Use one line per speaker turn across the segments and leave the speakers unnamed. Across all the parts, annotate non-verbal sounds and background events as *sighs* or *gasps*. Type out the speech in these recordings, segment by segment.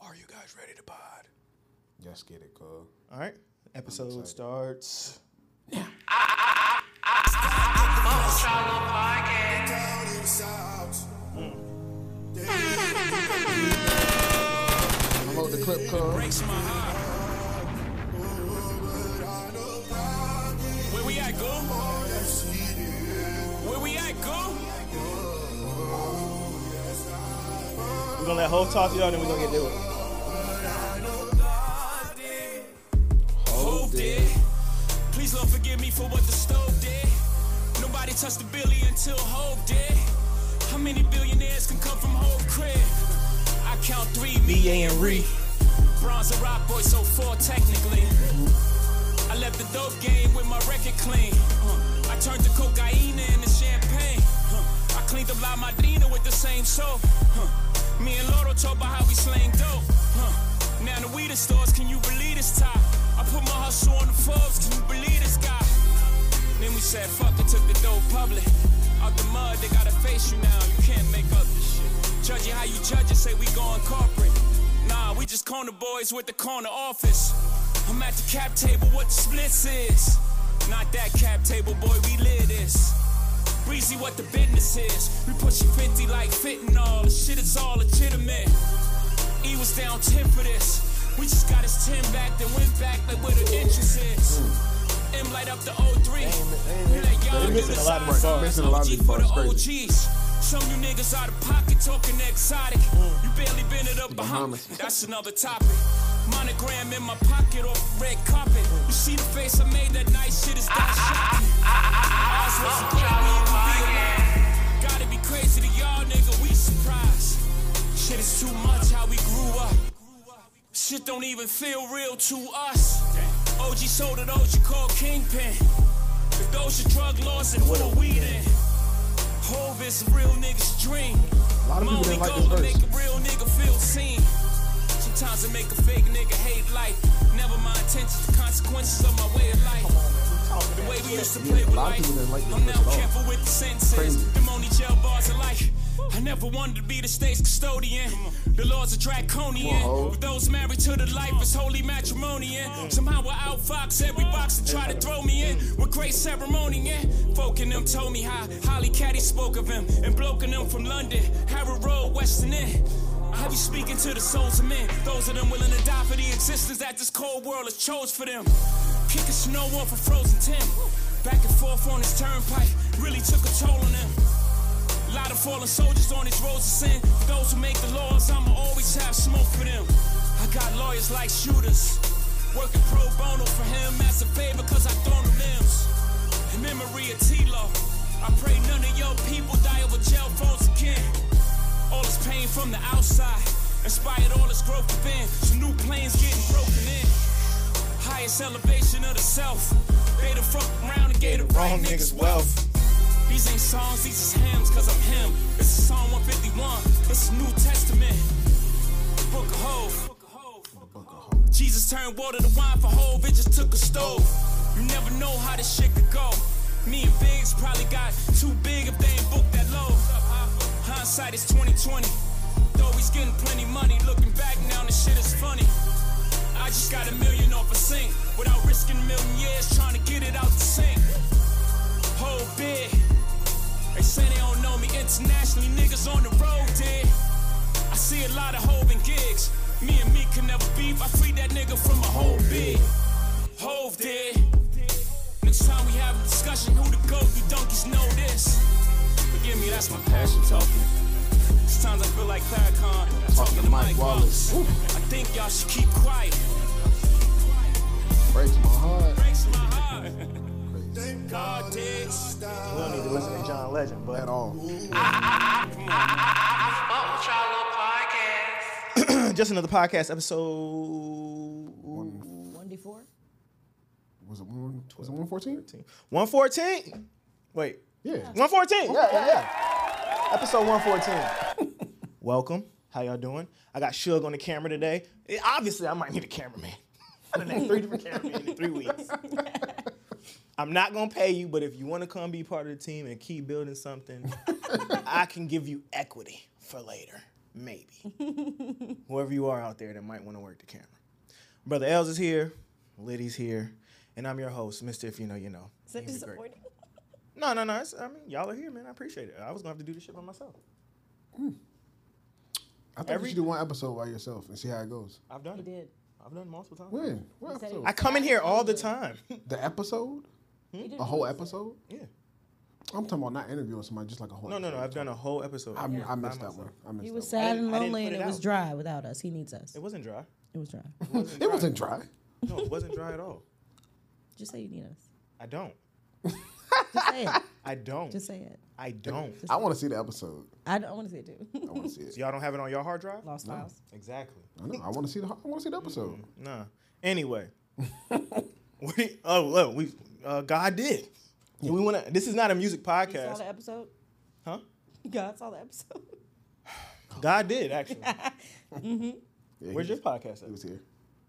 Are you guys ready to pod?
Let's get it, cuz.
All right. Episode
excited.
starts.
Promote the clip, cuz.
Where we at, go? Where we at, go?
We're gonna let Ho talk to y'all, then we're gonna get to it.
Hoved it. Please, Lord, forgive me for what the stove did. Nobody touched the billy until Hope did. How many billionaires can come from Hope crib? I count three, me, A, and Ree. Bronze and rock boy, so four technically. I left the dope game with my record clean. Uh, I turned the cocaine into champagne. Uh, I cleaned up La Madrina with the same soap. Uh, me and Loro talk about how we slang dope. Uh, now the weed is stores, can you believe this top? I put my hustle on the Forbes, can you believe this guy? Then we said, fuck it, took the dope public. Out the mud, they gotta face you now. You can't make up this shit. Judging how you judge it, say we going corporate. Nah, we just corner boys with the corner office. I'm at the cap table, what the splits is. Not that cap table, boy, we live this. Breezy, what the business is. We pushing 50 like fitting all. The shit is all legitimate. E was down 10 for this. We just got his 10 back, then went back like where the interest is. M light up the 03. We let y'all do
missing a
the
lot of these bars.
Missing a lot of these bars,
for the
crazy.
OGs. Some you niggas out of pocket talking exotic. You barely been to the Bahamas.
Mm. Bahamas.
That's another topic. Monogram in my pocket off the red carpet. You see the face I made that night, shit is that shocking. Eyes was so great, we even be alive. Gotta be crazy to y'all, nigga, we surprised. Shit is too much how we grew up. Shit don't even feel real to us. OG sold an OG called Kingpin. If those are drug laws and what are we then? Hove is a real nigga's dream.
A lot of people didn't
My
like
only goal
this
to
verse.
make a real nigga feel seen. Sometimes I make a fake nigga hate life. Never my intentions, the consequences of my way of life. The way we used to play
Yeah, a
with
lot of
life.
people didn't like this
I'm
verse
now
at all.
careful with the sentences.
Crazy.
Them only jail bars are like. I never wanted to be the state's custodian. The laws are draconian.
Come on, Hov.
With those married to the life is holy matrimony. And somehow I outfox every box that try to throw me in. With great ceremony, and folk in them told me how Holly Caddy spoke of him. And bloke in them from London, Harrow Road, Western End. I have you speaking to the souls of men. Those of them willing to die for the existence that this cold world has chose for them. Kicking snow off a frozen Tim. Back and forth on his turnpike really took a toll on him. Lot of fallen soldiers on these roads of sin. For those who make the laws, I'ma always have smoke for them. I got lawyers like shooters. Working pro bono for him as a favor, cause I thrown them limbs. In memory of T-Lo, I pray none of your people die over jail phones again. All this pain from the outside inspired all this growth within. Some new planes getting broken in. Highest elevation of the self. They the fuck around and gave the
Wrong
wrong
niggas
niggas
wealth.
these ain't songs, these is hymns, cause I'm him. This is Psalm 151, this is New Testament. The Book of Hove. Jesus turned water to wine for Hove, it just took a stove. You never know how this shit could go. Me and Biggs probably got too big if they ain't booked that low. Hindsight is 2020. Though he's getting plenty money, looking back now, this shit is funny. I just got a million off a sink without risking a million years trying to get it out the sink. Whole big. They say they don't know me internationally, niggas on the road, dead. I see a lot of hovin' gigs. Me and me can never beef. I freed that nigga from a whole big. Hove did. Next time we have a discussion, who the goat? You donkeys know this. Forgive me, that's my passion talking. Sometimes I feel like Farrakhan talking to Mike Wallace. I think y'all should keep quiet.
Breaks my heart.
Breaks my heart.
Crazy.
God did.
We don't need to listen to John Legend,
At
but
all.
*clears throat* just another podcast episode
One D four.
Was it one? Was it one fourteen?
114. Wait,
Yeah.
114. Yeah, yeah, yeah. Episode 114. *laughs* Welcome. How y'all doing? I got Suge on the camera today. Eh, obviously, I might need a cameraman. *laughs* I'm gonna have three different cameramen in three weeks. I'm not gonna pay you, but if you want to come be part of the team and keep building something, I can give you equity for later, maybe. whoever you are out there that might want to work the camera. Brother Els is here, Liddy's here, and I'm your host, Mister. If you know, you know.
Is it
You'll be great.
disappointing? *laughs*
No, no, no. It's, I mean, y'all are here, man. I appreciate it. I was gonna have to do this shit by myself.
I think
Every-
you should do one episode by yourself and see how it goes.
I've done
You
it.
did.
I've done it multiple times.
When? What
He said he
episode?
I come in here all
*laughs*
the time.
The episode?
You did
A whole
really
episode?
yeah.
I'm talking about not interviewing somebody, just like a whole.
No, no, no.
episode.
I've done a whole episode.
I,
by
I missed that
myself.
one. I missed
He was
that
I
sad
didn't-
and
I didn't
lonely,
put
and
it
it was
out.
dry without us. He needs us.
It wasn't dry.
It was dry.
It
one. *laughs*
wasn't
It wasn't dry.
No, it wasn't dry at all.
Just say you need us.
I don't.
Just
*laughs*
say it.
I don't.
Just say it.
I don't.
I want to see the episode.
I don't want to say it
I
too. *laughs*
want to see it.
So y'all don't have it on your hard drive?
Lost files.
Exactly.
I know. I want to see the. I want to see the episode.
Nah.
*laughs*
Anyway. we, oh, look. We, uh, God did. Do we want to? This is not a music
You saw the
podcast,
episode.
huh?
God saw the episode.
God did actually.
Yeah,
Where's
he,
your podcast
He was
at?
here.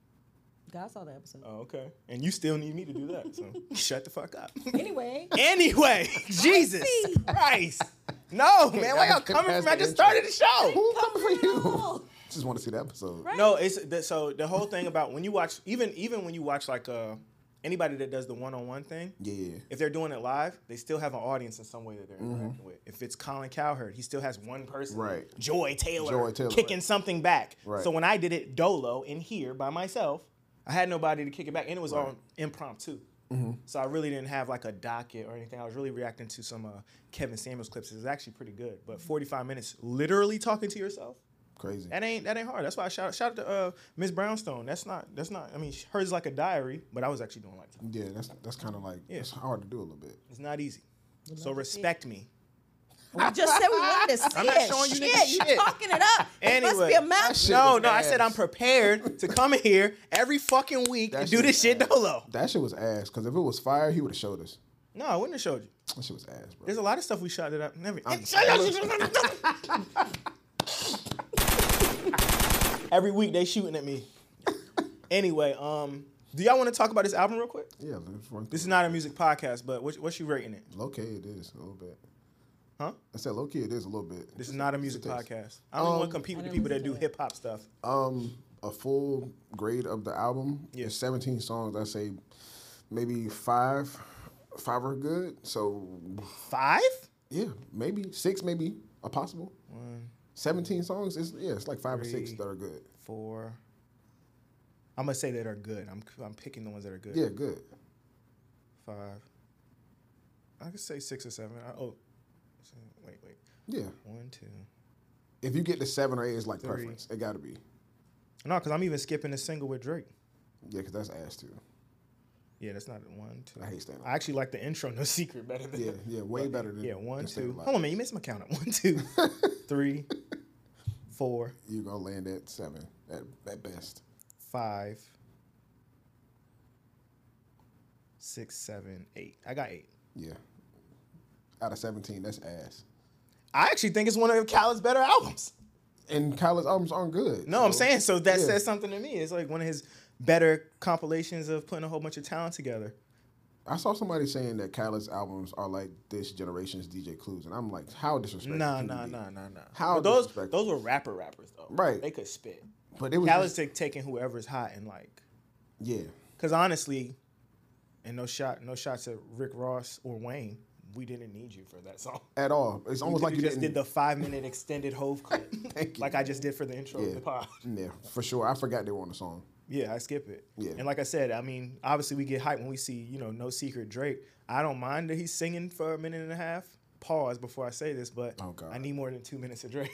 *laughs* God saw the episode.
Oh, okay. And you still need me to do that.
*laughs*
So shut the fuck up. *laughs*
Anyway,
Anyway, Jesus Christ. No, man,
that
why y'all
was good
coming
past
from? I
the
just
intro.
started the show.
Who coming for
at all.
you? *laughs* Just want to see the episode.
Right.
No, it's the, so the whole thing about when you watch, even even when you watch like uh, anybody that does the one-on-one thing,
Yeah.
if they're doing it live, they still have an audience in some way that they're interacting with. If it's Colin Cowherd, he still has one person,
Mm-hmm. Right.
Joy Taylor,
Joy Taylor,
kicking
right.
something back.
Right.
So when I did it dolo in here by myself, I had nobody to kick it back, and it was all impromptu.
Mm-hmm.
So I really didn't have like a docket or anything. I was really reacting to some uh, Kevin Samuels clips. It was actually pretty good, but
Mm-hmm.
45 minutes literally talking to yourself.
Crazy.
That ain't that ain't hard. That's why I shout shout out to uh, Miss Brownstone. That's not that's not. I mean, hers is like a diary, but I was actually doing like
Yeah. That's that's kind of like it's hard to do a little bit.
it's not easy. So respect me.
I just said we wanted to see
I'm not
it.
showing you
shit,
niggas
you
shit.
talking it up. It must
Anyway,
be a mouth.
shit
no,
was
no, I said
ass.
I'm prepared to come in here every fucking week
That
and do
shit
this
was
shit
ass.
dolo.
That shit was ass. Cause if it was fire, he would have showed us.
No, I wouldn't have showed you.
That shit was ass, bro.
There's a lot of stuff we shot that I never. every week they shooting at me. Anyway, um, do y'all want to talk about this album real quick?
yeah. Let's run
This is not a music podcast, but what, what's you rating it?
low key. It is a little bit.
Huh?
I said low key. It is a little bit.
This is Um, not a music
It is.
podcast. I don't want to compete with the people that do
listen to it.
hip hop stuff.
Um, a full grade of the album.
Yeah.
It's 17 songs. I say maybe five, five are good. So
Five?
yeah, maybe six, maybe a possible.
One,
17 songs. It's yeah, it's like five or six
Three.
that are good.
four. I'm gonna say that are good. I'm I'm picking the ones that are good.
Yeah, good.
Five. I could say six or seven. I, oh, so- wait, wait.
Yeah.
One, two.
If you get to seven or eight, it's like
Three.
preference. It got to be.
No, because I'm even skipping the single with Drake.
Yeah, because that's ass too.
Yeah, that's not one, two.
I hate stand
I actually like the intro, no secret, better than
Yeah, yeah, way better than
Yeah, one,
than Stand
two.
Alive.
Hold on, man, you missed my count up. One,
*laughs*
two, three, four,
You're gonna land at seven at, at best.
five, six, seven, eight. I got eight.
Yeah. Out of 17, that's ass.
I actually think it's one of Khaled's better albums.
And Kyler's albums aren't good.
No, I'm saying so that
yeah.
says something to me. It's like one of his better compilations of putting a whole bunch of talent together.
I saw somebody saying that Khaled's albums are like this generation's DJ Clues, and I'm like, how disrespectful.
Nah,
can you
nah,
be?
nah, nah, nah.
How
But those
disrespectful.
those were rapper rappers though.
Right.
They could spit.
But it was
Khaled's
just,
take taking whoever's hot and like
yeah,
cuz honestly and no shot no shots at Rick Ross or Wayne. We didn't need you for that song.
at all. It's almost like you
just
didn't.
did the 5 minute extended Hove clip
*laughs* Thank you.
like I just did for the intro of
yeah,
the pod.
yeah, for sure. I forgot they were on the song.
Yeah, I skip it.
Yeah.
And like I said, I mean, obviously we get hyped when we see, you know, No Secret Drake. I don't mind that he's singing for a minute and a half. Pause before I say this, but
Oh, God.
I need more than two minutes of Drake.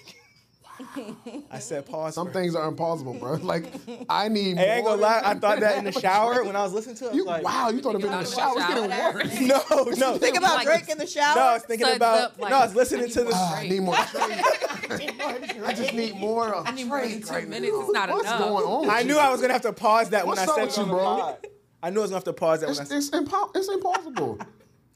I said pause.
Some
for-
things are implausible, bro. *laughs* Like I need.
Hey, I ain't
more
gonna lie,
than-
I thought that in the shower when I was listening to it. I was
You,
like,
wow, you thought of it in the shower. It's getting worse.
*laughs* No, no.
Think about
Like-
Drake in the shower.
No, I was thinking
Suds
about.
up, like,
no, I was listening
*laughs*
to this.
I need more. I just need more. Of
I need more than
Drake
two
right
minutes.
now.
It's not
What's
enough.
going on?
I knew I was gonna have to pause that
What's
when I
up
said
with
it on
you,
the
bro?
pod. I knew I was gonna have to pause that when I
It's
said
it's, impo- it's impossible.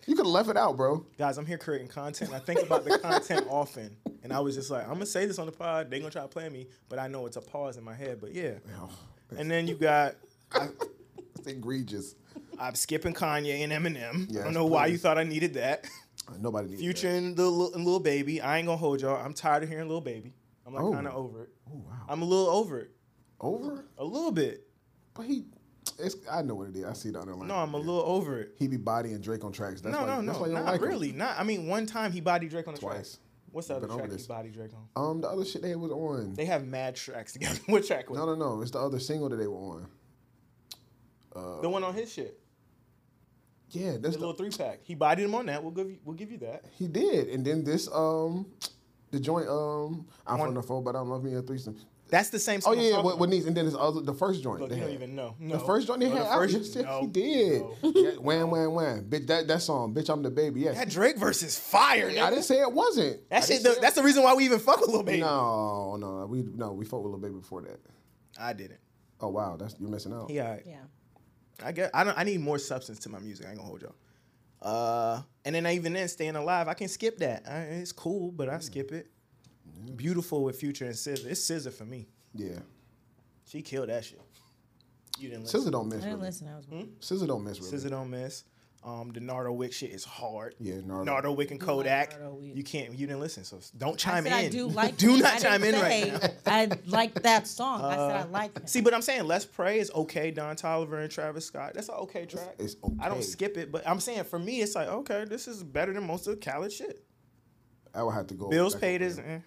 you could have left it out, bro.
guys, I'm here creating content. and I think about the
*laughs*
content often, and I was just like, I'm gonna say this on the pod. They gonna try to play me, but I know it's a pause in my head. But yeah,
*laughs*
and then you got
It's egregious.
I'm skipping Kanye and Eminem. I
Yes,
don't know why you
please.
thought I needed that. *laughs*
Nobody needs
Future
That.
and the little baby. I ain't gonna hold y'all. I'm tired of hearing little baby. I'm like
Oh.
kind of over it.
Oh wow.
I'm a little over it,
Over?
a little bit.
But he, it's, I know what it is. I see the underlying.
No, I'm a
Yeah.
little over it.
He be bodying Drake on tracks. That's
No,
why,
no,
that's why
no,
you don't
not
like him.
really. Not. I mean, one time he bodied Drake on the track.
Twice.
What's the
Been
other
over
track he
this.
bodied Drake on?
Um, the other shit they was on.
They have mad tracks together. *laughs* what track was
No, no, no. It's the other single that they were on.
it? the one on his shit?
Yeah, that's
The
the,
little three pack. He bodied him on that. We'll give you. We'll give you that.
he did. And then this um, the joint um, I'm
One-
from the foe, but I don't love me a threesome.
That's the same.
Oh
song I'm
yeah,
talking
what,
about.
what needs? And then this other, the first joint.
Look,
they
you don't
had.
even know.
The first joint they
No, the
had out,
first-
yes, yes, he
no,
did.
no.
Yeah, wham, wham, wham. Bitch, that, that song, bitch, I'm the baby. Yes,
That Drake verse is fire.
I didn't say it wasn't.
That
I
shit.
didn't
The,
say it-
that's the reason why we even fuck with Lil Baby.
no, no, we no, we fought with Lil Baby before that.
I didn't.
Oh wow, that's you're missing out.
Yeah.
Yeah.
I get. I don't. I need more substance to my music. I ain't gonna hold y'all. Uh, and then even then, staying alive, I can skip that. I, it's cool, but I skip it. Beautiful with Future and Scissor. It's Scissor for me.
yeah.
She killed that shit. You didn't listen.
Scissor don't
I
miss.
didn't
Really.
listen.
Hmm?
I was.
Scissor don't miss. Really.
Scissor don't miss. Um, the Nardo Wick shit is hard.
Yeah, Nardo.
Nardo Wick and
like
Kodak.
Nardo Wick.
you can't. You didn't listen, so don't
I
chime
said
in. *laughs*
I do like.
do
him.
not
I
chime in
didn't
right now. Uh,
say I like that song. I said I like him.
See, but I'm saying Let's Pray is okay. Don Tolliver and Travis Scott. That's an okay track.
it's
I don't
okay.
skip it, but I'm saying for me, it's like okay, this is better than most of Khaled shit.
I would have to go.
Bills
back
paid
over
is
there.
eh.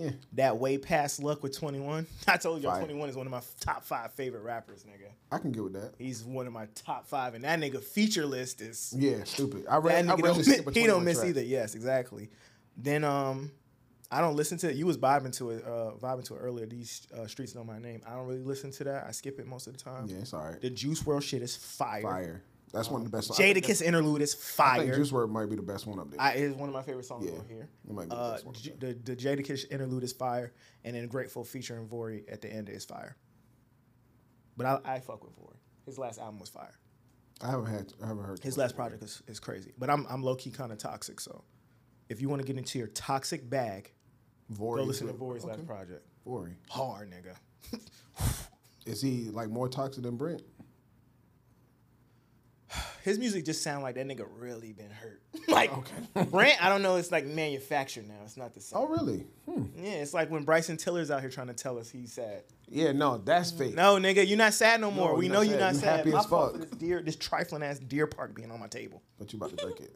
Yeah.
that way past luck with 21. *laughs* I told y'all
Fire.
21 is one of my top five favorite rappers, nigga.
I can get with that.
He's one of my top five, and that nigga feature list is
Yeah, stupid. I
that
read. I
nigga don't
read
miss, *laughs* he don't miss either. Yes, exactly. Then um, I don't listen to it. You was vibing to it, uh, vibing to it earlier. These uh, streets know my name. I don't really listen to that. I skip it most of the time.
Yeah, it's alright.
The Juice World shit is fire.
Fire. That's one of the best. songs. I think
Jadakiss interlude is
I think
fire.
Juice WRLD might be the best one up there.
I, it's one of my favorite songs
Yeah.
on here.
It might be the
uh,
best one up
J- the the Jadakiss interlude is fire, and then Grateful featuring Vori at the end is fire. But I, I fuck with Vori. His last album was fire.
I haven't had. I haven't heard.
His last project is, is crazy. But I'm I'm low key kind of toxic. So if you want to get into your toxic bag,
Vori.
go
is
listen to
it?
Vori's last
Okay.
project.
Vori.
Hard nigga.
Is he like more toxic than Brent?
His music just sound like that nigga really been hurt. *laughs* like Brent, I don't know. It's like manufactured now. It's not the same.
Oh really? Hmm.
Yeah, it's like when Bryson Tiller's out here trying to tell us he's sad.
Yeah. No, that's fake.
No, nigga, you're not sad no more.
No,
we
you're
know
not
you're
sad.
not
You
sad.
happy
My
as
fault for
fuck.
this deer, this trifling ass deer park being on my table.
But you about to drink it.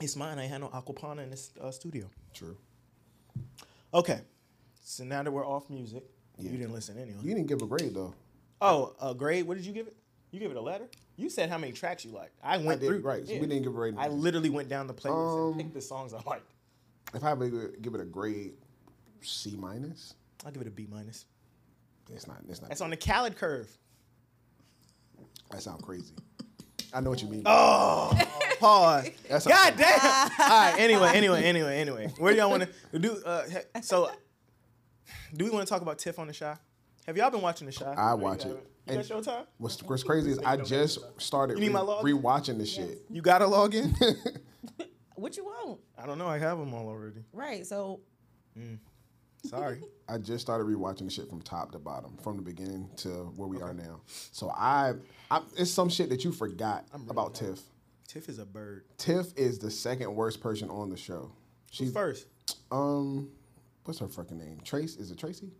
It's mine. I ain't had no aquapana in this uh, studio.
True.
Okay, so now that we're off music,
Yeah.
you didn't listen anyway.
You didn't give a grade though.
oh, a grade? What did you give it? You give it a letter? You said how many tracks you liked. I went
did,
through.
right, so we didn't give a rating.
I literally went down the playlist
Um,
and picked the songs I liked.
If I were to give it a grade, C minus.
I'll give it a B minus.
It's not. It's not.
That's on the Khaled curve.
That sound crazy. I know what you mean.
Pause.
That's a-
Oh, *laughs* God damn. All right. Anyway, anyway, anyway, anyway. Where do y'all want to do? Uh, he- so, do we want to talk about Tiff on the Shy? Have y'all been watching the Shy?
I watch
You
it.
got
And
Showtime?
what's, what's crazy is I just started
You need
re-
my log?
rewatching this shit.
You gotta
*laughs*
log in.
What you want?
I don't know. I have them all already.
Right. So
*laughs*
Sorry.
I just started rewatching the shit from top to bottom, from the beginning to where we are now. So I, I, it's some shit that you forgot about Tiff.
Tiff is a bird.
Tiff is the second worst person on the show. She's
First.
um, what's her fucking name? Trace? Is it Tracy?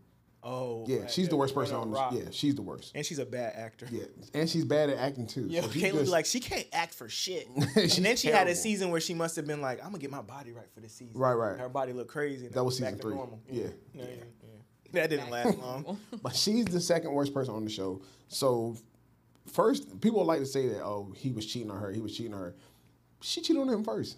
Oh.
Yeah,
right,
she's the
that
worst
one
person on. the
Rock.
Yeah, she's the worst.
And she's a bad actor.
Yeah, and she's bad at acting too.
Yo,
So you
Caitlyn be
just-
like, she can't act for
*laughs*
shit.
She's
and then she had a
terrible.
season where she must have been like, I'm gonna get my body right for this season.
Right, right.
Her body looked crazy. and
That
it
was
back
season
to
three.
normal.
Yeah.
Yeah, yeah, yeah. That didn't last long.
*laughs* But she's the second worst person on the show. So first, people like to say that oh he was cheating on her, he was cheating on her. She cheated on him first.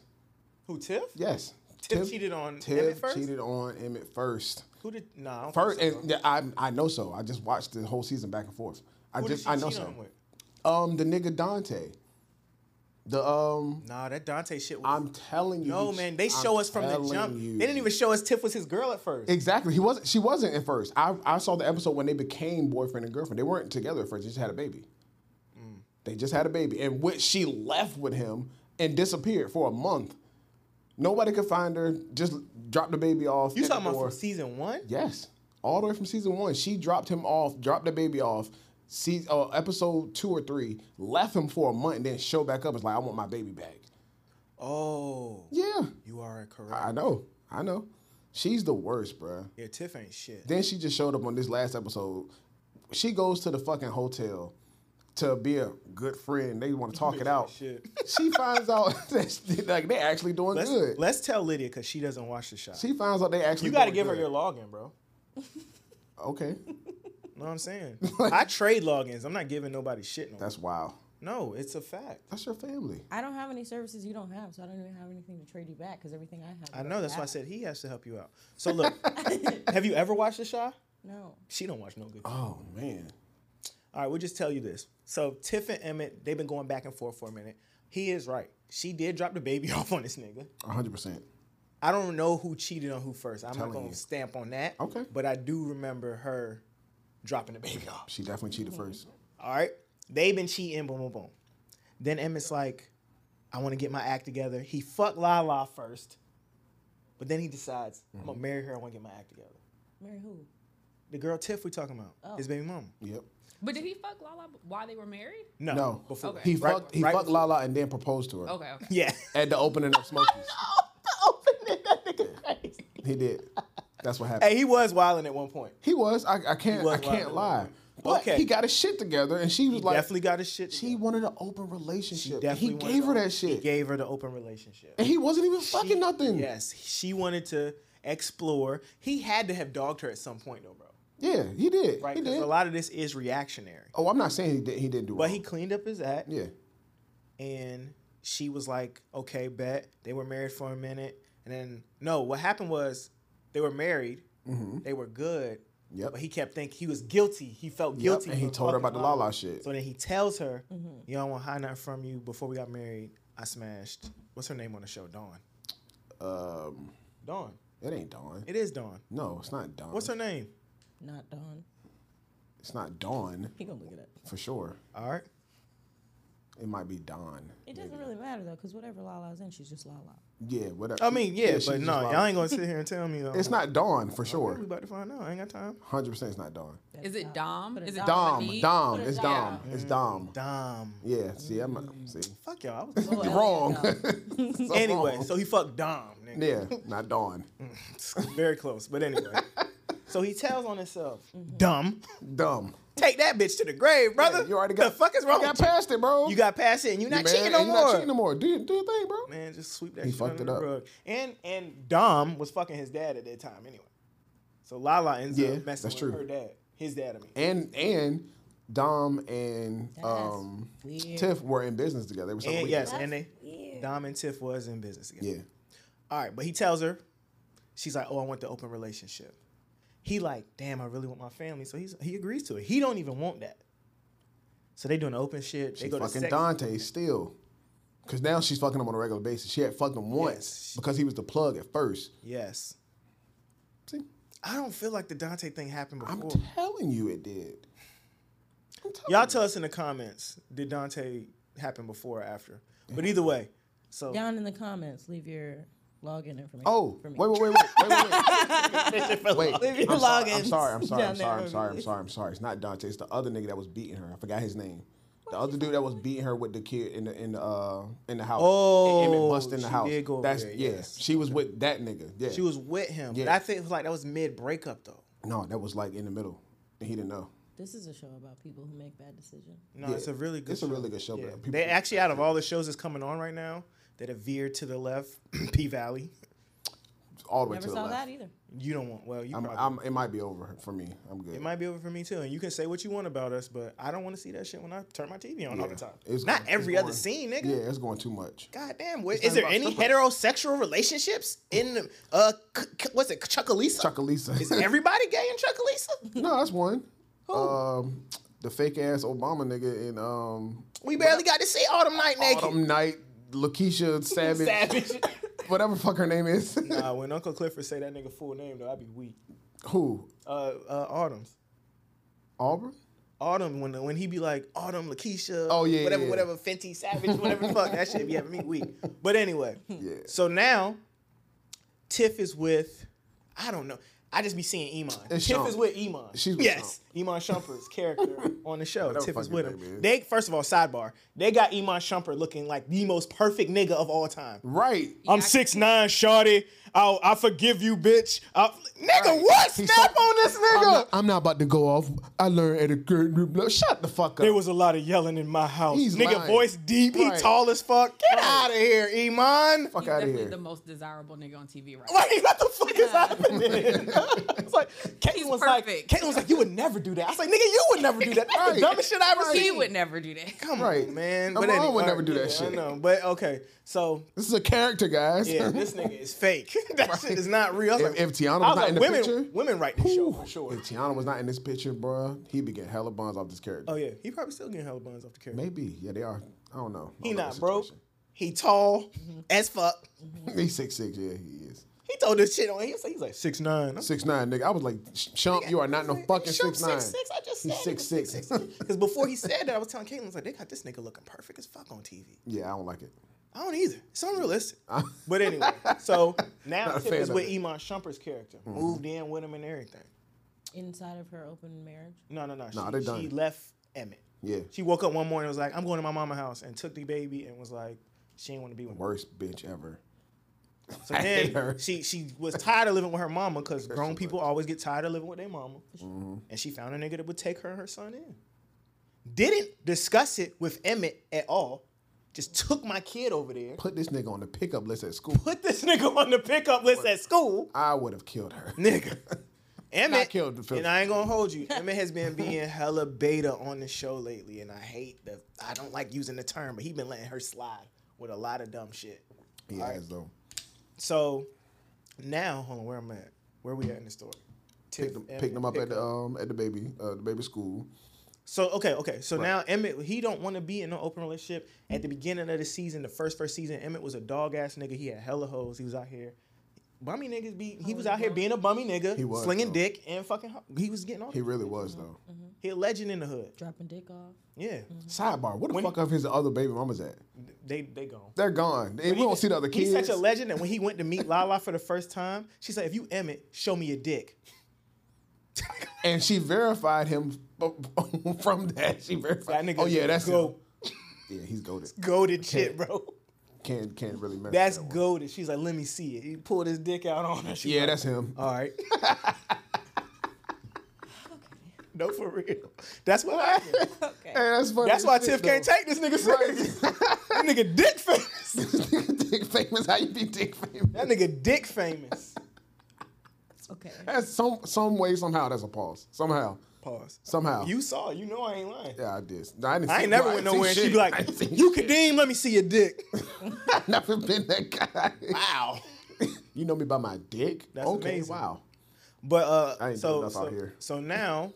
Who Tiff? *laughs*
Yes.
Tiff cheated on Emmett first?
cheated on Emmett first.
Who did? Nah. I don't
First,
think so.
and yeah, I I know so. I just watched the whole season back and forth. I
Who did
just
she
I know
cheat
so.
on with?
Um, the nigga Dante. The um,
Nah, that Dante shit was.
I'm telling you.
no
he-
man, they
I'm
show us from the
telling
jump.
you.
They didn't even show us Tiff was his girl at first.
Exactly. He wasn't. She wasn't at first. I, I saw the episode when they became boyfriend and girlfriend. They weren't together at first. They just had a baby.
Mm.
They just had a baby, and which she left with him and disappeared for a month. Nobody could find her. Just dropped the baby off.
you
at the
talking about
door.
from season one?
Yes, all the way from season one. She dropped him off. Dropped the baby off. See, uh, episode two or three left him for a month, and then showed back up. It's like I want my baby back.
Oh,
Yeah,
you are correct.
I know. I know. She's the worst, bruh.
Yeah, Tiff ain't shit.
Then she just showed up on this last episode. She goes to the fucking hotel to be a good friend. They want to talk it out.
Shit.
She finds out *laughs* that she- like they actually doing
Let's,
good.
let's tell Lydia because she doesn't watch the shot.
she finds out they actually.
you got to
doing
give her
good.
your login, bro.
Okay,
Know what
*laughs*
I'm saying? I trade logins. I'm not giving nobody shit. No,
that's wild.
no, it's a fact.
That's your family.
I don't have any services you don't have, so I don't even have anything to trade you back because everything I have.
I
is
know.
on
That's why I
app.
said he has to help you out.
*laughs*
So look, have you ever watched the shot?
No.
She don't watch no good.
Oh man.
All right, we'll just tell you this. So Tiff and Emmett, they've been going back and forth for a minute. He is right. She did drop the baby *laughs* off on this nigga.
100%.
I don't know who cheated on who first. I'm
Telling
not gonna
you.
stamp on that.
Okay.
But I do remember her dropping the baby off.
She definitely cheated first.
All right. They've been cheating, boom, boom, boom. Then Emmett's like, I want to get my act together. He fucked Lala first, but then he decides, I'm
Mm-hmm.
going to marry her. I want to get my act together.
Marry who?
The girl Tiff we talking about, his baby mama.
Yep.
But did he fuck Lala b- while they were married?
No.
No.
Before.
Okay.
He
Right-
fucked he
right
fucked
before-
Lala and then proposed to her
Okay, okay.
Yeah. *laughs*
at the opening
*laughs*
of Smokies. He did. That's what happened.
hey, he was wilding at one point.
He was. I, I can't.
He
I
was
can't
lying.
lie. But
Okay.
he got his shit together, and she was like,
definitely got his shit.
she wanted an open relationship. and
definitely
he
wanted
gave her
the-
that shit,
He gave her the open relationship.
and he wasn't even fucking
She-
nothing.
Yes. She wanted to explore. He had to have dogged her at some point, though, bro.
Yeah, he did.
Right?
he
Because
did.
a lot of this is reactionary.
oh, I'm not saying he did. He didn't do.
But
wrong.
he cleaned up his act.
Yeah.
and she was like, "Okay, bet." They were married for a minute, and then no, what happened was they were married,
Mm-hmm.
they were good.
Yep.
But he kept thinking he was guilty. He felt guilty.
and he
for
told her
fucking
about the Lala shit.
So then he tells her, "You don't want high nothing from you." Before we got married, I smashed. What's her name on the show? Dawn.
Um,
Dawn.
it ain't Dawn.
It is Dawn.
no, it's not Dawn.
What's her name?
Not Don.
It's not Dawn
He gonna look it up.
for sure.
All right.
It might be Dawn.
It doesn't really matter though, because whatever Lala's in, she's just Lala.
Yeah. Whatever.
I mean, yeah,
she's
but
just
no,
wild.
y'all ain't gonna sit here and
*laughs*
tell me. uh,
It's not Dawn for
We
sure.
about to find out. I ain't got time.
Hundred percent, it's not Dawn.
Is it Dom?
Put a
Is
dom.
it
Dom.
Dominique?
Dom. It's Dom.
Dom.
Mm.
It's Dom.
Dom.
Yeah. See, I'm see.
Fuck y'all. I was
Oh, hell
wrong.
yeah,
*laughs* So
anyway,
wrong.
so he fucked Dom. Nigga.
yeah, not Dawn.
Very close, but
*laughs*
anyway. so he tells on himself, dumb.
Dumb.
Take that bitch to the grave, brother.
Mm-hmm. you already got
the fuck is wrong.
You got
with you?
past it, bro.
You got past it, and you're
You
not
mad,
cheating no
and you not
more.
cheating no more. Do your, do your thing, bro.
Man, just sweep that
He
shit
fucked
under
it
the
up.
rug. And and Dom was fucking his dad at that time anyway. So Lala ends
Yeah,
up messing
that's true.
with her dad, his dad. I mean,
And and Dom and um,
That's weird.
Tiff were in business together. They were something
and
we-
yes, and they
weird.
Dom and Tiff was in business together.
Yeah.
All right, but he tells her, she's like, "Oh, I want the open relationship." He like, "Damn, I really want my family," so he's he agrees to it. He don't even want that. So they doing the open shit. They
She
go to
fucking
sex.
Dante still. Cause now she's fucking him on a regular basis. She had fucked him once
Yes.
because he was the plug at first.
Yes,
See,
I don't feel like the Dante thing happened
I'm
before.
telling you, it did. I'm telling
Y'all tell us in the comments did Dante happen before or after? But either way, so
Down in the comments, leave your login information.
Oh,
for
wait,
me.
wait, wait, wait, *laughs* wait, wait. wait.
Leave your
I'm, sorry, I'm sorry, I'm
logins
sorry, I'm
down there
sorry, I'm
over
sorry, I'm
there.
sorry, I'm sorry. It's not Dante. It's the other nigga that was beating her. I forgot his name. The other dude that was beating her with the kid in the in the uh in the house.
Oh,
and Emmett bust in the
she
house.
did go over
That's
there,
yeah.
yes.
She was with that nigga. Yeah.
she was with him. But
Yeah.
I think like that was mid breakup though.
no, that was like in the middle. And he didn't know.
This is a show about people who make bad decisions.
No, it's a really good.
It's a really good show, but people-
they actually out of all the shows that's coming on right now that have veered to the left, *clears throat* P Valley.
All the way
Never
to the
saw
left.
that either.
You don't want. Well, you
I'm,
probably,
I'm, it might be over for me. I'm good.
it might be over for me too. And you can say what you want about us, but I don't want to see that shit when I turn my TV on all the
Yeah.
time.
It's
Not
going- it's
every other
going-
scene, nigga.
Yeah, it's going too much.
God damn. What,
It's
is there
not
any
about strippers.
heterosexual relationships in the- uh? C- c- what's it? Chuckalisa.
Chuckalisa. *laughs*
Is everybody gay in Chuckalisa?
no, that's one. Um, the fake ass Obama nigga in um
We barely got to see Autumn Night naked.
Autumn Night,
*laughs*
Lakeisha Savage, *laughs*
Savage.
whatever fuck her name is.
Nah, when Uncle Clifford say that nigga full name though, I'd be weak.
*laughs* Who?
Uh, uh, Autumn's.
Auburn?
Autumn when when he be like Autumn Lakeisha.
Oh, yeah,
whatever,
yeah.
whatever, Fenty Savage, whatever the fuck that shit be having me weak. But anyway,
*laughs* Yeah.
So now, Tiff is with, I don't know. I just be seeing Iman.
It's
Tiff
Shump.
is with Iman.
She's with
yes, Iman
*laughs*
Shumper's character on the show.
Whatever
Tiff is
fucking
with him.
name it is.
They first of all, sidebar. They got Iman Shumper looking like the most perfect nigga of all time.
Right.
I'm six nine, shawty. Oh, I forgive you, bitch. I, nigga, what?
He
Snap
so-
on this nigga.
I'm not, I'm not about to go off. I learned at a good group. level. Shut the fuck up.
There was a lot of yelling in my house.
He's
Nigga,
lying.
voice deep.
Right.
He tall as fuck. Get out of here, Iman.
fuck out of
definitely
here.
the most desirable nigga on TV right now.
Like, what the fuck is *laughs* happening? it's like Caitlyn
He's
was like,
perfect.
Caitlyn was like, you would never do that. I was like, nigga, you would never do that. That's the
Right.
dumbest shit I ever
He
seen.
would never do that.
Come
Right.
on, man.
A mom
anyway,
would
all
never
right,
do that
yeah,
shit.
I know, but okay. So
this is a character, guys.
yeah, *laughs* this nigga is fake. that shit is not real. I was
*laughs* If-
like,
if Tiana
I
was not in the
women,
picture,
women write this show for sure.
If Tiana was not in this picture, bruh, he'd be getting hella buns off this character.
Oh yeah, he probably still getting hella buns off the character.
Maybe. Yeah, they are. I don't know. I
He
don't know the
not broke.
situation.
He tall
Mm-hmm.
as fuck.
He's six six. Yeah, he is.
He told this shit on. He was like, he's like six nine.
Six nine, nigga. I was like, "Sh- Shump, you are not no fucking
Shump
six nine.
six. I just
He's
said he was
six six.
*laughs* Because before he said that, I was telling Caitlin, I was like, they got this nigga looking perfect as fuck on TV.
yeah, I don't like it.
I don't either.
*laughs*
It's unrealistic. but anyway, so now
Not a
Tip
fan
is
of
with
it. Mm-hmm.
Iman Shumpert's character. Moved in with him and everything.
Inside of her open marriage.
No, no, no. She,
Nah, they done.
she left Emmett.
Yeah.
She woke up one morning and was like, I'm going to my mama's house and took the baby and was like, she didn't want to be with me.
Worst bitch ever.
So
I hate
then
her.
she she was tired of living with her mama because grown people always get tired of living with their mama.
Mm-hmm.
And she found a nigga that would take her and her son in. Didn't discuss it with Emmett at all. Just took my kid over there.
Put this nigga on the pickup list at school.
Put this *laughs* nigga on the pickup list at school.
I would have killed her.
Nigga. Emmett,
killed the
and I ain't gonna hold
*laughs*
you. Emmett has been being hella beta on the show lately, and I hate the. I don't like using the term, but he been letting her slide with a lot of dumb shit.
He has though.
So now, hold on, where I'm at? Where we at in the story?
Picked him, picked him up at the um at the baby uh, the baby school.
So okay, okay. So now Emmett, he don't want to be in an open relationship. At the beginning of the season, the first first season, Emmett was a dog ass nigga. He had hella hoes. He was out here. Bummy niggas be. He was out here being a bummy nigga,
He was,
slinging
though.
dick and fucking. ho- He was getting all.
He really was
Mm-hmm.
though.
He a legend in the hood.
Dropping
*laughs*
dick off.
Yeah,
Sidebar. Where the fuck of his other baby mamas at?
they they gone.
They're gone. They- we don't see the other kids.
He's such a legend that when he went to meet Lala for the first time, she said, "If you Emmett, show me your dick." *laughs*
and she verified him *laughs* b- from that. She
That
verified.
nigga
oh yeah, that's
go
him. Yeah, he's goaded.
goaded shit, bro. *laughs*
Can't can't really mess.
That's
with that one.
goaded. She's like, "Let me see it." He pulled his dick out on her. She's
Yeah,
like,
that's him. *laughs*
All right. *laughs* no, for real. That's what happened.
Okay.
Hey, that's funny.
*laughs* That's why
as shit,
Tiff can't
though.
take this nigga serious. *laughs* that nigga dick famous.
dick famous. How you be dick famous?
That nigga dick famous.
Okay.
That's some some way somehow. That's a pause. Somehow.
Pause.
Somehow.
You saw. it. You know I ain't lying.
Yeah, I did. No, I, didn't
I
see-
ain't never
no,
went
didn't see
nowhere. And she
shit.
be
I
like,
didn't see
"You
shit. *laughs*
Kadeem, let me see your dick."
I've never been that guy.
Wow.
*laughs* You know me by my dick.
That's
okay,
amazing.
wow.
But uh,
I ain't
so
doing enough
so,
out here. *laughs*
so now,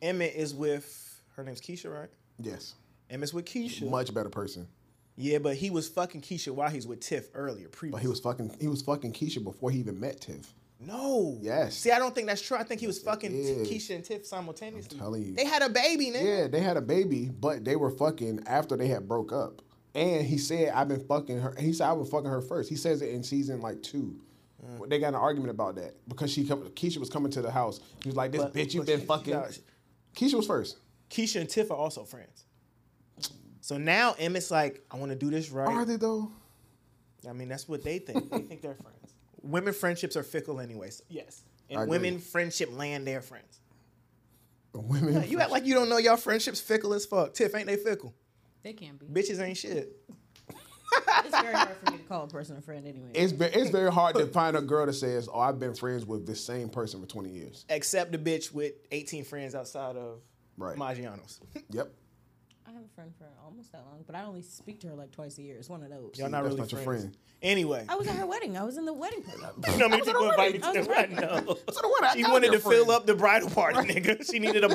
Emmett is with her name's Keisha, right?
Yes,
Emmett's with Keisha.
much better person.
Yeah, but he was fucking Keisha while he's with Tiff earlier. Previous.
But he was fucking. He was fucking Keisha before he even met Tiff.
no.
Yes.
See, I don't think that's true. I think he was fucking T-
is.
Keisha and Tiff simultaneously.
telling you.
They had a baby, nigga.
Yeah, they had a baby, but they were fucking after they had broke up. And he said, "I've been fucking her." He said, "I was fucking her first. He says it in season like two.
Mm.
Well, They got in an argument about that because she come, Keisha was coming to the house. He was like, "This
But-
bitch, you've
but
been
she-
fucking."
nah, she-
Keisha was first.
Keisha and Tiff are also friends. So now Emmett's like, I want to do this right.
Are they though?
I mean, that's what they think. They think they're friends. Women friendships are fickle, anyways. Yes.
I
And
agree.
women friendship land their friends.
Women.
You act like you don't know your friendship's fickle as fuck. Tiff, ain't they fickle?
They can be.
Bitches ain't shit.
It's very hard for me to call a person a friend anyway.
*laughs* It's ve- it's very hard
*laughs*
to find a girl that says, "Oh, I've been friends with this same person for 20 years."
Except the bitch with 18 friends outside of
Right.
Maggiano's. *laughs*
Yep.
I have a friend for almost that long, but I only speak to her like twice a year. It's one of those.
Y'all not
that's
really
not your
friends.
friend.
Anyway.
I was at her wedding. I was in the wedding party.
*laughs* You know how many people invited
I
to
was
the
right.
wedding?
*laughs*
No.
what? I
She
told
wanted
your
to fill
friend.
up the bridal party, nigga. She needed a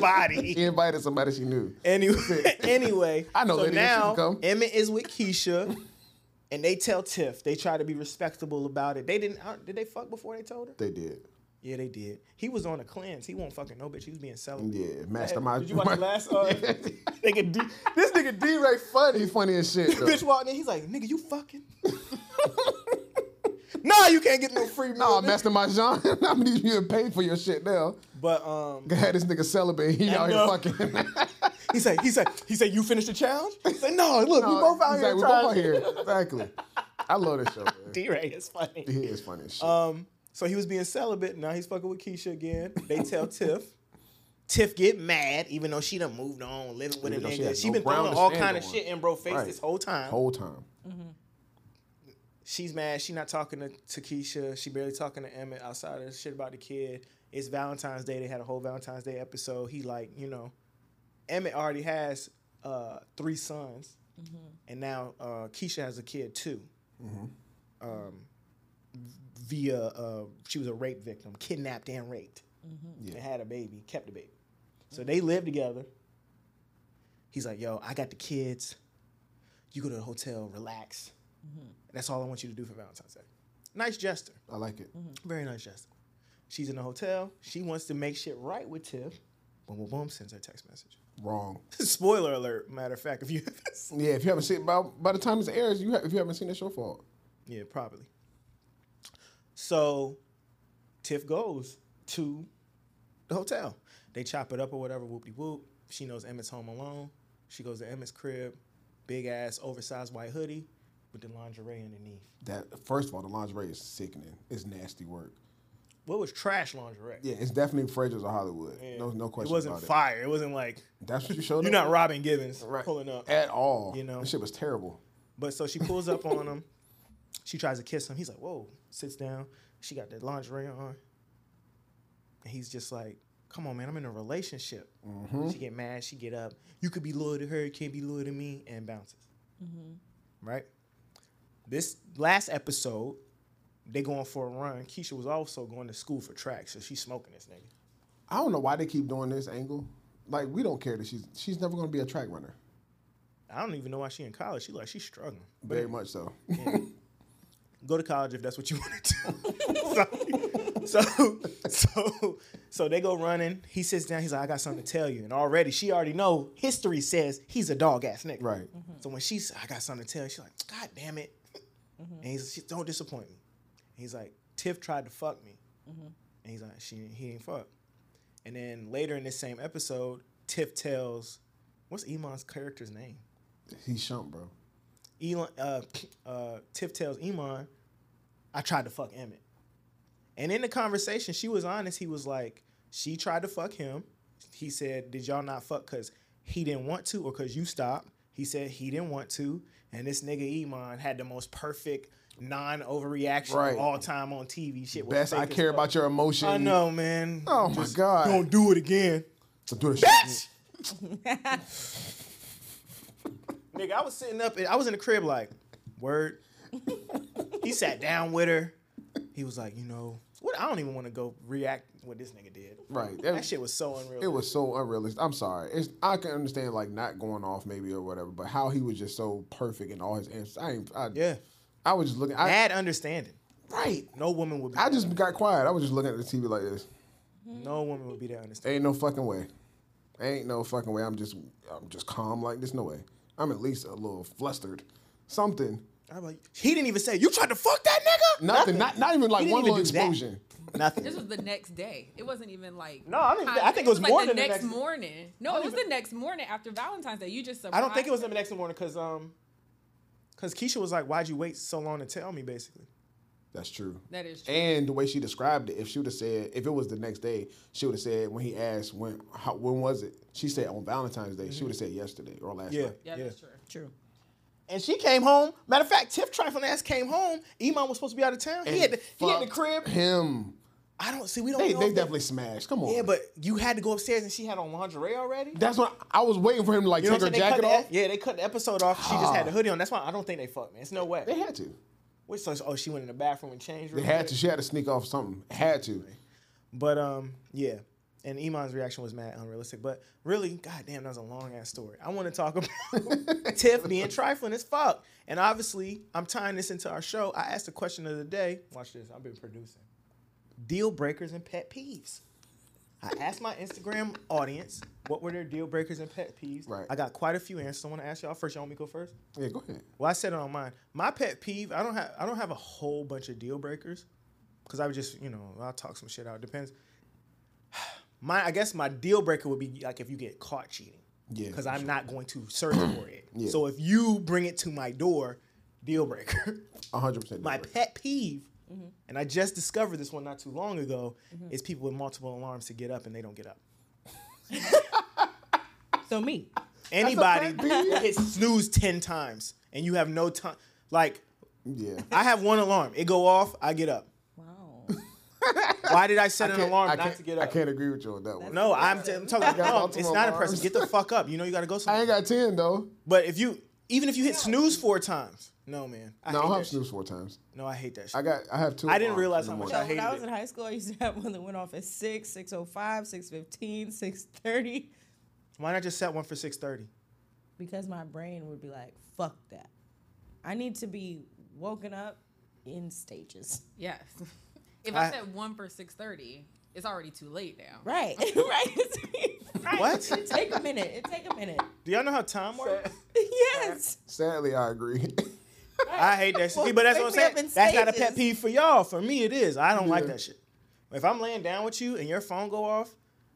*laughs*
body.
She invited somebody she knew.
Anyway, anyway,
I know
So
lady, she can
now
come.
Emmett is with
*laughs*
Keisha, and they tell Tiff. They try to be respectable about it. They didn't. uh, Did they fuck before they told her?
They did.
Yeah, they did. He was on a cleanse. He won't fucking no bitch. He was being celibate.
Yeah, mastermind.
Did you watch the last?
*laughs*
Uh, nigga D, this nigga D Ray
He
funny.
funny as
*laughs*
shit. Though.
bitch walked in. He's like, nigga, you fucking. *laughs* nah, you can't get no free meal.
Nah,
bitch.
Mastermind John, *laughs* I'm gonna need you to pay for your shit now.
But um,
Had this nigga celibate, he out
know.
here fucking. *laughs*
he said, he said, he said, you finished the challenge. He said, no, look, *laughs* we
Nah,
both out
he's
here.
like, we
*laughs* trying
both out
shit."
here. Exactly. I love this show. Man.
*laughs* D Ray is funny.
He is funny as shit.
Uh, So he was being celibate. Now he's fucking with Keisha again. They tell Tiff. Tiff get mad, even though she done moved on, living with a
Even though she had
nigga. She
no
been
ground
throwing
to
all
stand
kind of
on.
shit in bro face
Right.
this whole time.
Whole time.
She's mad. She not talking to, to Keisha. She barely talking to Emmett outside of the shit about the kid. It's Valentine's Day. They had a whole Valentine's Day episode. He like, you know, Emmett already has uh, three sons, and now uh, Keisha has a kid too. Um, via uh, she was a rape victim, kidnapped and raped, and had a baby, kept a baby. So they live together. He's like, "Yo, I got the kids. You go to the hotel, relax. That's all I want you to do for Valentine's Day." Nice gesture,
I like it.
very nice gesture. She's in the hotel. She wants to make shit right with Tiff. Boom, boom, boom. Sends her a text message. *laughs*
Wrong.
Spoiler alert. Matter of fact, if you *laughs* haven't seen-
Yeah, if you haven't seen by by the time this airs, you have, if you haven't seen it, it's your fault.
yeah, probably. So, Tiff goes to the hotel. They chop it up or whatever. Whoop de whoop. She knows Emmett's home alone. She goes to Emmett's crib. Big ass oversized white hoodie with the lingerie underneath.
That first of all, the lingerie is sickening. It's nasty work.
What was trash lingerie?
Yeah, it's definitely Frederick's of Hollywood. No, no
It
question
wasn't
about
fire. It wasn't like
it. That's what you showed.
you're
up
not Robin Givens
with? Right.
pulling up.
at all.
you know?
that shit was terrible.
But so she pulls up on him. She tries to kiss him. He's like, whoa, sits down. She got that lingerie on. And he's just like, come on, man, I'm in a relationship. She get mad. She get up. You could be loyal to her. You can't be loyal to me. And bounces. Right? This last episode, they going for a run. Keisha was also going to school for track, so she's smoking this nigga.
I don't know why they keep doing this angle. Like we don't care that she's she's never going to be a track runner.
I don't even know why she in college. She like, she's struggling. But
Very much so.
go to college if that's what you *laughs* want to do. so, so, so, so they go running. He sits down. He's like, I got something to tell you. And already, she already know history says he's a dog ass nigga.
Right.
So when she's, I got something to tell you, she's like, God damn it. And he's like, don't disappoint me. And he's like, Tiff tried to fuck me. And he's like, she, he didn't fuck. And then later in this same episode, Tiff tells, what's Iman's character's name?
He's shump, bro.
Elon, uh, uh, Tiff tells Iman, I tried to fuck Emmett. And in the conversation, she was honest. He was like, she tried to fuck him. He said, did y'all not fuck because he didn't want to or because you stopped? He said he didn't want to. And this nigga Iman had the most perfect non-overreaction
Right.
of all time on TV. Shit was
Best
fake
I
as
care
fuck.
about your emotion.
I know, man.
Oh my god.
Don't do it again.
So do this
Bitch!
shit.
Nigga, I was sitting up, and I was in the crib like, word. he sat down with her. He was like, you know, what? I don't even want to go react what this nigga did.
Right.
That, shit was so unreal.
It was so unrealistic. I'm sorry. It's I can understand like not going off maybe or whatever, but how he was just so perfect in all his answers. I ain't. I,
Yeah.
I was just looking. I,
bad understanding.
right.
No woman would be.
I just got quiet. I was just looking at the TV like this.
no woman would be that understanding.
Ain't no fucking way. Ain't no fucking way. I'm just. I'm just calm like this. No way. I'm at least a little flustered. Something.
I'm like, he didn't even say you tried to fuck that nigga.
Nothing. Not not even like
didn't
one
even
little
do that.
explosion.
This
Nothing.
was the next day. It wasn't even like
No, I don't even- I think it was
like
more
the
than the
next,
next-
morning. No, it was the next morning after Valentine's Day. You just surprised.
I don't think it was the next morning because um, because Keisha was like, why'd you wait so long to tell me? Basically,
That's true.
That is true.
And the way she described it, if she would have said, if it was the next day, she would have said when he asked when how, when was it, she said on Valentine's Day. She would have said yesterday or last
yeah,
night.
Yeah, that's true.
True.
And she came home. Matter of fact, Tiff trifling ass came home. Iman was supposed to be out of town. he had the, he had the
Fuck
crib.
Him,
I don't see. We don't.
they,
know
they
if
definitely smashed. Come on.
Yeah, but you had to go upstairs and she had on lingerie already.
that's what I was waiting for him to like
You know
take
what
her
I'm saying?
jacket
They cut
off. Ah.
The, yeah, they cut the episode off. She just had the hoodie on. That's why I don't think they fucked, man. It's no way.
They had to.
Which so, oh, she went in the bathroom and changed.
They had to. She had to sneak off something. Had to.
But um, yeah. And Iman's reaction was mad unrealistic. But really, goddamn, that was a long ass story. I want to talk about *laughs* Tiff being trifling as fuck. And obviously, I'm tying this into our show. I asked the question of the day. Watch this. I've been producing. Deal breakers and pet peeves. I asked my Instagram audience what were their deal breakers and pet peeves.
Right.
I got quite a few answers. I want to ask y'all first. Y'all want me to go first?
Yeah, go ahead.
Well, I said it on mine. My pet peeve, I don't have I don't have a whole bunch of deal breakers. Cause I would just, you know, I'll talk some shit out. Depends. *sighs* My I guess my deal breaker would be like if you get caught cheating.
Yeah,
Because
for
I'm not going to search for it.
*clears throat* Yeah.
So if you bring it to my door, Deal breaker. *laughs*
100%.
My
different.
pet peeve,
Mm-hmm.
and I just discovered this one not too long ago, is people with multiple alarms to get up and they don't get up.
So me.
Anybody
pet
*laughs*
peeve?
that hits snooze ten times and you have no time. Like
Yeah.
I have one alarm. It go off. I get up.
Wow.
Why did I set an
can't- *laughs*
alarm
I
not
can't-
to get up?
I can't agree with you on that one.
No, I'm, t- I'm talking.
got
No,
multiple
it's not impressive.
alarms.
Get the fuck up. You know you gotta go
I
somewhere.
ain't got 10, though.
But if you, even if you hit snooze four times, no man. I
No,
hate
I'll
that
have
shit.
snooze four times.
No, I hate that shit.
I got, I have two.
I didn't
alarms
realize
in
how
the
much
morning.
I
So when
hated
I was
it.
in high school, I used to have one that went off at oh 6, 605, 615, 630
Why not just set one for six thirty?
because my brain would be like, fuck that. I need to be woken up in stages.
Yes. *laughs* If I,
I-
said one for six thirty, it's already too late now.
Right. *laughs* right. right.
What?
It take a minute. It take a minute.
Do y'all know how time works?
Yes.
Sadly, I agree. *laughs*
I hate that shit.
Well,
But that's what I'm
wake me up
saying.
in
That's not a pet
stages.
peeve for y'all. For me, it is. I don't like
Yeah.
that shit. If I'm laying down with you and your phone go off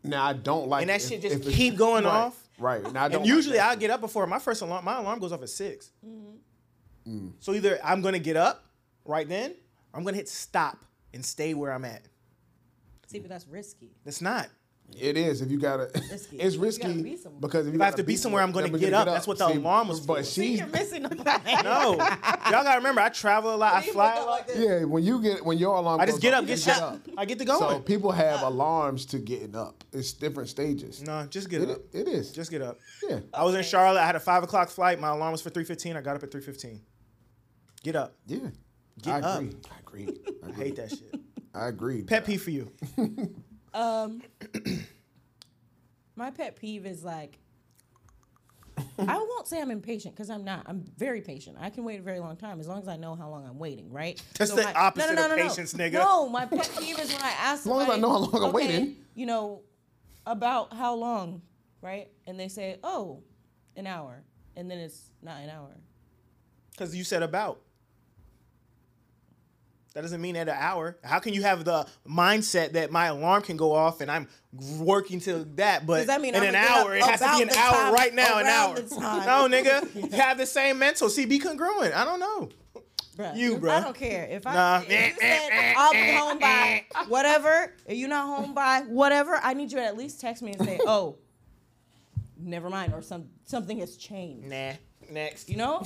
now, I don't like
and that
if-
shit just
if it's-
keep going
Right,
off,
Right. Now, I don't
and
like
usually
that.
I'll get up before my first alarm. My alarm goes off at 6
Mm-hmm. Mm.
So either I'm gonna get up right then, or I'm gonna hit stop and stay where I'm at.
See, but that's risky.
It's
*laughs*
not.
It is if you gotta.
Risky.
*laughs* It's
You gotta
risky
be somewhere.
because if, you
If I have
gotta
to be somewhere, I'm gonna
then we're
get up. That's what the alarm was for.
But she,
You're missing the point.
*laughs* No, y'all gotta remember I travel a lot. I fly
*laughs*
a lot.
yeah. When you get when your alarm,
I just
goes
get
off,
up,
you
get shut up. I get to going.
So people have alarms to getting up. It's different stages.
no, just get up.
It, it is.
Just get up.
yeah.
I was in Charlotte. I had a five o'clock flight. My alarm was for three fifteen. I got up at three fifteen. Get up.
Yeah.
Get
I
up.
agree. I agree. I
I
agree.
hate that shit.
*laughs* I agree.
Pet peeve for you.
Um, my pet peeve is like,
*laughs*
I won't say I'm impatient because I'm not. I'm very patient. I can wait a very long time as long as I know how long I'm waiting, right?
That's the opposite of patience, nigga.
No, my pet peeve is when I ask As
long *laughs* as I know how long I'm waiting.
You know, about how long, right? And they say, oh, an hour. And then it's not an hour.
Because you said about. That doesn't mean at an hour. How can you have the mindset that my alarm can go off and I'm working till that, but
Does that mean
in
I'ma
an
get
hour
up
it has to
about
be an
the
hour
time-
right now, an
around
hour.
the
No,
time? *laughs*
nigga, have the same mental. See, be congruent. I don't know.
Bruh,
You,
if-
bruh.
I don't care if I.
Nah.
If you said I'll be home by whatever. If you're not home by whatever, I need you to at least text me and
*laughs*
say, "Oh, never mind," or some something has changed.
Nah. Next.
You know?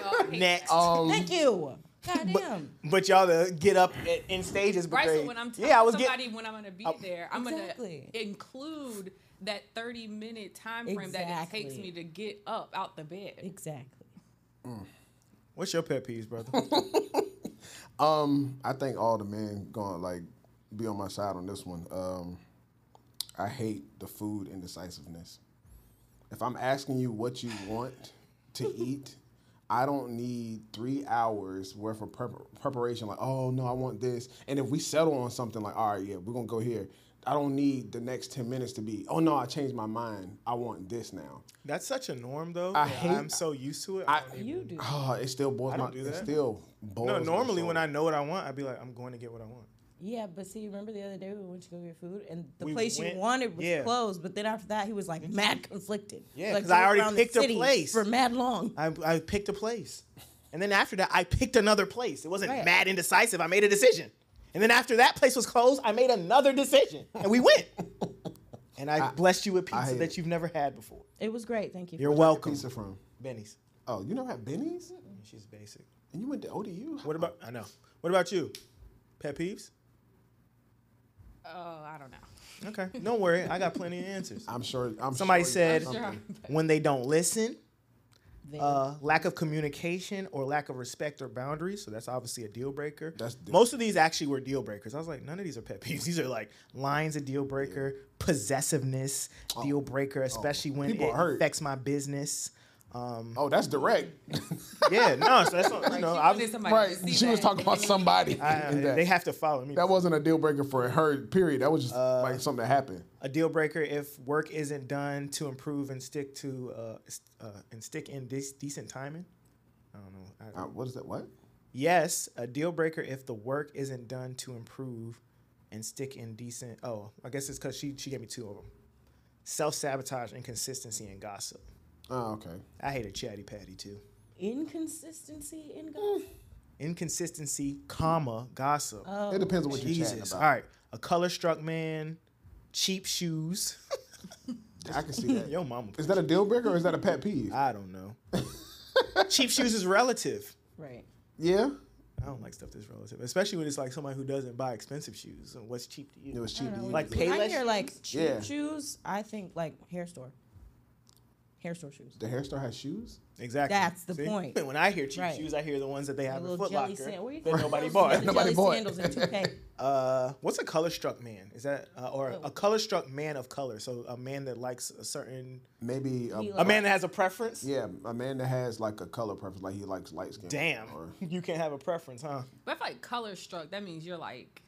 Oh,
Next.
Um,
Thank you. Goddamn.
but y'all to get up i- in stages.
Right.
Great.
So when I'm telling
yeah, I was Oh,
somebody
getting.
when I'm gonna be there, I'm
Exactly.
gonna include that 30 minute time frame that it takes
Exactly. E
me to get up out the bed.
exactly.
What's your pet peeves, brother?
Um, I think all the men gonna like be on my side on this one. Um, I hate the food indecisiveness. If I'm asking you what you want to eat, I don't need three hours worth of prep- preparation. Like, oh no, I want this. And if we settle on something, like, all right, yeah, we're gonna go here. I don't need the next ten minutes to be. Oh no, I changed my mind. I want this now.
That's such a norm, though.
I
that
hate-
I'm so used to it. I, don't even-
You do.
Oh, it still boils my.
don't do
It
that.
still boils.
no,
my
normally
soul.
when I know what I want, I'd be like, I'm going to get what I want.
Yeah, but see, remember the other day we went to go get food, and the
We
place
went-
you wanted was
yeah.
closed. But then after that, he was like mad conflicted.
Yeah,
Like,
'cause I
drove
already
around the
picked a
city
place.
for mad long.
I, I picked a place. And then after that, I picked another place. It wasn't
Right.
mad indecisive. I made a decision. And then after that place was closed, I made another decision. And we went. And I, blessed you with pizza
hate
that
it.
you've never had before.
It was great. Thank you.
You're
for-
*laughs*
welcome.
Pizza from.
Benny's.
Oh, you never had Benny's?
She's basic.
And you went to ODU?
What about, I know. What about you? Pet peeves?
Oh, I don't know.
*laughs* Okay. Don't worry. I got plenty of answers.
I'm sure. I'm
Somebody
sure
said
Sure. *laughs*
when they don't listen,
Then-
uh, lack of communication or lack of respect or boundaries. So that's obviously a deal breaker.
That's different.
Most of these actually were deal breakers. I was like, none of these are pet peeves. *laughs* These are like lines a deal breaker, possessiveness deal breaker, especially when
Oh. People
it
are hurt.
affects
*laughs*
my business.
Oh, that's direct.
Yeah, no, so that's not, you know,
She
I,
wanted somebody to
right. *laughs*
see
She was
that.
talking about somebody.
*laughs* I-
in that.
they have to follow me.
that wasn't a deal breaker for her, period. That was just
Uh,
like something that happened.
a deal breaker if work isn't done to improve and stick to uh, s- uh, and stick in this decent timing. I don't know. I-
Uh, what is that? What?
Yes, a deal breaker if the work isn't done to improve and stick in decent. Oh, I guess it's because she she gave me two of them. Self sabotage, inconsistency, and gossip.
Oh, okay.
I hate a chatty patty too.
Inconsistency in
Mm.
God.
Inconsistency, comma, gossip.
It depends on what you're chatting
Jesus.
about.
All right. A color struck man, cheap shoes. *laughs*
I can see that. *laughs*
Yo, mama.
Is that a deal breaker or is that a pet peeve?
I
*laughs*
don't know. cheap shoes is relative.
Right.
yeah.
I don't like stuff that's relative, especially when it's like somebody who doesn't buy expensive shoes. So What's cheap to you?
It was cheap. to use.
like pay
I
less.
hear like cheap
Yeah.
shoes. I think like hair store. Hair store shoes.
the hair store has shoes.
Exactly.
That's the point.
*laughs* When I hear cheap
Right.
shoes, I hear the ones that they have in
little
Foot
jelly
Locker
sand- where you
that
get
nobody
*laughs* those
bought.
jelly
Nobody bought.
sandals in 2K.
*laughs*
Uh, what's a color struck man? Is that uh, or a color struck man of color? So a man that likes a certain,
Maybe a,
a man that has a preference.
yeah, a man that has like a color preference, like he likes light skin.
Damn,
Or,
*laughs* you can't have a preference, huh?
But if like color struck, that means you're like,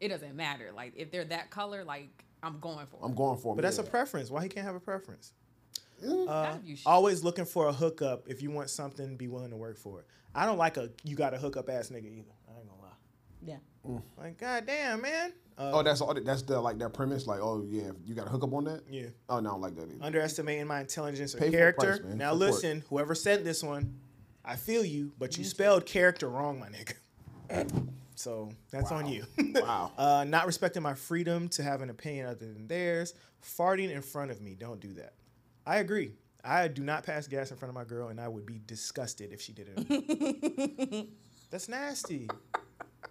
it doesn't matter. Like if they're that color, like I'm going for.
I'm
it.
going for.
But that's a preference. Why he can't have a preference?
That'd be sh-
Always looking for a hookup. If you want something, be willing to work for it. I don't like a you got a hookup ass nigga either. I ain't gonna lie.
Yeah.
Like goddamn man. Uh,
Oh, that's all. That's the like their premise. Like, oh yeah, you got to hook up on that.
Yeah.
Oh no, I don't like that either.
*laughs* underestimating my intelligence or
Pay for the
character.
price, man.
now
Support.
listen, whoever said this one, I feel you, but you spelled character wrong, my nigga. *laughs* So that's on you. *laughs*
Wow.
uh, not respecting my freedom to have an opinion other than theirs. Farting in front of me, don't do that. I agree. I do not pass gas in front of my girl, and I would be disgusted if she did it. that's nasty.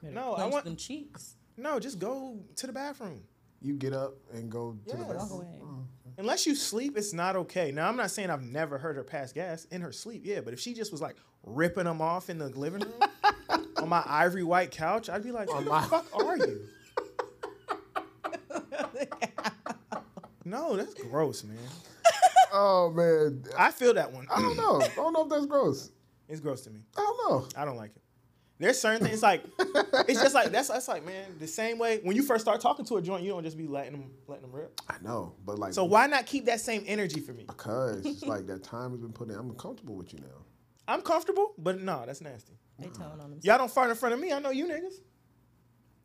No, I
Punch
want
them cheeks.
no. Just go to the bathroom.
you get up and go to the
Yes.
bathroom.
Go ahead.
Mm. Unless you sleep, it's not okay. Now, I'm not saying I've never heard her pass gas in her sleep, yeah, but if she just was like ripping them off in the living room on my ivory white couch, I'd be like, who the fuck are you? no, that's gross, man.
Oh man,
I feel that one. *clears throat*
I don't know. I don't know if that's gross.
It's gross to me.
I don't know.
I don't like it. There's certain things like it's just like that's that's like man the same way when you first start talking to a joint you don't just be letting them letting them rip
I know, but like,
so why not keep that same energy for me
Cause it's like that time has been put in. I'm comfortable with you now.
I'm comfortable but no that's nasty
They telling on themselves.
Y'all don't fart in front of me. I know you niggas.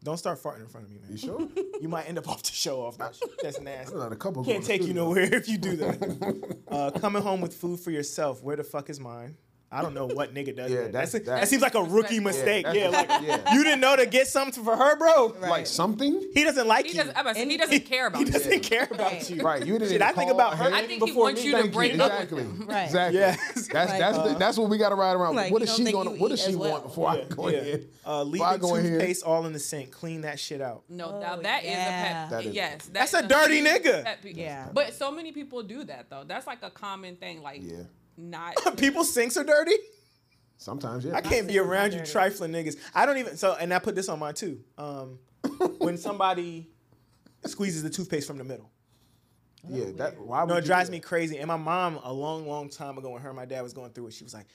Don't start farting in front of me,
You
man. *laughs*
sure?
You might end up off the show off. That shit.
*laughs*
That's nasty.
Not a couple. going
Can't
to
take you
studio.
nowhere if you do that. Uh, coming home with food for yourself. Where the fuck is mine? I don't know what nigga does
Yeah,
that.
that's-
That's- that
that's-
seems like a rookie
Yeah,
mistake.
that's-
Yeah, like
yeah.
you didn't know to get something for her, bro.
Like
*laughs*
something.
He doesn't like
he
you.
doesn't. I'm about to say, he doesn't care about.
He
you.
doesn't care about
Right.
you.
Right. You didn't.
Shit,
even
I think
call,
about her.
I
him
think he
before
wants
me.
you
Thank
to break
you.
up. with
Exactly.
him.
Right.
Exactly.
*laughs*
Yes.
That's that's the, that's what we got to ride around. with.
uh, Like,
what
you
is
don't
she
think
going?
you
What does
eat
she
as well.
want before I go
Yeah.
in?
Uh,
Before I
leaving
go in here-
toothpaste all in the sink. Clean that shit out.
No,
Oh,
now that is
yeah.
a pet.
That is-
yes,
That's
that
a
is
dirty
huge
nigga.
pet peeve.
Yeah.
But so many people do that though. That's like a common thing. Like,
Yeah.
*laughs*
not.
People's sinks are dirty.
Sometimes yeah.
I can't be around you
dirty.
trifling niggas. I don't even so and I put this on mine too. Um when somebody squeezes the toothpaste from the middle.
Yeah. That why would
No,
you
it
do
drives
that?
me crazy. And my mom, a long, long time ago, when her and my dad was going through it, she was like,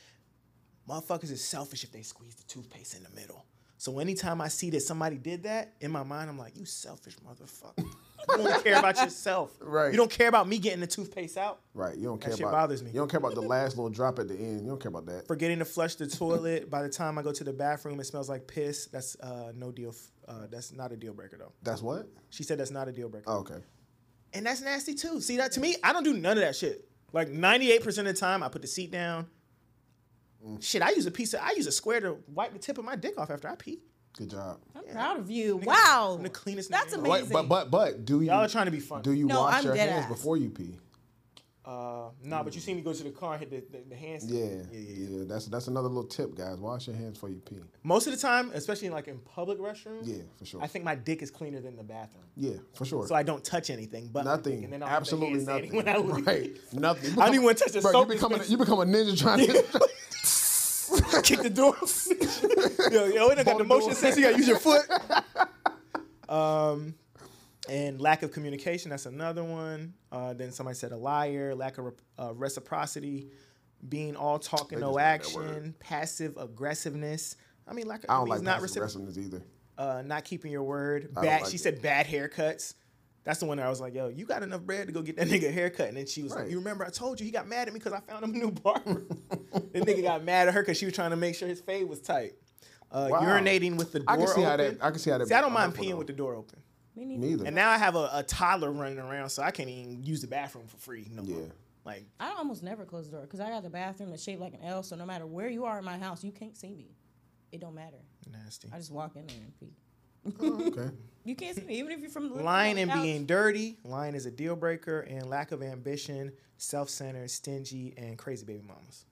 motherfuckers is selfish if they squeeze the toothpaste in the middle. So anytime I see that somebody did that, in my mind, I'm like, you selfish motherfucker. You don't care about yourself.
Right.
You don't care about me getting the toothpaste out.
Right. You don't care
shit
about.
bothers me.
You don't care about the last little drop at the end. You don't care about that.
forgetting to flush the toilet. By the time I go to the bathroom, it smells like piss. That's uh, no deal. f- Uh, that's not a deal breaker though.
That's what.
She said that's not a deal breaker,
Oh, okay.
and that's nasty too. See that to me, I don't do none of that shit. Like ninety eight percent of the time, I put the seat down.
Mm.
Shit, I use a piece of I use a square to wipe the tip of my dick off after I pee.
Good job.
I'm proud of you. Wow.
I'm the cleanest.
That's
nigga.
amazing.
Wait, but but but do you?
Y'all are trying to be funny.
Do you
No,
wash
I'm
your
dead
hands
ass.
before you pee?
Uh, nah, but you see me go to the car and hit the, the, the hand.
Yeah,
Yeah.
yeah, yeah. That's that's another little tip, guys. Wash your hands before you pee.
Most of the time, especially like in public restrooms.
Yeah, for sure.
I think my dick is cleaner than the bathroom.
Yeah, for sure.
so I don't touch anything but my dick,
nothing.
and then I'll have to
absolutely
hand
nothing.
sanitize *laughs* When I leave.
Right. Nothing. You
I don't
become-
even want to touch the
bro,
soap.
You become a,
dispenser.
you become a ninja
*laughs*
trying to. *laughs*
kick the door. *laughs* yo, yo, it done got the
*laughs*
motion sense. You gotta use your foot. Um, and lack of communication. That's another one. Uh, then somebody said a liar. Lack of re- uh, reciprocity. Being all talk and
They
no
just like that word.
action. Passive aggressiveness. I mean, like
I don't like
not
not
recipro-
aggressiveness either.
uh, not keeping your word.
I don't
Bad.
like
she
it.
said bad haircuts. That's the one that I was like, yo, you got enough bread to go get that *laughs* nigga a haircut. And then she was like,
Right.
you remember I told you he got mad at me because I found him
*laughs*
a new barber. the nigga got mad at her because she was trying to make sure his fade was tight. Uh,
Wow.
Urinating with the door
I can see
open.
how that. I can see how that.
See, I don't
be
mind
harmful,
peeing
though.
with the door open.
Me neither.
neither.
And now I have a, a toddler running around, so I can't even use the bathroom for free no
yeah,
more. Like,
I almost never close the door because I got the bathroom that's shaped like an L. So no matter where you are in my house, you can't see me. It don't matter.
nasty.
I just walk in there and pee.
*laughs*
*laughs*
okay.
You can't see me even if you're from the living
Lying
room
and
couch.
being dirty. Lying is a deal breaker, and lack of ambition, self centered, stingy, and crazy baby mamas.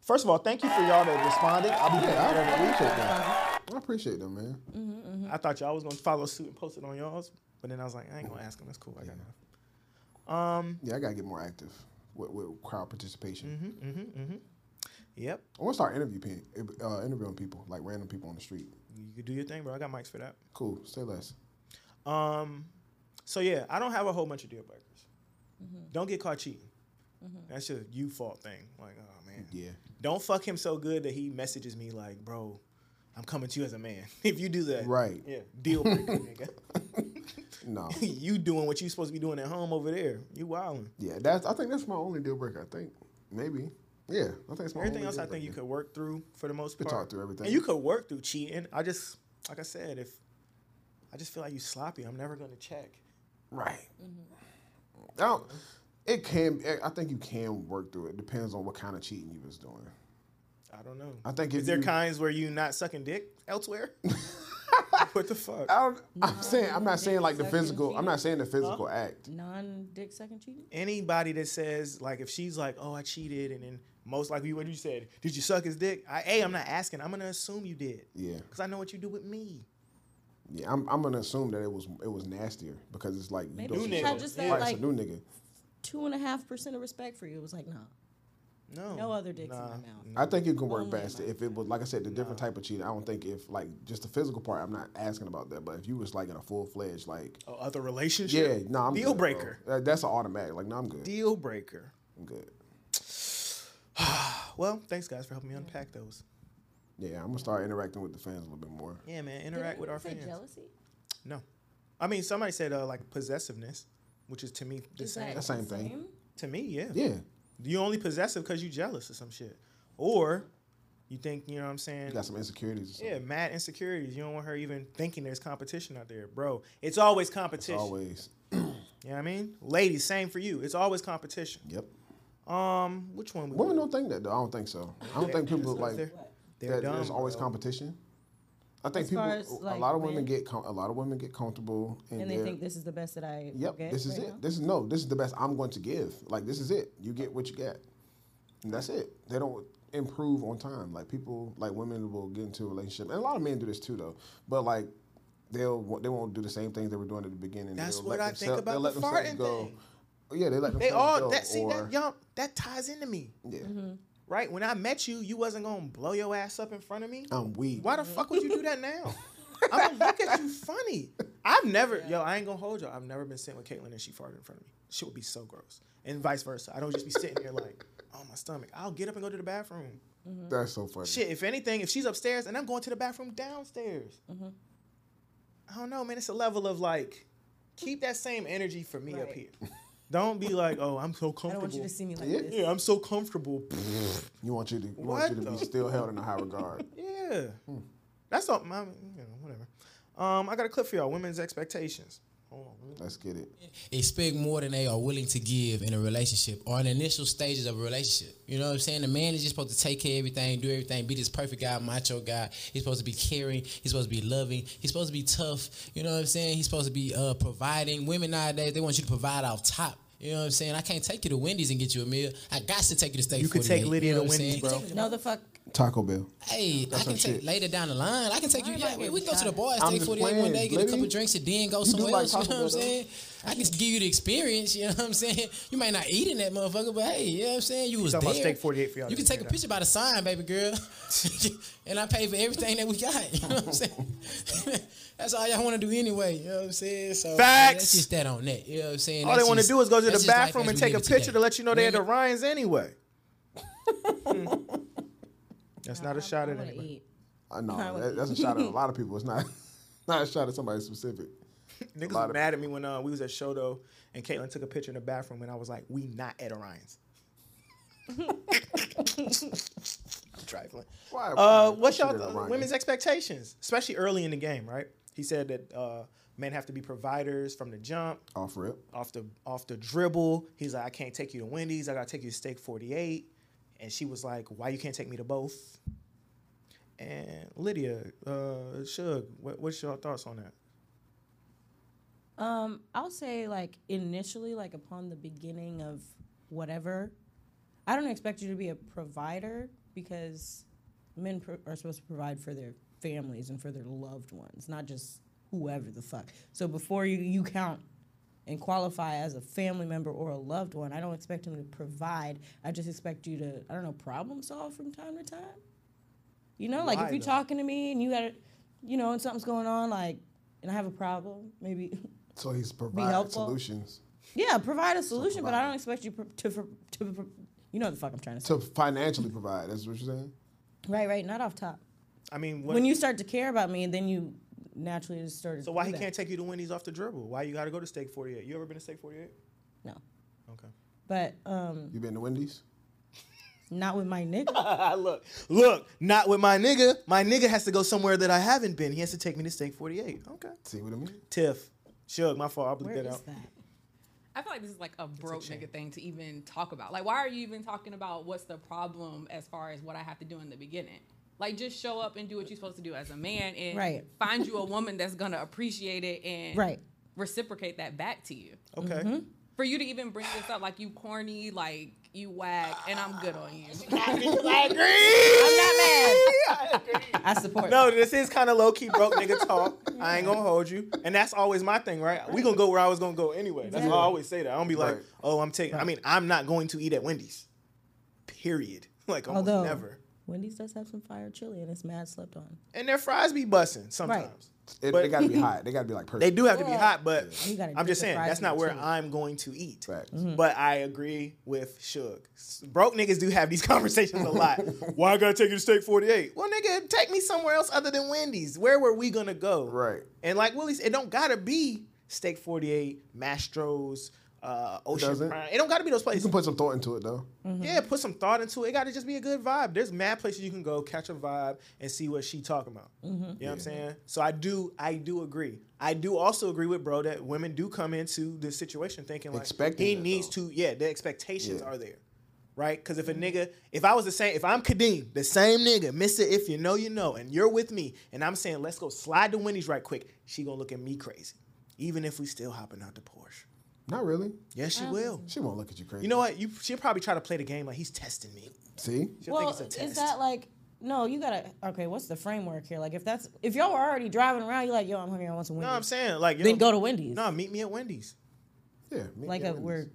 First of all, thank you for y'all that responded. I'll be
Yeah,
back
I
every week.
appreciate that. I appreciate that, man.
I thought y'all was gonna follow suit and post it on y'all's, but then I was like, I ain't gonna ask them. That's cool. I got enough.
Yeah, I gotta get more active with, with crowd participation.
Mm-hmm. Yep,
I want to start interview pe- uh, interviewing people, like random people on the street.
you can do your thing, bro. I got mics for that.
Cool. Say less.
Um, so yeah, I don't have a whole bunch of deal breakers. Don't get caught cheating. That's a you fault thing. Like, oh man.
Yeah.
Don't fuck him so good that he messages me like, bro, I'm coming to you as a man. *laughs* if you do that,
Right.
Yeah, deal breaker, nigga. *laughs*
No.
you doing what you supposed to be doing at home over there. You wilding.
Yeah, that's. I think that's my only deal breaker. I think maybe. Yeah, I think it's my.
Everything
only
else,
deal
I think you
breaker.
could work through for the most
We
part.
talked through everything.
And you could work through cheating. I just, like I said, if I just feel like you sloppy, I'm never gonna check.
Right. I don't. It can. eh, I think you can work through it. Depends on what kind of cheating you was doing.
I don't know.
I think if
Is there
you-
kinds where you not sucking dick
*laughs*
elsewhere? what the fuck?
I don't, I'm saying. I'm not saying like the
Maybe sucking
physical. I'm not saying the physical act.
non-dick second cheating.
Anybody that says like if she's like, oh, I cheated, and then most likely what you said, did you suck his dick? I, a, I'm not asking. I'm gonna assume you did.
Yeah.
Cause I know what you do with me.
Yeah. I'm. I'm gonna assume that it was. It was nastier because it's like you
Maybe
don't
New
she
see-
nigga.
had just that
Yeah.
Right,
like
it's a new nigga.
two and a half percent of respect for you. It was like, nah,
No.
no uh other dicks
Nah.
in my mouth.
I think it can work
Only
best if it was like I said the different type of cheating. I don't think if like just the physical part. I'm not asking about that, but if you was like in a full fledged like
Oh, other relationship.
yeah, no, I'm
deal
good, bro.
breaker.
Uh, That's an automatic. Like no, I'm good.
Deal breaker.
I'm good.
Well, thanks guys for helping me unpack those.
Yeah, I'm gonna start interacting with the fans a little bit more.
Yeah, man. Interact with our
say
fans.
jealousy.
No, I mean somebody said uh, like possessiveness, which is to me the
Is
same.
that
same
the
thing.
To me, yeah.
Yeah,
You only possessive because you jealous or some shit, or you think you know what I'm
you
saying.
got some insecurities. Or something.
Yeah, mad insecurities. You don't want her even thinking there's competition out there, bro. It's always competition.
always.
You know what I mean? Ladies, same for you. It's always competition.
Yep.
Um, which one? We
Women don't think that though. I don't think so. I don't think people like
they're,
that.
they're dumb.
there's always
bro.
competition. I think
As far
people.
as, like,
a lot of women
men?
get com- a lot of women get comfortable and,
And they
they're-
think this is the best that I will
Yep,
get
this is
right
it.
now?
This is no. This is the best I'm going to give. Like this is it. You get what you get, and that's it. They don't improve on time. Like people, like women will get into a relationship, and a lot of men do this too, though. But like they'll wa- they won't do the same things they were doing at the beginning.
That's
They'll
what
let
I think
themsel-
about
they'll
the
let themselves
farting thing.
Yeah, they let themselves
They all
go,
that Mm-hmm. see
or,
that y'all that ties into me,
yeah.
right? When I met you, you wasn't gonna blow your ass up in front of me.
I'm weak.
Why the fuck would you do that
*laughs*
now? I'm gonna look at you funny. I've never, yo, I ain't gonna hold y'all. I've never been sitting with Caitlyn and she farted in front of me. Shit would be so gross. And vice versa. I don't just be sitting here like, oh, my stomach. I'll get up and go to the bathroom.
That's so funny.
Shit, if anything, if she's upstairs and I'm going to the bathroom downstairs.
Mm-hmm.
I don't know, man. It's a level of like, keep that same energy for me up
Right.
here. Don't be like, oh, I'm so
I don't
comfortable.
want you to see me Hmm. like
Yeah.
this.
yeah, I'm so comfortable.
You want you to you
What
want you to be
the-
still held in
*laughs*
a high regard.
Yeah. That's all my you know, whatever. Um, I got a clip for y'all, women's expectations. Hold on. let me-
Let's get it.
expect more than they are willing to give in a relationship or in the initial stages of a relationship. You know what I'm saying? The man is just supposed to take care of everything, do everything, be this perfect guy, macho guy. He's supposed to be caring. He's supposed to be loving. He's supposed to be tough. You know what I'm saying? He's supposed to be uh, providing. Women nowadays, they want you to provide off top. You know what I'm saying? I can't take you to Wendy's and get you a meal. I got to take you to Steak
You could
48,
take Lydia
you know
to
what I'm
Wendy's,
saying?
bro.
No, the fuck.
Taco Bell.
Hey, I can
some
take
shit.
later down the line. I can take you.
Why am I
Yeah, we, we
getting
go to the
shot
bar
at?
at
I'm
Steak
just
48 one
playing,
day, get a
lady.
couple drinks, and then go
do
somewhere
like
else. You know
Taco
what I'm
Bell, though.
saying? I can give you the experience. You know what I'm saying? You might not eat in that motherfucker, but hey, you know what I'm saying? You was
talking
there.
about Steak 48 for y'all
You can
didn't
take a
hear that.
picture by the sign, baby girl, *laughs* and I pay for everything that we got. *laughs* You know what I'm saying? That's all y'all want to do anyway. You know what I'm saying? So, man,
Facts.
That's just that on that. You know what I'm saying?
All they
That's
want to
just-
do is go to
that's
the
just life
bathroom
as
and
we
take a
live it
picture
today.
to let you know they're at
Women-
the Ryan's
*laughs*
anyway. Hmm. That's not a shot
I
at
wanna
anybody.
eat.
I know
I would-
that, that's a shot at
*laughs*
a lot of people. It's not *laughs* not a shot at somebody specific.
Niggas
lot
was
of-
mad at me when uh, we was at Shodo and Caitlyn took a picture in the bathroom and I was like, we not
*laughs*
at Orion's. I'm trifling.
Why?
Uh,
why
what's
should
y'all
it remind you?
women's expectations, especially early in the game, right? He said that uh, Men have to be providers from the jump,
Off rip.
off the off the dribble. He's like, I can't take you to Wendy's. I gotta take you to Steak 48. And she was like, Why you can't take me to both? And Lydia, uh, Suge, what, what's your thoughts on that?
Um, I'll say like initially, like upon the beginning of whatever, I don't expect you to be a provider because men pro- are supposed to provide for their families and for their loved ones, not just whoever the fuck. So before you you count and qualify as a family member or a loved one, I don't expect him to provide. I just expect you to I don't know problem solve from time to time. You know, like
Why,
if you're
though?
talking to me and you got, you know, and something's going on, like, and I have a problem, maybe. *laughs*
So he's providing
helpful.
solutions
Yeah, provide a solution, but I
provide.
don't expect you pr- to pr- to pr- you know what the fuck I'm trying to say.
to financially provide. That's what you're saying.
Right, right, not off top.
I mean, what,
When you start to care about me, then you naturally just start. to
so why
do
he
that.
can't take you to Wendy's off the dribble? Why you gotta go to Steak 48? You ever been to Steak 48?
No,
Okay.
but um,
You been to Wendy's?
not with my
*laughs*
nigga.
*laughs* look, look, not with my nigga. My nigga has to go somewhere that I haven't been. He has to take me to Steak 48. Okay.
See what I mean?
Tiff, Shug, my fault. I blew
Where
that
is
out.
that?
I feel like this is like a broke
shame.
nigga thing to even talk about. Like, why are you even talking about what's the problem as far as what I have to do in the beginning? Like, just show up and do what you're supposed to do as a man and
Right.
find you a woman that's gonna appreciate it and
Right.
reciprocate that back to you.
Okay.
Mm-hmm.
*laughs*
For you to even bring this up, like you corny, like you whack, and I'm good on you.
*laughs*
I support.
No, Oh, this is kind of low key broke nigga talk. I ain't gonna hold you, and that's always my thing, right? We gonna go where I was gonna go anyway. That's why I always say that. I don't be like,
Right.
oh, I'm taking. I mean, I'm not going to eat at Wendy's. Period. *laughs* Like almost
Although
never.
Wendy's does have some fire chili, and it's mad slept on.
And their fries be busting sometimes.
It,
But-
they gotta
*laughs*
be hot. They gotta be like perfect.
They do have to be hot, but
You gotta
I'm
dip
just
the
saying
fries Mm-hmm.
that's
in the
not where
chili.
I'm going to eat.
Facts.
But I agree with Suge. S- Broke niggas do have these *laughs* conversations
*laughs*
a lot. Why I gotta take you to Steak 48? Well, nigga, take me somewhere else other than Wendy's. Where were we gonna go?
Right.
And like Willie said, it don't gotta be Steak 48, Mastro's, uh, Ocean
doesn't.
Prime. It don't gotta be those
You
places.
can put some thought into it though.
Yeah, put some thought into it. It got to just be a good vibe. There's mad places you can go catch a vibe and see what she talking about. You know what I'm saying? So I do, I do agree. I do also agree with bro that women do come into this situation thinking like
Expecting
he
it,
needs
though.
to. Yeah, the expectations
Yeah.
are there, right? Because if a nigga, if I was the same, if I'm Kadeem, the same nigga, Mister, if you know, you know, and you're with me, and I'm saying let's go slide to Wendy's right quick, she gonna look at me crazy, even if we still hopping out the Porsche.
Not really.
Yes, she will.
She won't look at you crazy.
You know what? You she'll probably try to play the game like he's testing me.
See?
She'll
well,
think it's a test.
is that like? No, you gotta. Okay, what's the framework here? Like, if that's if y'all were already driving around, you're like, yo, I'm hungry, I want some
no, I'm
Wendy's.
saying like you
then
know,
go to Wendy's.
No, meet me at Wendy's.
Yeah. meet
like
me at
a, we're
Wendy's.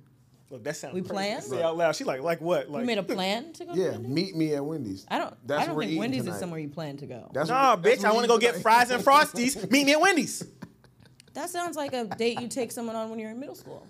Look, that sounds
We
crazy.
playing?
Say out loud. She like like what? Like
you made a plan to go. to
Yeah,
Wendy's?
meet me at Wendy's.
I don't.
That's
I don't
what we're
think
eating
Wendy's
tonight.
is somewhere you plan to go.
That's
Nah,
*laughs*
what- that's
bitch,
what
I want
we
to go
eat
get
tonight.
fries and frosties. Meet me at Wendy's.
That sounds like a date you take someone on when you're in middle school.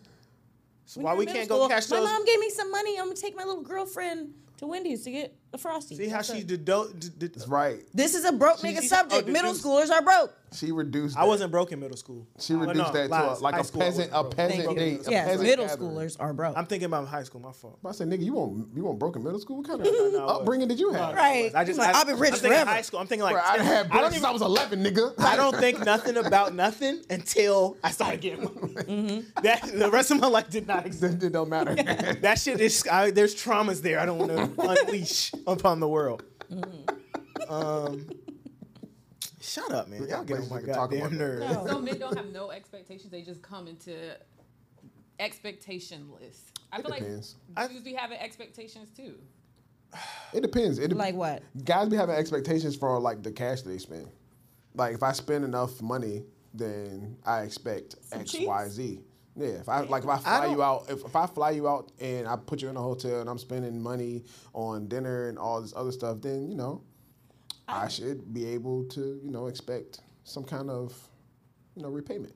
So
When
why
you're
we
in
can't
middle
go
school,
catch
My
those?
mom gave me some money. I'm gonna take my little girlfriend to Wendy's to get a frosty.
See how
That's
she
it.
dedo- d- d-
That's right.
This is a broke
She-
nigga
she-
subject.
oh,
middle
this-
schoolers are broke.
She reduced.
I
that.
wasn't broke in middle school.
She
Well,
reduced
no,
that
lies.
to a, like
High
a
school, I
peasant,
wasn't
a
broke.
peasant date. a
Yeah,
peasant
middle
gathering.
schoolers are broke.
I'm thinking about high school. My fault.
I said, nigga, you want you want broken middle school? What
*laughs*
kind of
I wasn't.
upbringing did you have?
right.
I just
Like,
I,
I've been rich
I'm thinking
forever.
high school. I'm thinking like
Bro, I done had
I
bread
don't
since
even.
I was 11, nigga.
*laughs* I don't
*laughs*
think nothing about nothing until I started getting money.
Mm-hmm.
That the rest of my life did not exist.
it don't
*laughs*
matter.
That shit is. I, there's traumas there. I don't
*laughs*
want to unleash upon the world. Um, shut up, man. Y'all get on
places Mm-hmm.
my
we can talk
goddamn
about
nerve.
So men don't have no expectations; they just come into expectation list. I feel
depends.
like dudes be having expectations too.
it depends. It,
Like what?
guys be having expectations for like the cash they spend. Like if I spend enough money, then I expect X,
cheese?
Y, Z. Yeah, if I like if I fly
don't-
you out, if, if I fly you out and I put you in a hotel and I'm spending money on dinner and all this other stuff, then you know, I, should be able to you know expect some kind of you know repayment.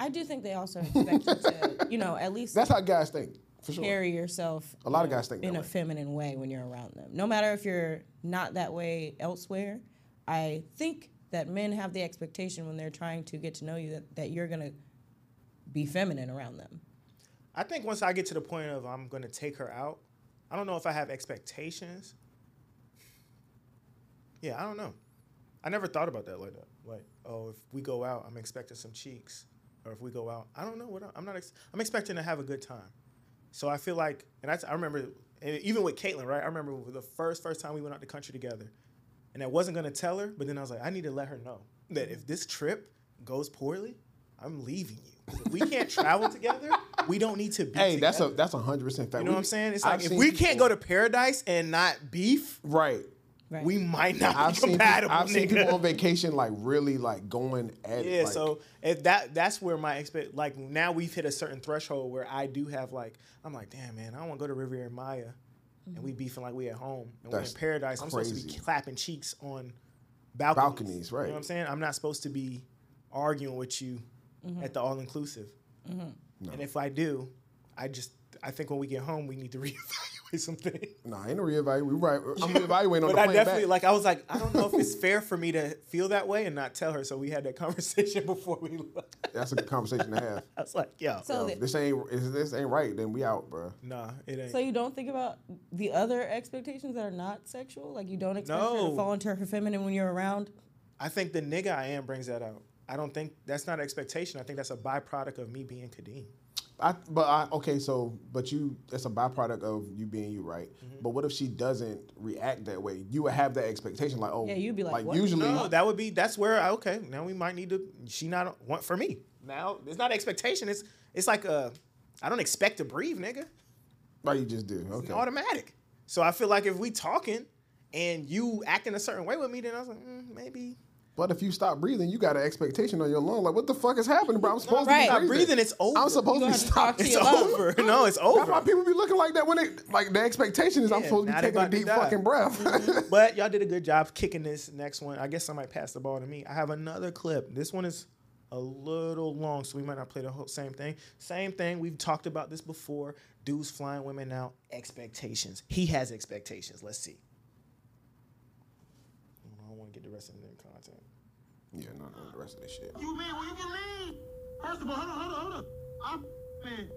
I do think they also expect you to, you know, at least
That's how guys think for sure.
carry yourself.
A
Oh,
lot of guys think
in
that
a
way.
feminine way when you're around them. No matter if you're not that way elsewhere, I think that men have the expectation when they're trying to get to know you that, that you're gonna be feminine around them.
I think once I get to the point of I'm gonna take her out, I don't know if I have expectations. Yeah, I don't know. I never thought about that like that. Like, oh, if we go out, I'm expecting some cheeks, or if we go out, I don't know what I, I'm not. Ex- I'm expecting to have a good time. So I feel like, and that's I remember, and even with Caitlin, right? I remember the first first time we went out the country together, and I wasn't gonna tell her, but then I was like, I need to let her know that if this trip goes poorly, I'm leaving you. If we
*laughs*
can't travel together, we don't need to be.
Hey, that's a
together.
that's a hundred percent fact.
You know
We-
what I'm saying? It's
I've
like if
seen
we
people-
can't go to paradise and not beef,
right.
Right.
we might not
I've
be
seen
compatible.
people, I've seen
nigga.
people on vacation like really like going at it.
Yeah,
like,
so if that that's where my expect like now we've hit a certain threshold where I do have like I'm like, damn man, I don't want to go to Riviera Maya, and we beefing like we at home and
That's
we're in paradise. I'm supposed to
crazy.
be clapping cheeks on balconies.
Balconies, right.
You know what I'm saying? I'm not supposed to be arguing with you at the all inclusive. And if I do, I just I think when we get home we need to *laughs* reevaluate some things.
nah, ain't no reevaluate. We right.
*laughs*
I'm reevaluating on the
But I
plane
definitely
back.
like. I was like, I don't know if it's fair for me to feel that way and not tell her. So we had that *laughs* conversation before we left.
That's a good conversation to
*laughs*
have.
I was like, yo,
So
Yo,
that-
this ain't if this ain't right. Then we out, bro.
nah, it ain't.
So you don't think about the other expectations that are not sexual? Like you don't expect her
No.
to fall into her feminine when
*laughs*
you're around?
I think the nigga I am brings that out. I don't think that's not an expectation. I think that's a byproduct of me being Kadeem.
I, but I, okay, so but you that's a byproduct of you being you, right?
Mm-hmm.
But what if she doesn't react that way? You would have that expectation, like oh,
Yeah, you'd be like, what?
usually,
No, that would be that's where I- okay. Now we might need to. She not want for me. Now it's not expectation. It's it's like a. I don't expect to breathe, nigga.
right? You just do. Okay,
automatic. So I feel like if we talking and you acting a certain way with me, then I was like, mm, maybe
but if you stop breathing, you got an expectation on your lung. Like what the fuck is happening, bro? I'm supposed
Right.
to
Stop
be
breathing. It's over.
I'm supposed to
gonna
be
have to
stopped.
talk to
It's
your lung.
over. *laughs* No, it's
That's why
over.
people be looking like that when they like the expectation is I'm
Yeah,
supposed to be
now they
taking a
about to
deep
die. Mm-hmm.
fucking breath. *laughs*
But y'all did a good job kicking this next one. I guess somebody passed the ball to me. I have another clip. This one is a little long, so we might not play the whole same thing. Same thing. We've talked about this before. Dudes flying women out. Expectations. He has expectations. Let's see. I don't want to get the rest of the content.
yeah, no, no, the rest of this
*laughs*
shit.
You mean when you get lean? First of all, hold on, hold on, hold on. I'm man.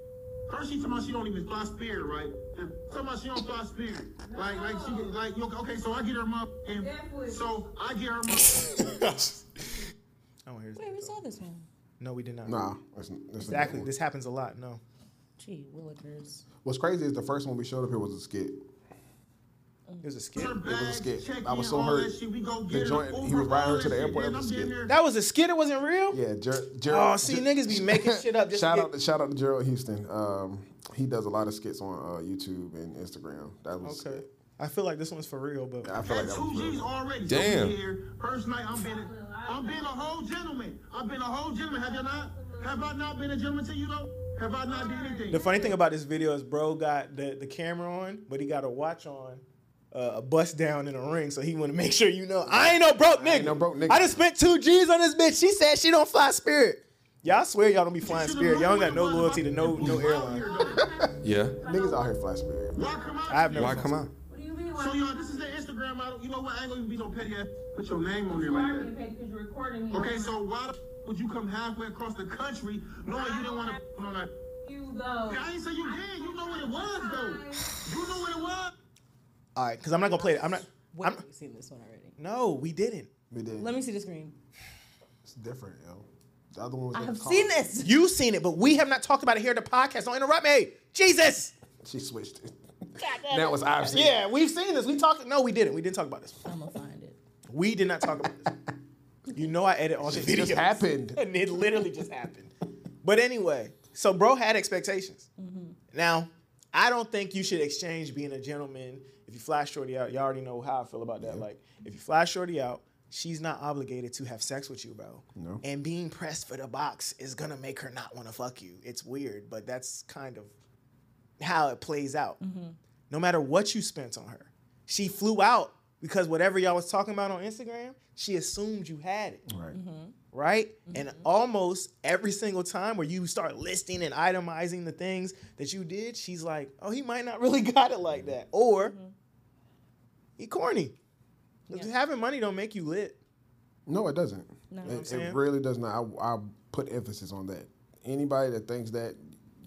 First she talking about she don't even fly spirit, right? And talking about she don't fly spirit. Like, like she get- like yo- okay, so I get her mother and so I get her mother.
I don't hear this.
Wait, we saw this one.
Oh, No, we did not.
Nah, that's, that's
Exactly.
exactly.
This happens a lot. No.
Gee, Willikers.
What's crazy is the first one we showed up here was a skit.
It was a skit.
Her
was
bag,
skit.
check
I was
in,
so
all that
hurt.
shit. We go
The
get her
joint- he
Uber,
was riding her
all
to the
that shit.
airport,
Then
that was
I'm
good.
getting there.
That was a skit. It wasn't real.
Yeah, Ger- Ger-
Oh, see, niggas
*laughs*
be making shit up just to
shout
get-
out, to, shout out to Gerald Houston. Um, he does a lot of skits on uh, YouTube and Instagram. That was
Okay. I feel like this one's for real, but
I feel like
Had
that
two
was
G's
real.
already.
Damn.
Over Here. First night, I'm being, i I'm being a whole gentleman. I've been a whole gentleman. Have you not? Have I not been a gentleman to you though? Have I not did anything?
the funny thing about this video is, bro got the, the camera on, but he got a watch on, uh, a bust down in a ring, so he want to make sure you know I ain't no broke nigga. I,
ain't no broke nigga.
I just spent two G's on this bitch. She said she don't fly Spirit. Y'all swear y'all don't be flying Spirit. Y'all don't got no loyalty to no no airline.
Yeah.
Niggas out here fly spirit.
Why come out?
I have never.
Why
flown
come out?
So y'all, this is the Instagram model. You know what? I ain't gonna be no petty ass. Put your name on there like that. Okay, so why the f- would you come halfway across the country knowing you didn't want to on that?
You go.
I ain't say you did. You know what it was though. You know what it
Spirit.
was.
All right, because I'm not gonna play it. I'm not.
Wait,
I'm,
we've seen this one already.
no, we didn't.
We did.
Let me see the screen.
It's different, yo. The other one was.
I
at
have
the car.
seen this.
You seen it, but we have not talked about it here at the podcast. Don't interrupt me, Jesus.
She switched.
*laughs*
it. that was I've seen.
Yeah, we've seen this. We talked. No, we didn't. We didn't talk about this.
I'm gonna find it.
We did not talk about this. You know I edit all the
It
videos.
just happened.
*laughs* And it literally just happened. But anyway, so bro had expectations. Now, I don't think you should exchange being a gentleman. If you fly shorty out, you already know how I feel about that. Like, if you fly shorty out, she's not obligated to have sex with you, bro.
No.
And being pressed for the box is gonna make her not wanna fuck you. It's weird, but that's kind of how it plays out. No matter what you spent on her, she flew out because whatever y'all was talking about on Instagram, she assumed you had it
Right.
right? And almost every single time where you start listing and itemizing the things that you did, she's like, "Oh, he might not *laughs* really got it like that," or he corny. 'Cause Having money don't make you lit.
No, it doesn't. it, it
saying?
really does not. I, I put emphasis on that. Anybody that thinks that,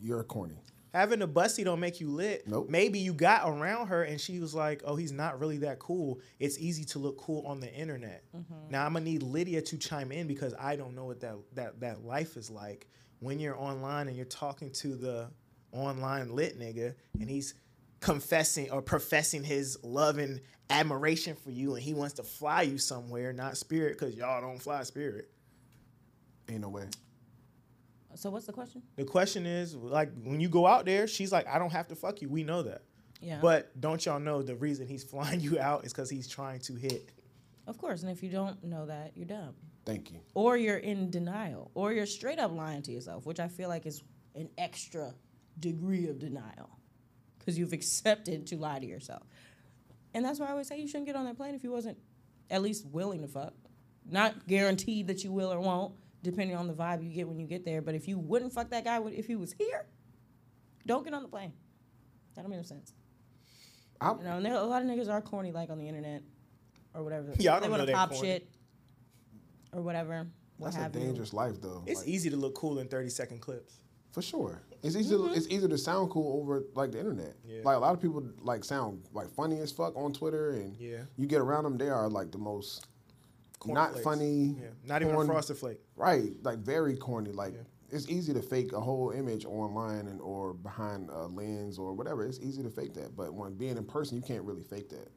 you're corny.
Having a bussy don't make you lit.
Nope.
Maybe you got around her and she was like, "Oh, he's not really that cool. It's easy to look cool on the internet." Now I'm gonna need Lydia to chime in because I don't know what that that that life is like when you're online and you're talking to the online lit nigga and he's confessing or professing his love and admiration for you and he wants to fly you somewhere, not spirit, because y'all don't fly spirit.
Ain't no way.
So what's the question?
The question is, like, when you go out there, she's like, I don't have to fuck you. We know that.
Yeah.
But don't y'all know the reason he's *laughs* flying you out is because he's trying to hit.
Of course, and if you don't know that, you're dumb.
Thank you.
Or you're in denial. Or you're straight up lying to yourself, which I feel like is an extra degree of denial. Because you've accepted to lie to yourself. And that's why I always say you shouldn't get on that plane if you wasn't at least willing to fuck. Not guaranteed that you will or won't, depending on the vibe you get when you get there. But if you wouldn't fuck that guy with- if he was here, don't get on the plane. That don't make no sense.
I-
you know, and there, a lot of niggas are corny, like on the internet or whatever.
Yeah, I
they
don't
wanna
know they're
pop
corny.
shit or whatever. What
That's a
have you.
dangerous life, though.
It's
Like,
easy to look cool in 30 second clips.
for sure. It's easy.
Mm-hmm.
To, it's easier to sound cool over like the internet.
Yeah.
Like a lot of people like sound like funny as fuck on Twitter, and
Yeah.
you get around them, they are like the most not
Cornflakes.
funny.
Yeah. Not even
corn-
a frosted flake.
Right, like very corny. Like it's easy to fake a whole image online and or behind a lens or whatever. It's easy to fake that, but when being in person, you can't really fake that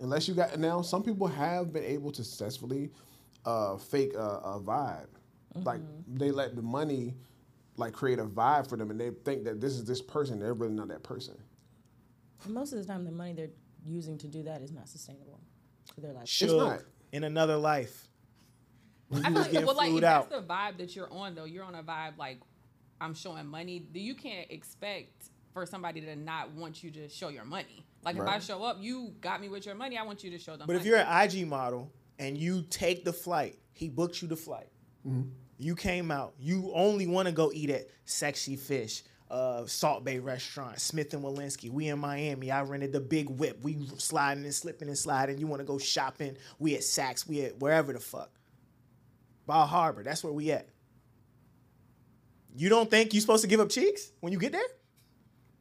unless you got. Now, some people have been able to successfully uh, fake a, a vibe. Like they let the money like create a vibe for them, and they think that this is this person. They're really not that person.
Most of the time, the money they're using to do that is not sustainable to their life.
Shook
not.
in another life.
I feel like,
getting
well, like
flued
if that's
out.
the vibe that you're on though. You're on a vibe like I'm showing money. then You can't expect for somebody to not want you to show your money. Like if I
Right.
show up, you got me with your money. I want you to show them.
But if
money.
you're an IG model and you take the flight, he booked you the flight. You came out. You only want to go eat at Sexy Fish, uh, Salt Bay Restaurant, Smith and Walensky. We in Miami. I rented the Big Whip. We sliding and slipping and sliding. You want to go shopping? We at Saks. We at wherever the fuck. Ball Harbor. That's where we at. You don't think you supposed to give up cheeks when you get there?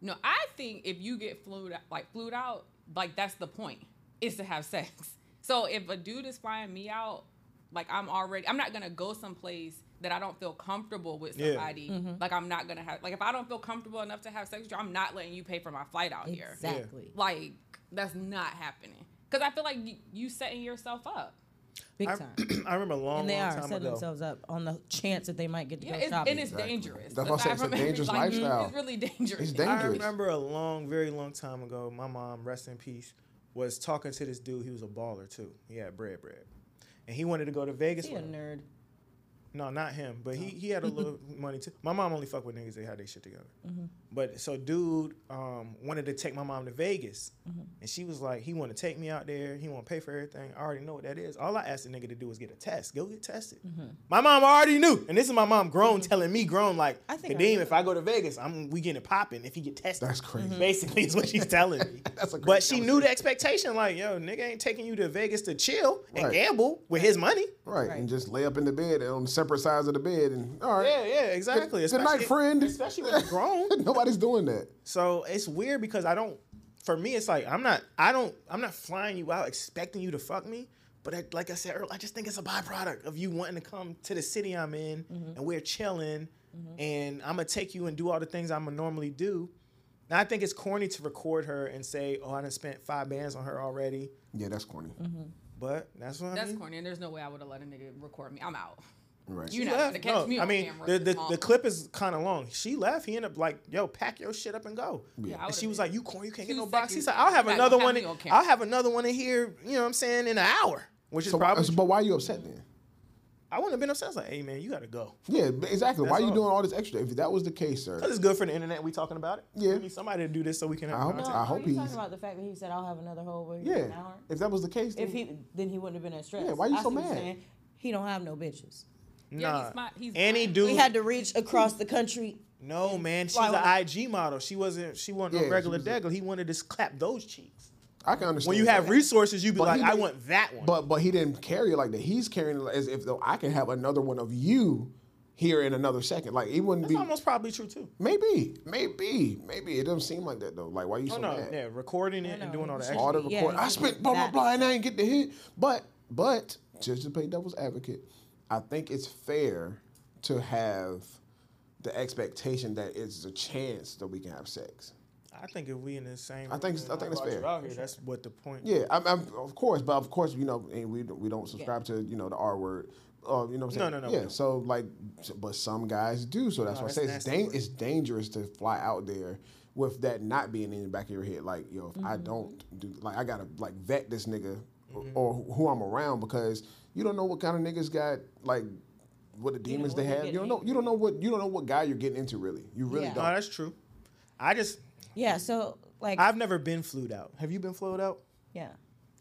No, I think if you get flued like flued out, like that's the point is to have sex. So if a dude is flying me out, like I'm already, I'm not gonna go someplace that I don't feel comfortable with
Yeah.
somebody. Like I'm not gonna have, like if I don't feel comfortable enough to have sex with you, I'm not letting you pay for my flight out here.
Exactly.
Like that's not happening because I feel like you, you setting yourself up.
Big
I,
time.
*clears throat* I remember a long,
And they
long
are
time
setting
ago.
themselves up on the chance that they might get to
Yeah,
go
it's,
shopping.
and it's
Exactly.
dangerous.
That's why I said
Aside
it's a
from everything,
dangerous
*laughs* like,
lifestyle.
It's really dangerous.
It's dangerous.
I remember a long, very long time ago, my mom, rest in peace, was talking to this dude. He was a baller too. He had bread, bread, and he wanted to go to Vegas.
He a
with him.
nerd.
No, not him, but he, he had a
*laughs*
little money too. My mom only fuck with niggas that had their shit together.
Mm-hmm.
But so dude um, wanted to take my mom to Vegas,
Mm-hmm.
and she was like, he want to take me out there. He want to pay for everything. I already know what that is. All I asked the nigga to do was get a test. Go get tested.
Mm-hmm.
My mom already knew, and this is my mom grown telling me grown like,
I think I
Kadeem,
know.
if I go to Vegas, I'm we getting it popping. If he get tested,
That's crazy.
Mm-hmm.
Mhm.
Basically, is what she's telling me.
*laughs* That's a great
but she knew the
conversation.
expectation. Like, yo, nigga ain't taking you to Vegas to chill and
Right.
gamble with his money.
Right,
Right.
and just lay up in the bed on separate sides of the bed, and all right.
Yeah, yeah, exactly.
Good, good night,
Especially-
friend.
Especially when you're
*laughs*
grown.
Nobody's doing that.
So it's weird because I don't. For me, it's like I'm not. I don't. I'm not flying you out expecting you to fuck me. But I, like I said earlier, I just think it's a byproduct of you wanting to come to the city I'm in
Mm-hmm.
and we're chilling, and I'm gonna take you and do all the things I'm gonna normally do. Now I think it's corny to record her and say, "Oh, I done spent five bands on her already."
Yeah, that's corny.
But that's what I
That's
mean.
corny, and there's no way I would have let a nigga record me. I'm out.
Right.
You know,
left.
to catch
No,
me
I
on
mean,
camera
the
is
the,
long.
the clip is kind of long. She left. He ended up like, yo, pack your shit up and go.
Yeah, I
and
would've
she was
been
like, you corn, you can't get
two
no box. He
seconds
said, I'll have
back,
another
have
one.
me
In,
on camera.
I'll have another one in here. You know what I'm saying? In an hour, which is
So, why-
probably.
but why are you upset then?
I wouldn't have been upset. I was like, hey man, you gotta go.
Yeah, b- exactly. Why are
That's
you
all.
doing all this extra? If that was the case, sir,
Cause it's good for the internet. We talking about it.
Yeah.
We need somebody to do this so we can have.
I hope-
content.
No,
I
are
hope
you
he's-
talking about the fact that he said I'll have another whole where yeah.
yeah.
an hour?
If that was the case,
If
then-
he then he wouldn't have been as stressed.
why you
I
so
see what you're
mad?
saying. He don't have no bitches.
Yeah, he's
Nah.
smart- he's
Any
smart.
dude.
We had to reach across the country.
no man, she's
Fly
an
on.
IG model. She wasn't. She wasn't
Yeah,
no
she
regular
was a-
deggle. He wanted to clap those cheeks.
I can understand.
When you have
that.
resources, you be
But
like,
he
I
didn't-
want that one.
but but he didn't carry it like that. He's carrying it as if though I can have another one of you here in another second. Like it wouldn't
It's
be
almost probably true too.
maybe, maybe, maybe. It doesn't seem like that though. Like why you so
Oh no,
mad?
yeah, recording it
No,
and
no,
doing all the
it's
extra.
All the
Yeah,
record. I
it's
spent blah blah
that.
blah and I ain't get the hit. But but just to play devil's advocate, I think it's fair to have the expectation that it's a chance that we can have sex.
I think if we in the same,
I think-
room
I think that's
brought you
fair.
Out here, that's what the point.
Yeah, I'm, I'm, of course, but of course, you know, and we we don't subscribe to you know the R word. Uh, you know what I'm saying?
No, no, no, we
Yeah,
don't.
so like, so- but some guys do. So that's why I
No, that's
say it's,
nasty
dang,
word.
it's dangerous to fly out there with that not being in the back of your head. Like, yo, if I don't do, like, I gotta like vet this nigga
Mm-hmm.
or who I'm around because you don't know what kind of niggas got like what the demons
what
they
you're
have. You
getting
don't know. You don't know what you don't know what guy you're getting into. Really, you really
Yeah.
No,
don't.
that's true. I just,
Yeah, so like
I've never been flued out. Have you been flued out?
yeah.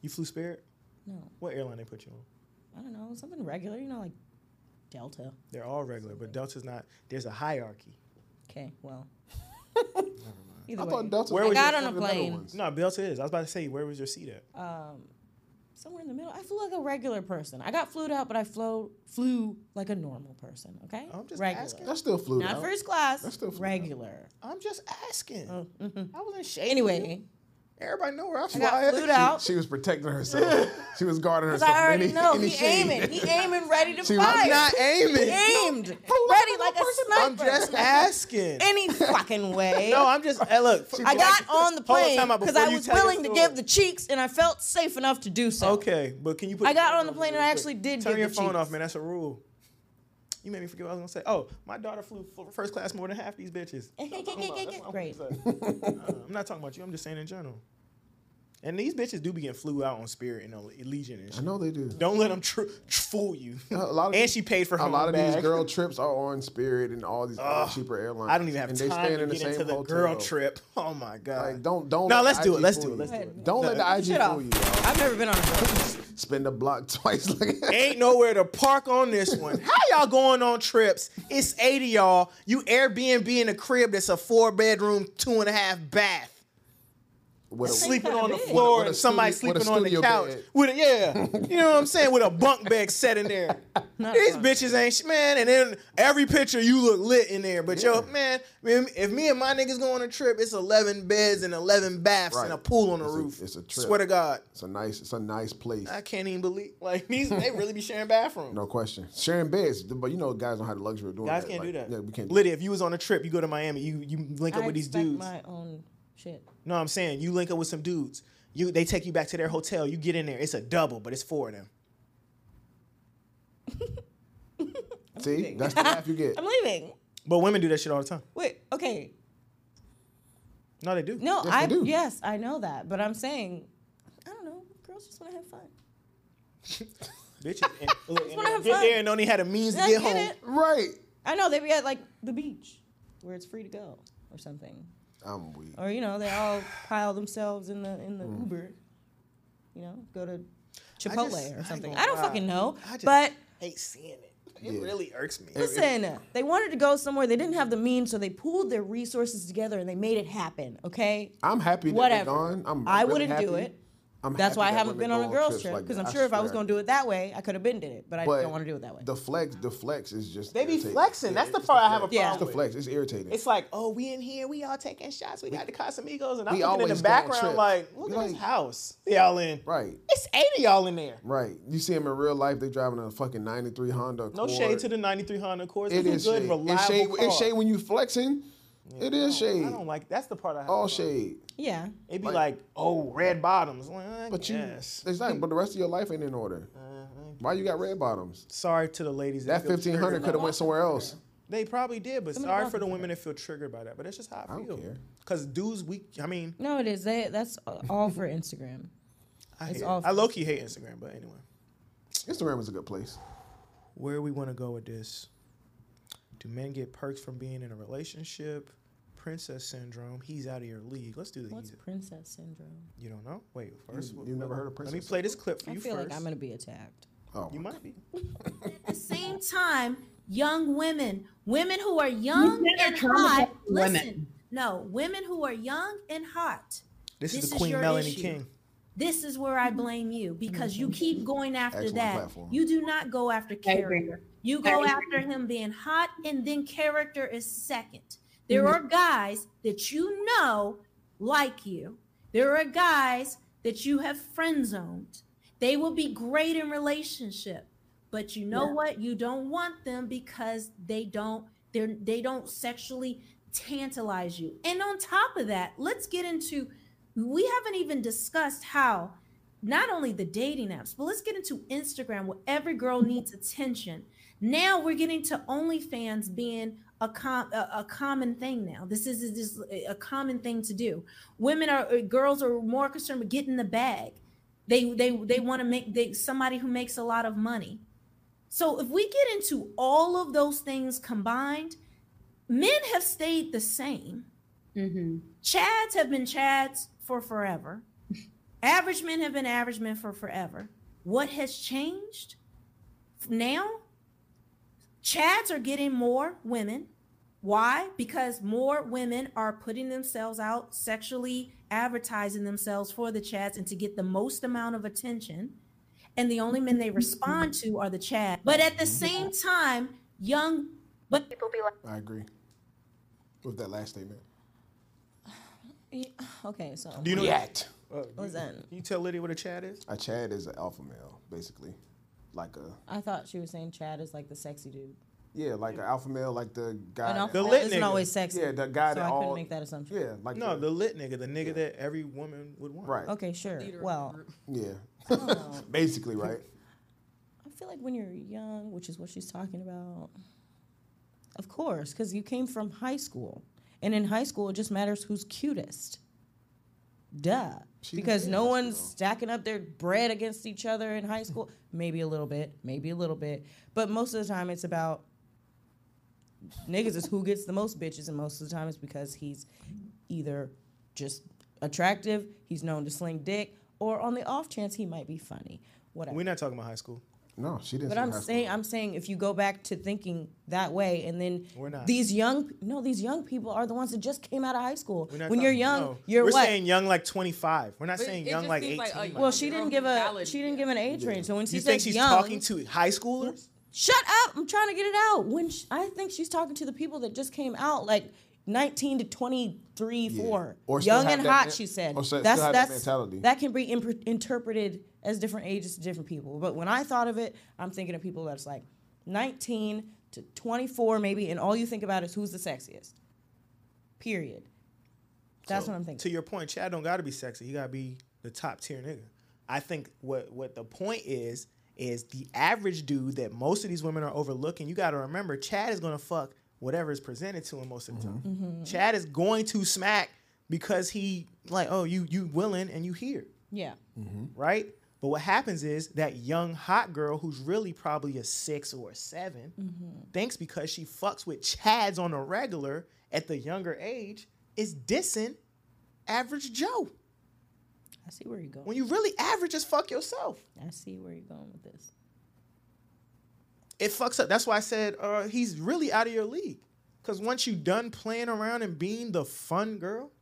You flew Spirit?
No.
What airline they put you on?
I don't know, something regular, you know, like Delta.
They're all regular, but Delta's not. There's a hierarchy.
Okay, well. Either
I
way,
thought Delta.
Where
was
was
one
your-
of
on a
the better
plane.
ones.
No, Delta is. I was about to say, where was your seat at?
Uh, somewhere in the middle. I flew like a regular person. I got flued out, but I flew flew like a normal person. Okay,
I'm just
regular.
asking.
That's still fluid.
Not
out.
first class.
That's still flew out.
regular.
I'm just asking. I wasn't shady.
Anyway,
everybody know where I
oh, mm-hmm. I
fly.
got
at.
flued out.
She was protecting herself. she was
*laughs*
guarding
'cause
herself.
I
from
already
any-
know
any
he
shade.
aiming. He aiming, ready to
She was
fire.
not
He
aiming.
aimed, ready like a
I'm
sniper.
just asking.
any fucking way.
*laughs* no, I'm just. Hey, look,
I got on the
Hold on,
plane
time out
because
before
I
you
was
tell your
willing to
story.
give the cheeks, and I felt safe enough to do so.
Okay, but can you put?
I got
your
on the
phone
plane
real
and I
quick?
actually did
Turn
give
your
the
phone
cheeks.
off, man. *laughs* That's a rule. You made me forget what I was gonna say. Oh, my daughter flew f- first class more than half these bitches. That's what I'm talking about. That's what I'm
Great.
I'm not talking about you. I'm just saying in general. And these bitches do be getting flew out on Spirit and on Allegiant and
I
shit.
know they do.
Don't let them tr- tr- fool you.
*laughs* A lot of
and she paid for her
a lot of
bag.
these *laughs* girl trips are on Spirit and all these other cheaper airlines.
*laughs* I don't even have
and
time
staying
to get into the girl trip. Oh my god.
Like, don't don't.
No,
let
let's
the
do it.
IG
Let's
fool
do it.
you.
Let's do it.
Don't let the IG
Shut
fool
up.
you.
I've never been on a plane.
Spin the block *laughs* twice. Like
Ain't nowhere to park
*laughs*
on this one. How y'all going on trips? It's 80 y'all. You Airbnb in a crib that's a four bedroom, two and a half bath.
with a,
sleeping on the
big.
With a-
floor
with a
and somebody
studio- with a
sleeping on the
studio
couch.
bed.
With a, yeah, you know what I'm saying? With a bunk bed set in
*laughs*
there. These bitches ain't sh- man. And then every picture you look lit in there, but yo man, man, if me and my niggas go on a trip, it's 11 beds and 11 baths
Right.
and a pool on the
It's a-
roof.
it's a trip.
Swear to God,
It's a nice. It's a nice place.
I can't even believe like these. They really be sharing bathrooms.
No question. Sharing beds, but you know guys don't have the luxury of doing
Guys
that.
can't
Like,
do that.
Yeah, we can't. do
Lydia, if you was on a trip, you go to Miami, you you link up
I
with these
expect
dudes.
my own shit.
No, I'm saying you link up with some dudes. You they take you back to their hotel. You get in there. It's a double, but it's four of them.
that.
*laughs*
See, that's the laugh you get.
I'm leaving.
But women do that shit all the time.
Wait, okay.
No, they do.
No,
Yes,
I
they do.
yes, I know that, but I'm saying, I don't know. Girls just want to have fun.
Bitches *laughs* and, look, and
wanna
they
have
get
fun.
there and only had a means to
I
get, home.
it.
Right.
I know they be at like the beach where it's free to go or something,
I'm weak.
or you know they all pile themselves in the in the
Mm.
Uber. You know, go to Chipotle
just- I
or
ain't
something.
gonna
I don't
lie.
fucking know,
I just
but
hate seeing it. It
Yeah.
really irks me.
Listen, they wanted to go somewhere. They didn't have the means, so they pooled their resources together and they made it happen. Okay,
I'm happy that
Whatever.
they're gone. I'm
I
really
wouldn't
happy.
do it.
I'm
That's
happy
why I
that
haven't
women
been on
go
a girls
trips
trip
like
because
that.
I'm sure if I was
swear.
going to do it that way, I could have been did it, but I
But
don't want to do it that way.
The flex, the flex is just.
They be
irritating.
flexing. That's the
it's
part I have a
flex.
problem
It's the
with.
flex. It's irritating.
It's like, oh, we in here, we all taking shots. We got the Casamigos, and I'm
we
looking in
always
the
go on
background
trips.
like, look
You
at this
like-
house. Y'all in?
right,
It's eighty of y'all in there.
right. You see them in real life. They driving a fucking '93 Honda.
No shade to the '93 Honda Accord.
It
It's
is
a good,
shade.
reliable
it's shade.
car.
It's shade when you flexing. it is shade.
I don't like. That's the part I have.
All
a problem.
shade.
yeah.
It'd be like,
like-
oh, red bottoms. Like, I
But you,
guess.
it's not. But the rest of your life ain't in order.
Uh,
Why you got red bottoms?
Sorry to the ladies.
That
feel
fifteen
triggered
hundred
by
could have went somewhere else.
They probably did, but
Some of the
sorry for
brothers
the
do
women that feel triggered by that. But that's just how I,
I don't
feel.
care.
Cause dudes, we, I mean,
No, it is. They, that's all for Instagram.
I,
It's
hate,
awful.
I low key hate Instagram, but anyway,
Instagram is a good place.
where we want to go with this? Do men get perks from being in a relationship? Princess syndrome. He's out of your league. Let's do the
What's
he's-
princess syndrome?
You don't know? Wait, first.
You-
wh-
you never
wh-
heard of
Let
princess
me play this clip for
I
you
feel
first.
like I'm gonna be attacked.
Oh,
you
*laughs*
might be.
At the same time, young women, women who are young and hot, listen, no, women who are young and hot.
This,
This
is the
is
Queen
your
Melanie
issue.
King.
This is where I blame you because you keep going after
Mm-hmm. Excellent
that.
platform.
You do not go after character. You go after him being hot, and then character is second. There are guys that you know like you. There are guys that you have friend zoned. They will be great in relationship, but you know what? You don't want them because they don't they they don't sexually tantalize you. And on top of that, let's get into we haven't even discussed how not only the dating apps, but let's get into Instagram where every girl needs attention. Now we're getting to OnlyFans being a com- a, a common thing now. This is, is just a- a common thing to do. Women are or girls are more concerned with getting the bag. They they they want to make they somebody who makes a lot of money. So if we get into all of those things combined, men have stayed the same. Chads have been Chads for forever. Average men have been average men for forever. What has changed now? Chads are getting more women. Why? Because more women are putting themselves out sexually, advertising themselves for the Chads and to get the most amount of attention. And the only men they respond to are the Chads. But at the same time, young but people be like,
I agree with that last statement.
Okay, so
Do you know
React.
listen,
Can you tell Liddy what a Chad is?
A Chad is an alpha male, basically, like a
I thought she was saying Chad is like the sexy dude.
yeah, like an alpha male, like the guy.
An
that-
alpha
The
male
lit
isn't
nigga.
always sexy.
yeah, the guy
so
that
I
all.
couldn't make that assumption.
Yeah, like
No,
the,
the lit nigga, the nigga that every woman would want.
right.
Okay, Oh. sure. Well,
Yeah, *laughs* basically, right.
I feel like when you're young, which is what she's talking about, of course, because you came from high school. And in high school, it just matters who's cutest. Duh. because no one's stacking up their bread against each other in high school. maybe a little bit, maybe a little bit. But most of the time, it's about niggas is who gets the most bitches. And most of the time, it's because he's either just attractive, he's known to sling dick, or on the off chance, he might be funny. Whatever.
We're not talking about high school.
No, she didn't.
But
say
I'm
high school.
saying, I'm saying, if you go back to thinking that way, and then
We're not.
these young, no, these young people are the ones that just came out of high school.
We're not
When
talking-
you're young,
no.
you're
We're
what?
saying young like 25. We're not
But
saying
it
young
just
like 18.
seems like a-
well, she
Your
didn't
own
give a,
mentality,
she didn't give an age range. So when she
you
says
think she's
young,
talking to high schoolers?
shut up! I'm trying to get it out. When sh I think she's talking to the people that just came out, like 19 to 23, four,
Or still
young
have
and
that
hot.
men-
she said.
or still- still
that's
have that
that's
mentality.
that can be imp- interpreted as different ages to different people. But when I thought of it, I'm thinking of people that's like 19 to 24, maybe, and all you think about is who's the sexiest. Period. That's what I'm
To
thinking.
your point, Chad don't gotta be sexy. He gotta be the top tier nigga. I think what what the point is is the average dude that most of these women are overlooking. You gotta remember, Chad is gonna fuck whatever is presented to him most of the time.
Mm-hmm.
Chad is going to smack because he like, oh, you you willing and you here,
yeah.
right? But what happens is that young hot girl who's really probably a six or a 7 thinks because she fucks with Chads on a regular at the younger age is dissing average Joe.
I see where you're going.
When you really average as fuck yourself,
I see where you're going with this.
it fucks up. That's why I said uh, he's really out of your league. Because once you done playing around and being the fun girl,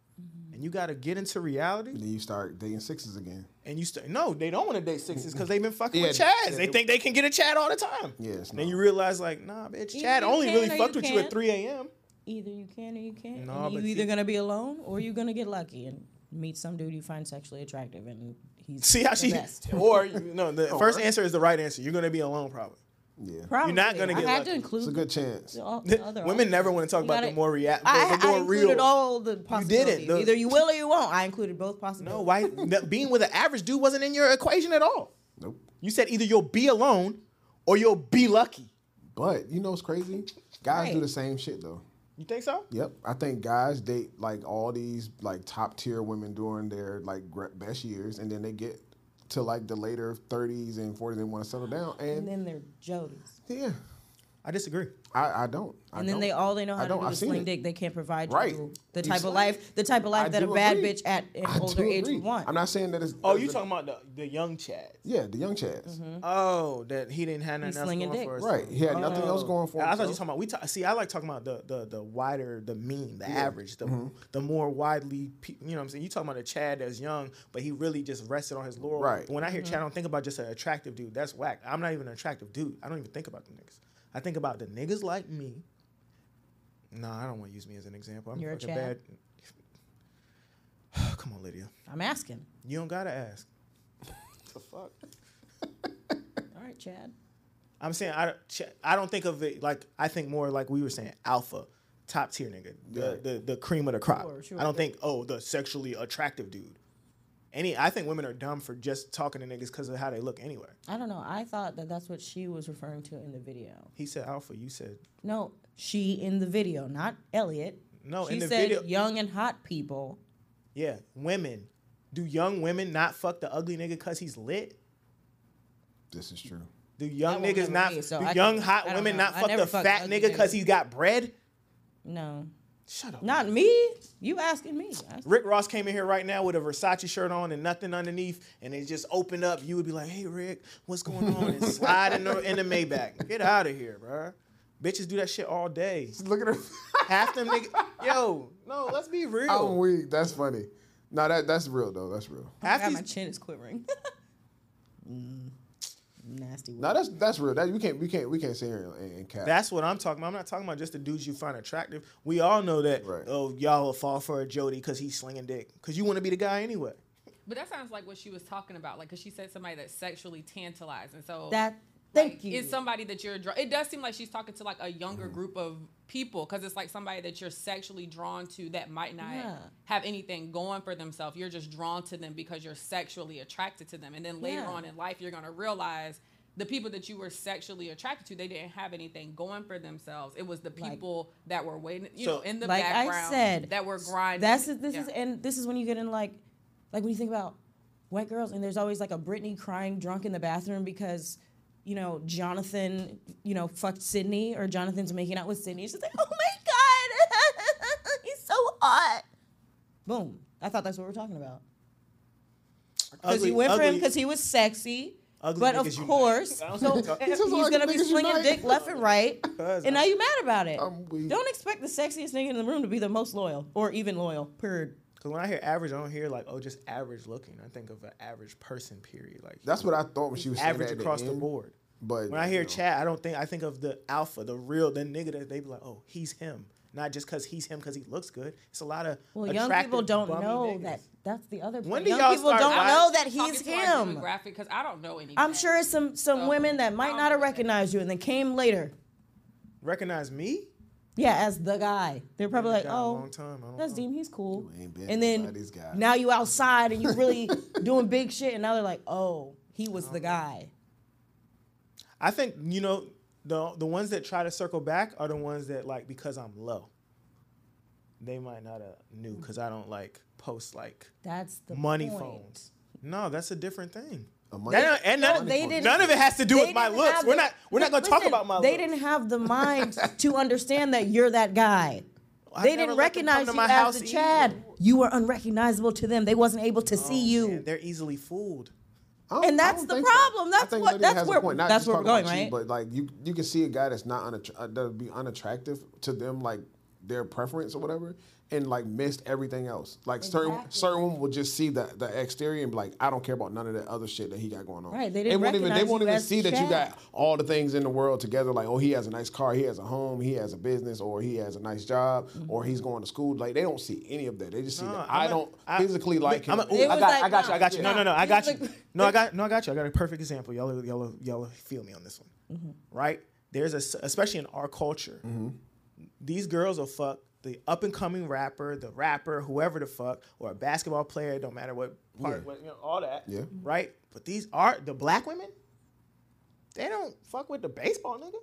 and you got to get into reality,
Then you start dating sixes again.
and you start no, they don't want to date sixes because they've been fucking with
Yeah, yeah,
Chads. they
they-
think they can get a Chad all the time.
Yes,
Then
no.
you realize like, nah, bitch,
Either
Chad
you
only
can
really
or
fucked
you
with you at
can't.
3 a.m.
either you can or you can't.
No,
and you
but
either
see-
gonna be alone or you're gonna get lucky and meet some dude you find sexually attractive and he's
See how
the
she *laughs*
best.
or you know the first answer is the right answer. You're gonna be alone probably.
Yeah,
Probably.
gonna get
I
lucky.
had to
it's a
include
good chance.
the,
*laughs*
all, the other
Women
options.
never want to talk
You
about the
gotta-
more react, the,
I,
the
I
more
included
real. *laughs*
all the possibilities.
The-
Either you will or you won't. I included both possibilities.
No, why that being with an average dude wasn't in your equation at all.
Nope.
You said either you'll be alone or you'll be lucky.
But you know what's crazy? Guys do
Right.
the same shit though.
You think so?
Yep, I think guys date like all these like top tier women during their like gre- best years, and then they get to like the later thirties and forties and want to settle down,
And
and,
then they're Jodies.
yeah,
I disagree.
I, I don't. I
And then
don't.
they all they know how
I
to
don't.
do
I've
is
seen
sling
it.
dick. They can't provide
Right.
you the
You
type
see?
of life, the type of life
I
that a
do
bad
agree.
bitch at an
I
older
do
age
agree.
would want.
I'm not saying that it's.
Oh, you talking about the, the young Chad?
Yeah, the young Chads.
Oh, that he didn't have
Mm-hmm. He's
nothing else
slinging
going
dick.
for us.
Right. He had nothing
Oh.
else going for him.
Oh. I thought you were talking about we talk, see. I like talking about the the the wider the mean the average the
Mm-hmm.
the more widely pe- you know what I'm saying. You talking about a Chad that's young, but he really just rested on his laurel.
Right.
Mm-hmm.
When I hear Chad, I don't think about just an attractive dude. That's whack. I'm not even an attractive dude. I don't even think about the niggas. I think about the niggas like me. No, I don't want to use me as an example. I'm
You're a
fucking
Chad.
bad. *sighs* Come on, Lydia.
I'm asking.
You don't gotta ask.
The fuck?
All right, Chad.
I'm saying I don't- ch- I don't think of it like I think more like we were saying alpha, top tier nigga, the the, the cream of the crop.
Sure, sure.
I don't think oh the sexually attractive dude. Any I think women are dumb for just talking to niggas because of how they look anyway.
I don't know. I thought that that's what she was referring to in the video.
He said alpha. You said
No, she in the video, not Elliot.
No,
she
in the
said
video-
young and hot people.
yeah. Women, do young women not fuck the ugly nigga because he's lit?
This is true.
Do young
That won't
niggas
never
not
be, so
do
I
young
can- I
hot
don't
women
know.
not
I
fuck
never
the
fucked
fat
ugly
nigga because
niggas.
he's got bread?
No,
Shut up.
not me. You asking me? I-
Rick Ross came in here right now with a Versace shirt on and nothing underneath, and it just opened up. You would be like, "Hey Rick, what's going on?"
*laughs*
and slide in the, in the Maybach. Get out of here, bruh. Bitches do that shit all day.
Look at *laughs* her.
Half them niggas, yo, no, let's be real.
Oh,
I'm weak. That's funny. No, that that's real though. That's real.
Half
God, my
these-
chin is quivering. *laughs* Mm, nasty.
No, that's that's real. That you can't we can't we can't sit here and, and cap.
that's what I'm talking about. I'm not talking about just the dudes you find attractive. We all know that.
Right.
Oh, y'all will fall for a Jody because he's slinging dick. Because you want to be the guy anyway.
But that sounds like what she was talking about, like, because she said somebody that's sexually tantalized, and so
That.
like,
Thank you.
It's somebody that you're drawn. It does seem like she's talking to like a younger
Mm-hmm.
group of people because it's like somebody that you're sexually drawn to that might not
Yeah.
have anything going for themselves. You're just drawn to them because you're sexually attracted to them, and then later
Yeah.
on in life, you're gonna realize the people that you were sexually attracted to, they didn't have anything going for themselves. It was the
Like-
people that were waiting, you
So-
know, in the
like I
background
said,
that were grinding.
That's this
Yeah.
is and this is when you get in like, like when you think about white girls and there's always like a Britney crying drunk in the bathroom because. You know, Jonathan, you know, fucked Sydney, or Jonathan's making out with Sydney. She's like, oh my God, *laughs* he's so hot. Boom. I thought that's what we're talking about. Because
Ugly-
he went for him
ugly-
because he was sexy.
Ugly
but
niggas
of
unite.
course, *laughs* so he's
just like
gonna
the
be
niggas
slinging
unite.
dick left and right,
Cuz
and now you mad about it.
I'm weak.
Don't expect the sexiest nigga in the room to be the most loyal or even loyal. Period.
Because when I hear average, I don't hear like, oh, just average looking. I think of an average person, period. Like
That's what I thought when she was saying
average
that at
across the
end,
board.
But
When I hear
you know,
Chad, I don't think I think of the alpha, the real, the nigga that they be like, oh, he's him. Not just because he's him because he looks good. It's a lot of
Well, young people
attractive,
don't
bummy
know
niggas.
that. That's the other.
When
point.
do
young
y'all
people
start
don't
watching-
know that
Talking
he's
to our
him.
demographic because I don't know anything.
I'm sure it's some some
So,
women that
I
might
don't
not have
know.
recognized you and then came later.
Recognize me?
Yeah, as the guy, they're probably like,
Guy a
oh,
long time. I don't
that's
know."
Deem. He's cool.
ain't been
And then
nobody's guy.
now you outside and
*laughs*
you really doing big shit, and now they're like, oh, he was the guy.
I think you know the the ones that try to circle back are the ones that like because I'm low. They might not have knew because I don't like post like
That's the
money
point.
phones. No, that's a different thing.
A money-
That- and none,
No, they didn't-
none of it has to do
they
with my
didn't
looks.
have
We're
the-
not we're not
Look,
gonna talk
listen,
about my
They
looks.
didn't have
*laughs*
the mind to understand that you're that guy.
I
They
never let
didn't
them come
recognize
to
you
my
as
house
the
either. Oh,
Chad. You were unrecognizable to them. They wasn't able to see you.
Man, they're easily fooled.
I don't-
and
I
that's
don't
the
think
problem.
I
That's
think
what-
Lydia
that's
has a
where-
point. Not
that's
just
where
talking
we're
about
going,
you, But
right?
like you, you can see a guy that's not unatt- uh, that would be unattractive to them, like their preference or whatever, and like missed everything else. Like certain
Exactly.
certain women will just see the the exterior and be like, I don't care about none of that other shit that he got going on.
Right, they didn't
won't even they
recognize
won't
you
even
as
see that you
Chad.
got all the things in the world together. Like, oh, he has a nice car, he has a home, he has a business, or he has a nice job,
Mm-hmm.
or he's going to school. Like they don't see any of that. They just see that I
I'm a-
don't
I-
physically like him.
I'm a-
Ooh,
It
I
was
got,
like,
I got you,
nah,
I got you.
No, no, no. I
Yeah.
got you.
Like- *laughs*
No, I got. No, I got you. I got a perfect example. Y'all, y'all, y'all feel me on this one,
Mm-hmm.
right? There's a, s- especially in our culture,
Mm-hmm.
these girls will fuck the up and coming rapper, the rapper, whoever the fuck, or a basketball player. Don't matter what part,
Yeah.
what, you know, all that.
Yeah.
Right. But these are the black women. They don't fuck with the baseball nigga.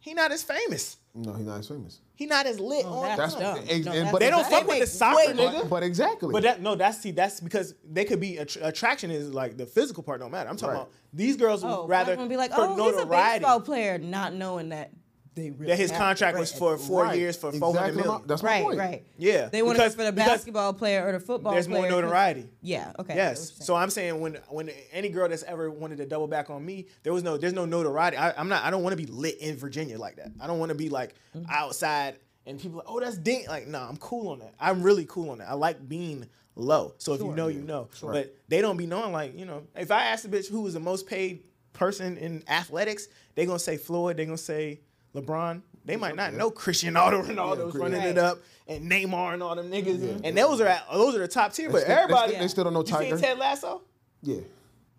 He not as famous.
No, he's not as famous.
He not as lit. on
Oh, that's
time.
That's
dumb.
and-
No,
and-
that's
but
They don't
They
fuck with
make
the soccer
way
nigga.
But exactly.
But that no, that's see, that's because they could be attr- attraction is like the physical part don't matter. I'm talking
Right.
about these girls would
Oh,
rather
rather be like,
for
oh, he's a baseball player, not knowing that they really
that his
have
contract was
bread.
for four
Right.
years for
Exactly
four hundred
my-
million.
That's my
right,
point.
right.
Yeah,
they want it
because-
for the
because
basketball player or the football.
There's more
player 'cause-
notoriety.
Yeah. Okay. I get what
Yes.
you're
So I'm saying when when any girl that's ever wanted to double back on me, there was no there's no notoriety. I, I'm not I don't want to be lit in Virginia like that. I don't want to be like
Mm-hmm.
outside and people like, oh that's dink. Like no, I'm cool on that. I'm really cool on that. I like being low. So if you know, you know. But they don't be knowing like you know. If I ask a bitch who was the most paid person in athletics, they gonna say Floyd. They gonna say LeBron, they might not know Christian Auto and all those running it up and Neymar and all them niggas. And those are at, those are the top tier. But
still- they
everybody
still- they still don't know
You seen
Tiger.
Ted Lasso?
Yeah.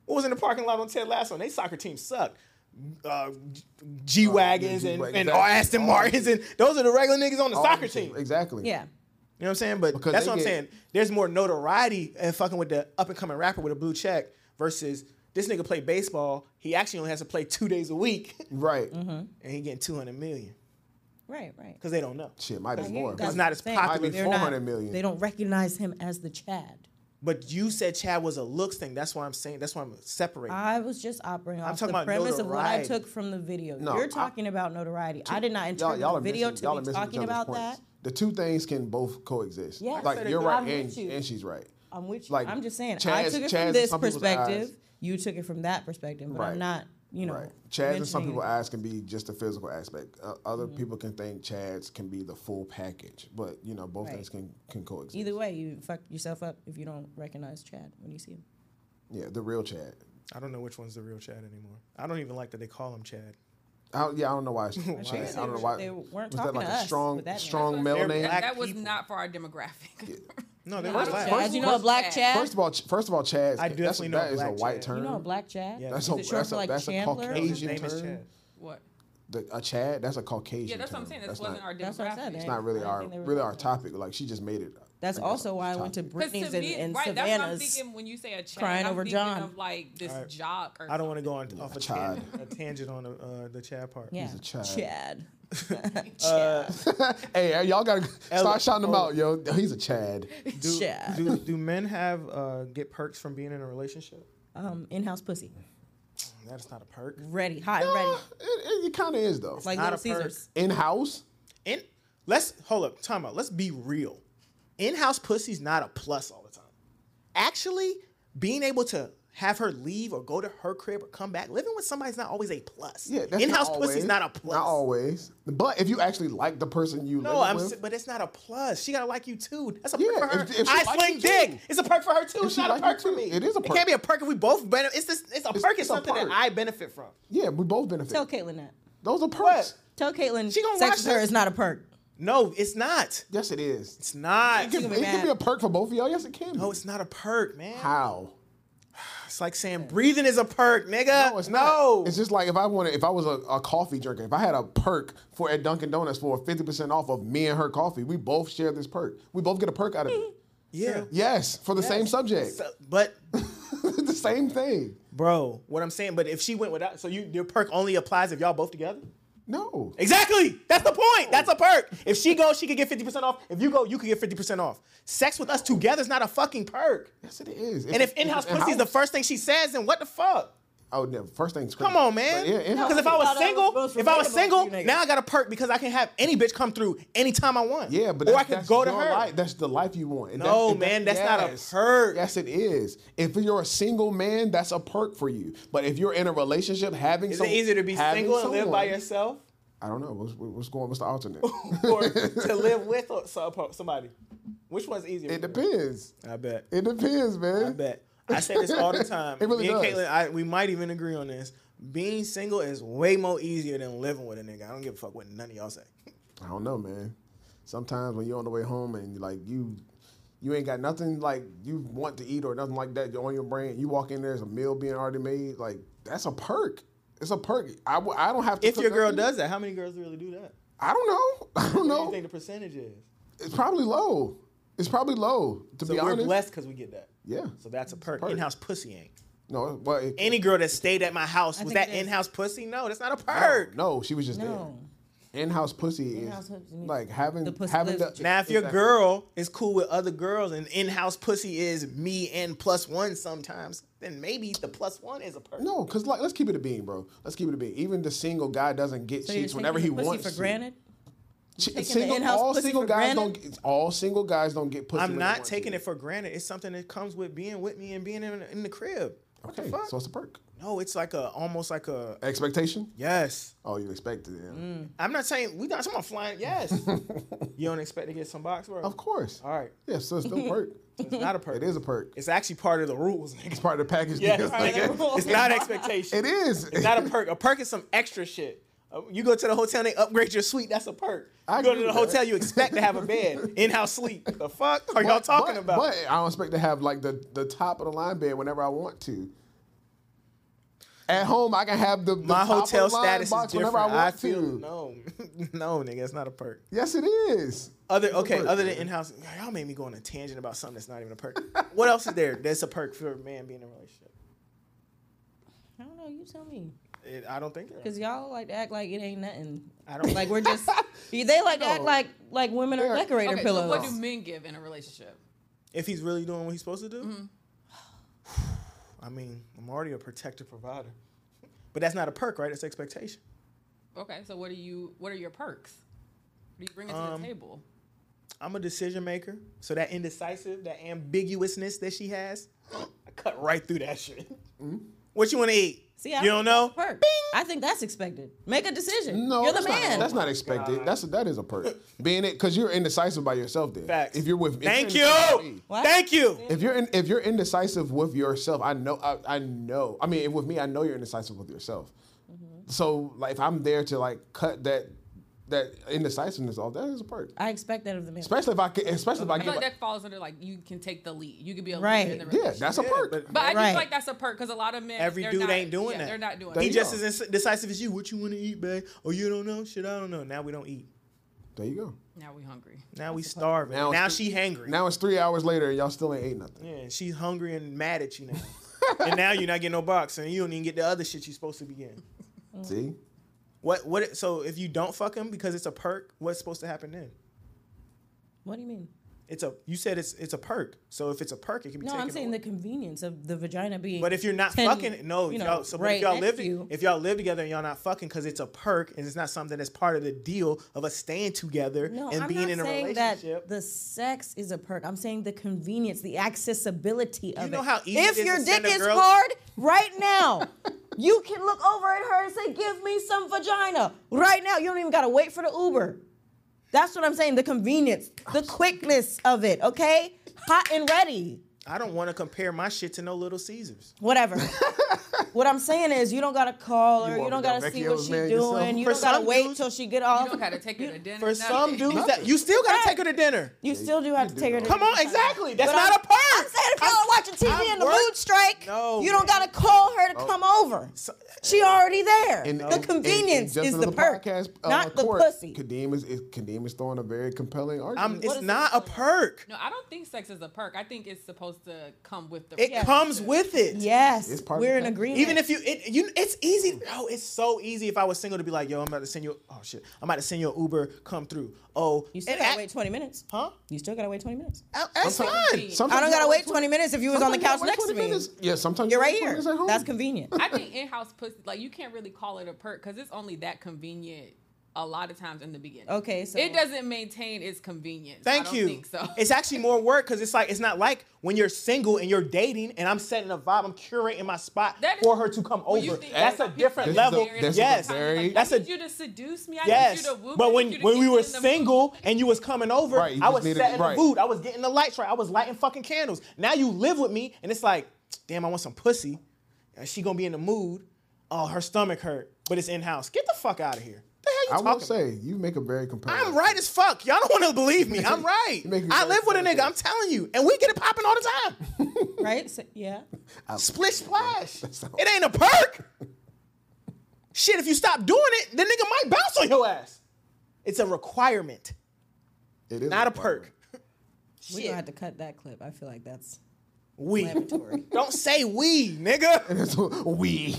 What was in the parking lot on Ted Lasso? And they soccer team sucked. Uh, G
G-Wagons,
wagons and, and
exactly.
Aston
All-
Martins and those are the regular niggas on the
All
soccer
them
team.
teams, Exactly.
You
Yeah.
know what I'm saying? But
Because
that's
they
what I'm
get-
saying. There's more notoriety and fucking with the up and coming rapper with a blue check versus this nigga play baseball. He actually only has to play two days a week, *laughs*
Right.
Mm-hmm.
and he getting 200 million
Right, right.
because they don't know.
Shit, might be
You
more.
guys
It's not as
saying
popular.
they're
400 million.
They don't recognize him as the Chad.
But you said Chad was a looks thing. That's why I'm saying. That's why I'm separating.
I was just operating off
talking
the
about
premise of what I
notoriety.
took from the video.
No, I-
You're talking about notoriety. I did not
Y'all,
interpret
y'all
the
are
video
missing, y'all are
to be
missing
talking
each other's
about
points.
that.
The two things can both coexist.
Yes.
like you're
I'm
right,
with
and,
you.
and she's right.
I'm with you.
Like,
I'm just saying. I
Chaz-
took
Chaz
it from
in
this
some people's eyes.
perspective. You took it from that perspective, but
Right.
I'm not. You know,
Right. Chad's in some
mentioning-
people's eyes can be just the physical aspect. Uh, other
Mm-hmm.
people can think Chad's can be the full package, but you know both
Right.
things can can coexist.
Either way, you fuck yourself up if you don't recognize Chad when you see him.
Yeah, the real Chad.
I don't know which one's the real Chad anymore. I don't even like that they call him Chad.
I don't, yeah, I don't know why.
*laughs*
It's Chad.
they
I
said
don't know why.
they weren't
was that
talking
like
to
a
us
strong
with that name.
strong male
They're
name?
black
that was
people.
not for our demographic.
No, they
Black
were black.
Chad. you know a black
First-
Chad?
First of all, Ch- first of all, Chad's.
I
that's a,
definitely know
that is a
black
white
Chad.
term.
You know, a black Chad.
Yeah.
That's
Is
a
it short
that's
for
a,
like
that's a
Chandler?
No, his
Caucasian
name is
term.
Chad.
What?
The, a Chad. That's a Caucasian.
Yeah, that's what I'm
term.
saying. This
That's
wasn't
not-
our
That's what I said.
demographic.
It's not really
I didn't
our
think they were
really our
talking about
topic. Like she just made it.
That's
I think
also why I went to
topic.
Britney's
to
and,
me,
and
right, that's what I'm
Savannah's.
thinking when you say a Chad.
crying
I'm
over
thinking
John.
Of like this
Alright.
jock or
I don't want to go on off a
Chad.
tangent, a tangent on uh, the Chad part.
yeah.
a Chad.
Chad.
Uh,
*laughs* hey, y'all gotta
Ella-
start shouting him
oh.
out, yo. He's a Chad.
do,
Chad.
do do men have uh, get perks from being in a relationship?
Um, in-house pussy.
That is not a perk.
Ready, hot and
Uh, *gasps*
ready.
it, it kind of is though.
Like
not
Little
a perk.
Caesars.
in house,
In let's hold up, time out. Let's be real. In-house pussy's not a plus all the time. Actually, being able to have her leave or go to her crib or come back, living with somebody's not always a plus.
yeah. That's
In-house
not
pussy's
always-
not a plus.
Not always. But if you actually like the person you
No,
live
I'm.
with,
s- But it's not a plus. She gotta like you too. That's a perk
Yeah,
for her.
if- if she
I
like
sling
you
dick.
too.
It's a perk for her too. It's
she
not a
like you
perk for
too.
me.
It is a
It
perk.
can't be a perk if we both benefit. It's this. It's a perk. It's,
it's a
something
perk.
that I benefit from.
yeah, we both benefit.
Tell Caitlyn that.
Those are perks.
Tell Caitlyn
She gonna watch
sex with her
this.
is not a perk.
No, it's not.
Yes, it is.
It's not.
It, can,
gonna
it
be
can
mad.
be a perk for both of y'all. Yes, it can. be.
No, it's not a perk, man.
how.
It's like saying breathing is a perk, nigga.
No, it's
No.
not. It's just like if I wanted, if I was a, a coffee drinker, if I had a perk for at Dunkin' Donuts for fifty percent off of me and her coffee, we both share this perk. We both get a perk out of
*laughs*
it.
yeah.
Yes, for the same subject,
So- but,
*laughs* the same thing.
bro, what I'm saying, but if she went without, so you your perk only applies if y'all both together.
No,
Exactly. That's the
Oh.
point. That's a perk. If she goes, she could get 50% off. If you go, you could get 50% off. Sex with us together is not a fucking perk.
yes, it is.
And if in-house
it's
pussy is the first thing she says, then what the fuck?
oh no, first thing.
Come on, man.
Yeah, in-house-
Because if I
I
was
thought I was
single,
supposed to
if I was
relate about
single,
you niggas.
now I got a perk because I can have any bitch come through anytime I want.
Yeah, but
or I
that's-
could
that's
go to
your
her.
Life. That's the life you want. And
No,
and
man, that's not a perk.
Yes, it is. If you're a single man, that's a perk for you. But if you're in a relationship, having
Is
some-
it easier to be
having
single and live by
someone- *laughs*
yourself
I don't know. What's, what's going? What's the alternate?
*laughs* or to live with or- so- somebody? Which one's
*laughs*
easier?
it depends.
I bet.
It depends, man.
I bet. I say this all the time.
*laughs* It really
Me and
does.
Caitlin, I, we might even agree on this. Being single is way more easier than living with a nigga. I don't give a fuck what none of
*laughs*
y'all say.
I don't know, man. Sometimes when you're on the way home and like you, you ain't got nothing like you want to eat or nothing like that on your brain. You walk in there, there's a meal being already made. Like that's a perk. It's a perk. I, w- I don't have to.
If
cook
your girl
nothing.
does that, how many girls really do that?
I don't know. *laughs* I don't
What do you think
know.
the percentage is?
It's probably low. It's probably low. To
So
be
we're
honest,
blessed because we get that.
yeah.
So that's a perk.
perk.
In-house pussy ain't.
No, but it,
Any girl that stayed at my house was
think
that
it is.
in-house pussy? No, that's not a perk.
no, she was just
No.
there. In-house pussy
In-house
is
pussy means
like having
the pussy
having
lives
the,
Now, if your
Exactly.
girl is cool with other girls and in-house pussy is me and plus one sometimes, then maybe the plus one is a perk.
No, because like let's keep it a bean, bro. Let's keep it a bean. Even the single guy doesn't get
So you're
cheeks
taking
whenever he
the pussy
wants.
for
to.
granted.
Ch-
the
single,
in-house
all
pussy
single
for
guys
granted?
don't. Get, all single guys don't get pussy.
I'm
when they
not
want
taking
to.
it for granted. It's something that comes with being with me and being in, in the crib. What
Okay,
the fuck?
so it's a perk.
no, it's like a almost like a
Expectation?
yes.
Oh, you expected it. yeah.
Mm.
I'm not saying we not talking about
*laughs*
flying. Yes, you don't expect to get some box work.
Of course.
All right,
Yeah, so it's still a perk.
*laughs* it's not a perk.
it is a perk. It's
It's actually part of the rules. nigga.
part of the package.
Yes,
deal.
nigga. it's not
*laughs*
expectation.
It is.
It's not a perk. A perk is some extra shit. Uh, You go to the hotel, they upgrade your suite. That's a perk.
I
you go to
agree
the
with
hotel,
that.
you expect to have a bed, in-house sleep. The fuck are y'all
But-
talking
but-
about?
But I don't expect to have like the, the top of the line bed whenever I want to. At home, I can have the, the
My
top of
hotel
the line
status is
box
different.
whenever I want
feel
to.
no,
*laughs*
no, nigga, it's not a perk.
Yes, it is.
Other okay,
perk,
other than
man.
in-house, y'all made me go on a tangent about something that's not even a perk. what else is there? That's a perk for a man being in a relationship.
I don't know. You tell me.
It, I don't think there.
Cause y'all like to act like it ain't nothing.
I don't
Like we're just they like to act like like women are
They're-
decorator
Okay, so
pillows.
what do men give in a relationship?
if he's really doing what he's supposed to do.
Mm-hmm.
*sighs* I mean, I'm already a protector provider, but that's not a perk, right? That's expectation.
Okay, so what are you? What are your perks? What do you bring it to
Um,
the table?
I'm a decision maker, so that indecisive, that ambiguousness that she has, *gasps* I cut right through that shit. What you want to eat?
Mm-hmm. See, I
you don't know.
Perk. I think that's expected. Make a decision.
No,
you're the
that's
man.
Not, that's not expected. That's that is a perk. Being it because you're indecisive by yourself. Then
Facts.
if you're with, if
Thank
you're indecisive
you.
with me,
What?
Thank you.
If you're in, if you're indecisive with yourself, I know I, I know. I mean, with me, I know you're indecisive with yourself.
Mm-hmm.
So like, if I'm there to like cut that that indecisiveness off, that is a perk.
I expect that of the man.
Especially if I can, especially if I
I feel
get.
like that falls under like you can take the lead. You can be a
Right.
leader in the
yeah,
relationship.
that's a
Yeah,
perk.
but-
but I just
Right.
feel like that's a perk because a lot of men
Every
they're
dude
not-
ain't doing
yeah,
that.
They're not doing
They
He
that.
Yeah.
just as indecisive as you. What you want to eat, babe? Oh, you don't know? Shit, I don't know. Now we don't eat.
there you go.
Now we
*laughs*
hungry.
Now we starving.
Now
Now,
it's
she hangry.
Now it's three hours later, and y'all still ain't ate nothing.
yeah, she's hungry and mad at you now. *laughs* and now you're not getting no box, and you don't even get the other shit you're supposed to be getting.
See,
What? What? So if you don't fuck him because it's a perk, what's supposed to happen then?
What do you mean?
It's a. You said it's it's a perk. So if it's a perk, it can be.
No,
taken
I'm saying
away.
the convenience of the vagina being.
But if you're not
10,
fucking, no,
you
if
know,
y'all, so but
right
if y'all
next
live,
to you.
if y'all live together and y'all not fucking, because it's a perk and it's not something that's part of the deal of a staying together
no,
and
I'm
being
not
in a
saying
relationship.
that the sex is a perk. I'm saying the convenience, the accessibility of
know
it.
how easy it
if
is to
your dick
send a
is
girl-
hard right
*laughs*
now, you can look over at her and say, "Give me some vagina right now." You don't even gotta wait for the Uber. That's what I'm saying. The convenience, the quickness of it. Okay, hot and ready.
I don't want to compare my shit to no Little Caesars. *laughs*
Whatever. what I'm saying is, you don't gotta call her. You,
want
don't
me to
gotta see
Vecchio's
what she's
man
doing.
yourself?
You
For
don't gotta
some
wait
dudes-
till she get off.
You don't gotta take her to dinner.
For some
*laughs* nothing.
dudes, that, you still gotta take her to dinner.
You still do have to take her to
Come on, exactly. That's
But
not
I'm-
a perk.
I'm saying if y'all
I'm-
are watching TV
I'm
and the
work-
mood strike,
No,
you don't
man.
gotta call her to come over. She already there.
And-
the
and- and-
convenience
and just
is
as
the,
a
perk,
podcast, uh,
not the
court,
pussy.
Kadeem is, is Kadeem is throwing a very compelling
I'm-
argument.
it's
is
not a
this?
perk.
No, I don't think sex is a perk. I think it's supposed to come with the.
It
relationship.
comes with it.
yes,
It's part of
we're
the
in
package.
agreement.
Even if you, it, you, it's easy. Oh, it's so easy. If I was single, to be like, yo, I'm about to send you. Oh shit, I'm about to send you an Uber. Come through. Oh,
you still
and
gotta
I-
wait 20 minutes,
Huh?
you still gotta wait 20 minutes.
I- That's
Sometimes-
fine.
sometimes
I don't
you
gotta
gotta
wait
tw-
20 minutes if you was on the couch
sometimes you gotta wait
next to
20
me.
minutes. Yeah, sometimes
You're
you
right
wait 20
here.
minutes at home.
That's convenient.
I think in-house pussy, like you can't really call it a perk because it's only that convenient a lot of times in the beginning.
Okay, so-
it doesn't maintain its convenience. I
Thank
don't
you. *laughs*
Think so
It's actually more work because it's like it's not like when you're single and you're dating and I'm setting a vibe, I'm curating my spot
That is-
for her to come
When you
over.
think
That's a
about
different
people
level.
being
this is a
yes,
very-
Like,
that's
I
a
need you to seduce me. I need
yes.
you to woo. me, I
But
need
when
you to
when
get
we
me
were
in the
single
mood.
and you was coming over,
Right, you
I
just
was
needed-
setting
right.
the mood. I was getting the lights right. I was lighting fucking candles. Now you live with me and it's like, damn, I want some pussy. And she gonna be in the mood. Oh, her stomach hurt, but it's in house. Get the fuck out of here. The
I
hell you
will
talking? about?
say you make a very compelling.
I'm right as fuck. Y'all don't want to believe me. I'm
*laughs*
right.
You make me
I
very
live with a
excited.
nigga. I'm telling you, and we get it popping all the time.
*laughs*
right? So- yeah.
Splish splash.
sounds-
It ain't a perk. Shit, if you stop doing it, the nigga might bounce on your ass. It's a requirement,
It is
not
*laughs*
a perk.
We
Shit.
don't have to cut that clip. I feel like that's
We.
mandatory.
*laughs* Don't say we, nigga. *laughs*
we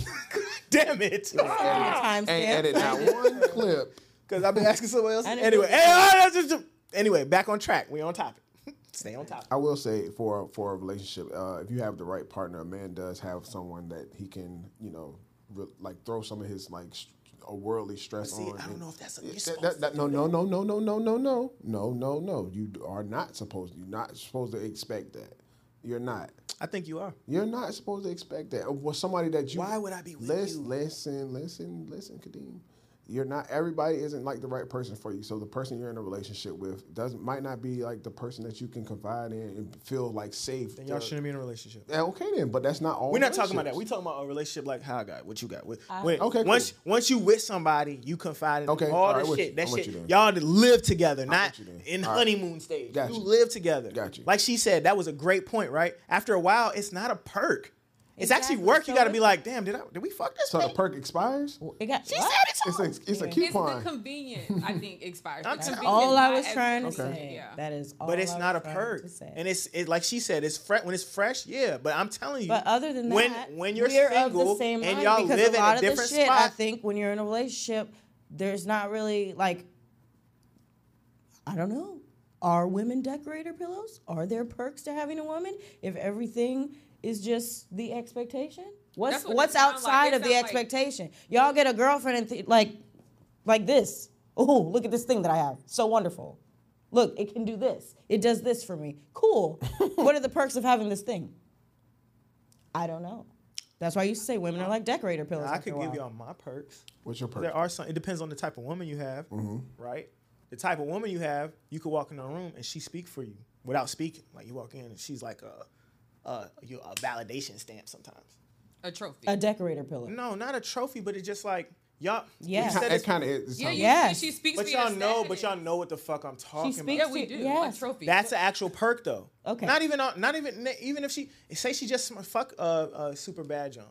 Damn it. *laughs*
Time
ain't
*laughs*
edit not one clip.
Because I've been asking somebody else.
I didn't
Anyway,
do it.
Hey, I just- just- anyway, back on track. We on topic. *laughs* Stay on topic.
I will say for for a relationship, uh, if you have the right partner, a man does have someone that he can you know re- like throw some of his like st- a worldly stress
See,
on.
I don't
and-
know if that's a
Yeah,
you're
that-
supposed
that- that-
to
no, no, no, no, no, no, no, no, no, no, no. You d- are not supposed. You're not supposed to expect that. You're not.
I think you are.
You're not supposed to expect that. Well, somebody that you.
Why would I be with
Lis-
you?
Listen, listen, listen, Kadeem. you're not everybody isn't like the right person for you. So the person you're in a relationship with doesn't might not be like the person that you can confide in and feel like safe.
Then y'all
to-
shouldn't be in a relationship.
Yeah, okay then, but that's not all.
We're not talking about that.
relationships.
We're talking about a relationship like how I got, what you got. What, when,
Okay,
okay,
cool.
once once you with somebody, you confide in them.
Okay,
all
all right,
that
with
shit.
you.
That
I'm with
shit.
you then.
Y'all to live together,
with
not
you then.
in
All right.
honeymoon stage.
Got
you
you.
live together.
Got you.
Like she said, that was a great point, right? After a while, it's not a perk. It's actually
Exactly.
work. you
So
got to
it-
be like, damn, did I did we fuck this?
So the
bitch?
perk expires.
It got.
she
what?
said it's,
It's
on.
a it's a
It's the
coupon.
convenience,
*laughs*
I think, expires.
I'm
The
telling-
convenience
all I
not
was
as
trying to
much,
say.
yeah.
That is all.
but it's
I
not a
was trying
perk.
to say.
And it's it, like she said, it's fresh when it's fresh. Yeah, but I'm telling you.
But other than
when,
that,
when you're
we're
single
of the same
and
mind
y'all
because
live
a
in
lot
a
of the
different
shit,
spot,
I think when you're in a relationship, there's not really like, I don't know. Are women decorator pillows? Are there perks to having a woman? If everything is just the expectation, what's
That's what it
what's
sound like.
outside
It
of the
sound like-
expectation? y'all get a girlfriend and th- like, like this. Oh, look at this thing that I have. So wonderful. Look, it can do this. It does this for me. *laughs* Cool. what are the perks of having this thing? I don't know. That's why you say women are like decorator pillows.
I
after
could
a
give
while.
y'all my perks.
What's your perk?
There are some. It depends on the type of woman you have, right? The type of woman you have, you could walk in a room and she speak for you without speaking. Like you walk in and she's like a, a, you a validation stamp sometimes.
A trophy.
a decorator pillow.
No, not a trophy, but it's just like y'all. you
Yeah.
said
It
it's-
kind of is.
yeah, you,
Yes.
she speaks
but
for
y'all
you
know, but y'all know what the fuck I'm talking
speaks
about.
Yeah, we
to-
do.
yes.
A trophy.
That's an actual perk though.
Okay.
Not even on. Not even even if she say she just sm- fuck uh, uh super bad John.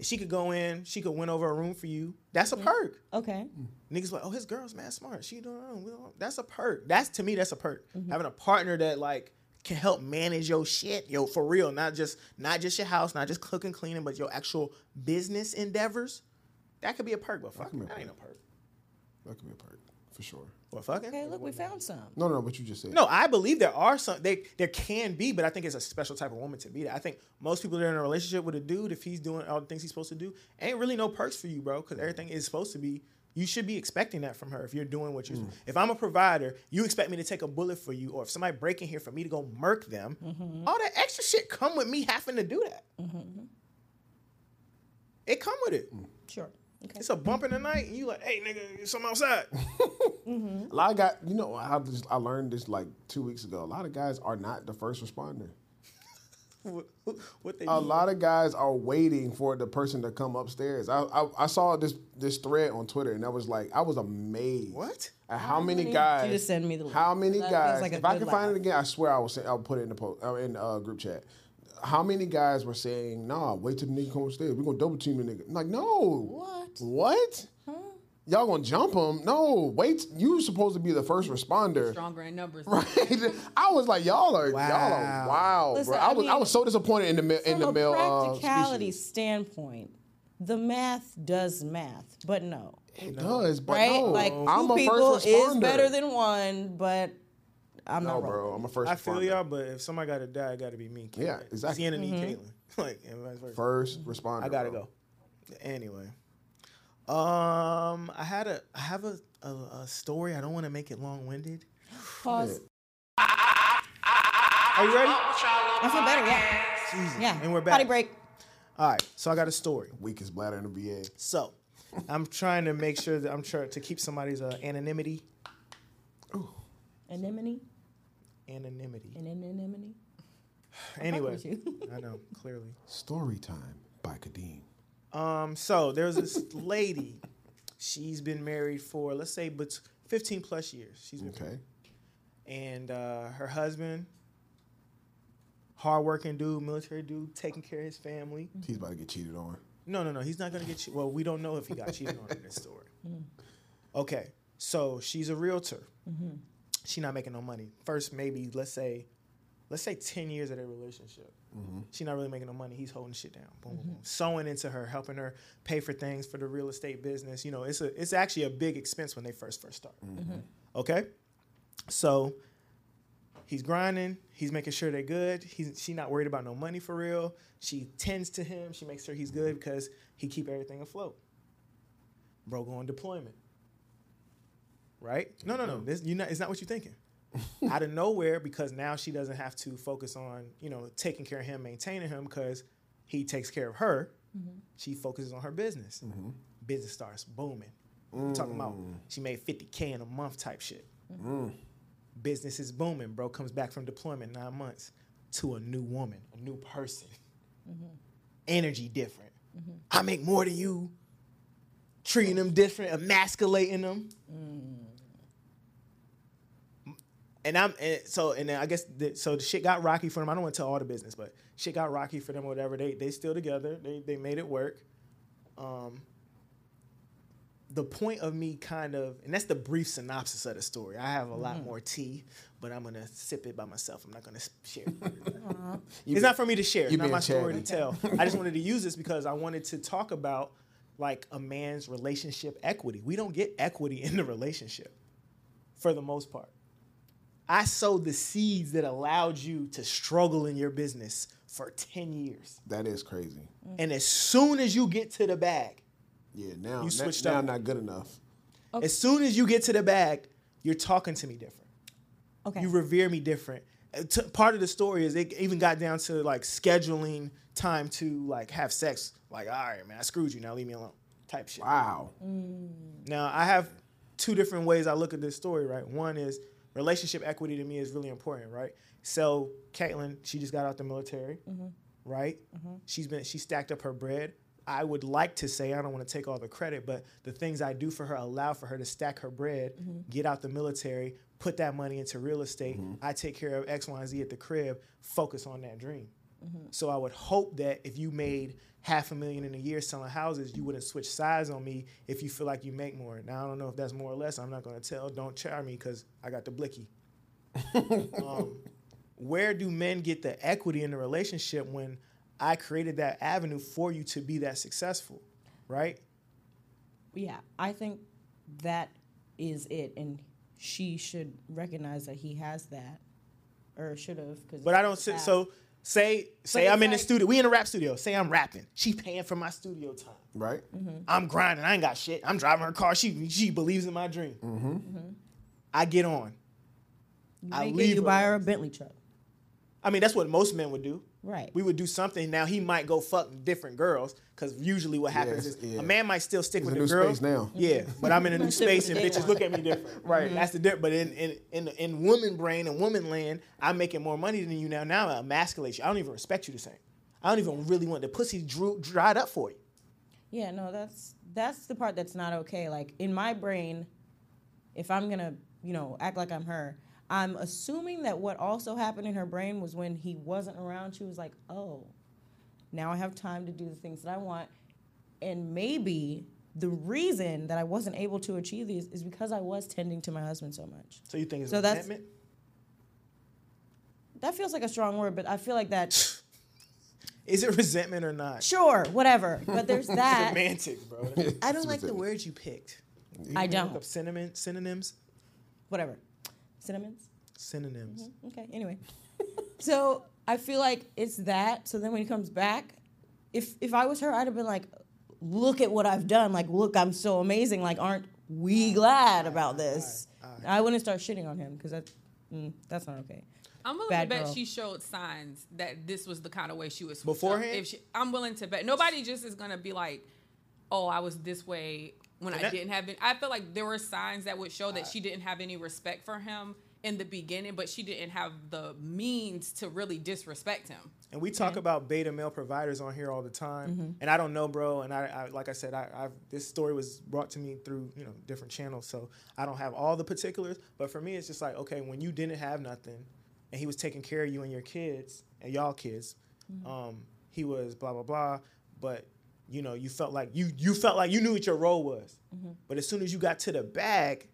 She could go in. She could win over a room for you. That's
Mm-hmm.
a perk.
Okay.
Niggas like, oh, his girl's mad smart. She don't know. We don't- That's a perk. That's to me, that's a perk. Having a partner that like can help manage your shit, yo, for real. Not just not just your house, not just cooking, cleaning, but your actual business endeavors. That could be a perk, but fuck,
can be a
that ain't a
perk.
perk.
That could be a perk for sure.
What fucking?
Okay. Look, we found some.
No, no, what you just said.
No, I believe there are some. They there can be, but I think it's a special type of woman to be that. I think most people that are in a relationship with a dude, if he's doing all the things he's supposed to do, ain't really no perks for you, bro. Because everything is supposed to be. You should be expecting that from her if you're doing what you. If I'm a provider, you expect me to take a bullet for you, or if somebody break in here for me to go murk them. All that extra shit come with me having to do that. It come with it.
Sure. Okay.
It's a bump in the night, and you like, hey nigga, some outside. *laughs*
A lot of guys, you know, I, just, I learned this like two weeks ago. A lot of guys are not the first responder.
what what they?
A
do?
lot of guys are waiting for the person to come upstairs. I, I, I saw this this thread on Twitter, and I was like, I was amazed.
What?
At how many
many-
guys?
You just send me the link.
How many
That feels
guys?
like a
if I
good
can find it
laugh.
again, I swear I will. Say, I'll put it in the post uh, in uh, group chat. How many guys were saying, "Nah, wait till the nigga come upstairs. We're gonna double team the nigga." I'm like, no.
What?
What? Y'all gonna jump him? No, wait. You supposed to be the first responder.
stronger
*laughs*
in numbers.
I was like, y'all are y'all are
Wow.
wow,
Listen,
bro. I
I
was I,
mean,
was so disappointed in the ma- in
From
the
a
male uh,
practicality
species.
standpoint, the math does math, but no,
It does, but
right?
no.
like 2
I'm a
people
first responder.
is better than one, but I'm
no,
not wrong.
bro. I'm a first.
I feel
responder.
y'all, but if somebody got to die, it got to be me. and Caitlyn.
Yeah, exactly.
Sienna need Caitlyn. *laughs* Like, and vice versa.
First responder.
I gotta
bro.
go. Anyway, um, I had a, I have a, a, a story. I don't want to make it long winded.
Pause.
Are you ready?
I feel better. Yeah.
Jesus.
Yeah.
And we're back.
Body break.
All right. So I got a story.
Weakest bladder in the VA.
So I'm trying to make sure that I'm trying to keep somebody's uh, anonymity.
Anemone.
Anonymity.
An anemone.
Anyway,
you.
*laughs*
*laughs*
I know clearly.
Story time by Kadeem.
Um, so there's this lady. She's been married for let's say, but 15 plus years. She's been
Okay.
and uh, her husband, hardworking dude, military dude, taking care of his family.
He's about to get cheated on.
No, no, no, he's not gonna get cheated. Well, we don't know if he got cheated on in this story. Okay, so she's a realtor. She not making no money. First, maybe let's say, let's say ten years of their relationship. She not really making no money. He's holding shit down, boom, boom, boom, sewing into her, helping her pay for things for the real estate business. You know, it's a, it's actually a big expense when they first first start. Okay, so he's grinding. He's making sure they're good. He's she not worried about no money for real. She tends to him. She makes sure he's good because he keep everything afloat. Bro, go on deployment. Right? No, no, no. This you not. It's not what you're thinking. Out of nowhere, because now she doesn't have to focus on you know taking care of him, maintaining him, because he takes care of her. She focuses on her business. Business starts booming. We Talking about she made 50K in a month type shit. Business is booming, bro. Comes back from deployment nine months to a new woman, a new person. Energy different. I make more than you. Treating them different, emasculating them. and I'm and so and then I guess the, so the shit got rocky for them. I don't want to tell all the business, but shit got rocky for them or whatever. They they still together. They they made it work. Um the point of me kind of and that's the brief synopsis of the story. I have a lot more tea, but I'm gonna sip it by myself. I'm not gonna s- share. it. *laughs* it's not for me to share. It's
you
not
being
my story to
charity.
tell.
*laughs*
I just wanted to use this because I wanted to talk about like a man's relationship equity. We don't get equity in the relationship for the most part. I sowed the seeds that allowed you to struggle in your business for 10 years.
That is crazy.
Mm.
And as soon as you get to the bag,
Yeah, now
You
na-
switched
now
up.
I'm not good enough.
as soon as you get to the bag, you're talking to me different.
Okay.
You revere me different. Uh, t- part of the story is it even got down to like scheduling time to like have sex. Like, all right, man, I screwed you. Now leave me alone. Type shit.
Wow.
Now, I have two different ways I look at this story, right? One is relationship equity to me is really important, right? So, Caitlin, she just got out the military, right? She's been she stacked up her bread. I would like to say I don't want to take all the credit, but the things I do for her allow for her to stack her bread, get out the military, put that money into real estate. I take care of X, Y, and Z at the crib. Focus on that dream. So I would hope that if you made half a million in a year selling houses, you wouldn't switch sides on me if you feel like you make more. Now I don't know if that's more or less. I'm not going to tell. Don't char me because I got the blicky. Um, where do men get the equity in the relationship when I created that avenue for you to be that successful, right?
yeah, I think that is it, and she should recognize that he has that, or should have. Cause
But I don't sit. So say say
But
I'm
it's
in the
like-
studio. We in a rap studio. Say I'm rapping. She paying for my studio time.
Right?
Mm-hmm.
I'm grinding. I ain't got shit. I'm driving her car. She she believes in my dream. I get on. I
I
leave
Mm-hmm. you
her
buy her a Bentley truck,
I mean, that's what most men would do.
right?
We would do something. Now he might go fuck different girls because usually what happens
Yes,
is
yeah.
a man might still stick
He's
with
in a
the
new
girl.
space now. Mm-hmm.
Yeah, but I'm in a new space and
Day
bitches
one.
look at me
*laughs*
different. Right, that's the difference. But in in in in woman brain and woman land, I'm making more money than you now. Now I emasculate you. I don't even respect you the same. I don't even really want the pussy drew, dried up for you.
Yeah, no, that's that's the part that's not okay. Like in my brain, if I'm gonna, you know, act like I'm her, I'm assuming that what also happened in her brain was when he wasn't around, she was like, Oh, now I have time to do the things that I want. And maybe the reason that I wasn't able to achieve these is because I was tending to my husband so much.
So you think it's
So that's-
resentment?
That feels like a strong word, but I feel like that
Is it *laughs* resentment or not?
sure, whatever. But there's that.
Romantic, bro.
*laughs*
I don't like the words you picked.
I
Look up
don't.
cinnamon synonyms.
Whatever. Cinnamons?
Synonyms.
Okay, anyway. *laughs* so I feel like it's that. So then when he comes back, if if I was her, I'd have been like, look at what I've done. Like, look, I'm so amazing. Like, aren't we glad about this? I wouldn't start shitting on him because that's mm, that's not okay.
I'm willing
Bad
to bet
girl.
she showed signs that this was the kind of way she was
Beforehand?
If she, I'm willing to bet nobody just is gonna be like, "Oh, I was this way when I
that- Uh,
didn't have." Any. I feel like there were signs that would show that she didn't have any respect for him in the beginning, but she didn't have the means to really disrespect him.
And we talk about beta male providers on here all the time. And I don't know, bro. And I, I like I said, I, I've, this story was brought to me through you know different channels, so I don't have all the particulars. But for me, it's just like okay, when you didn't have nothing, and he was taking care of you and your kids and y'all kids, um, he was blah blah blah. But you know, you felt like you you felt like you knew what your role was. But as soon as you got to the bag,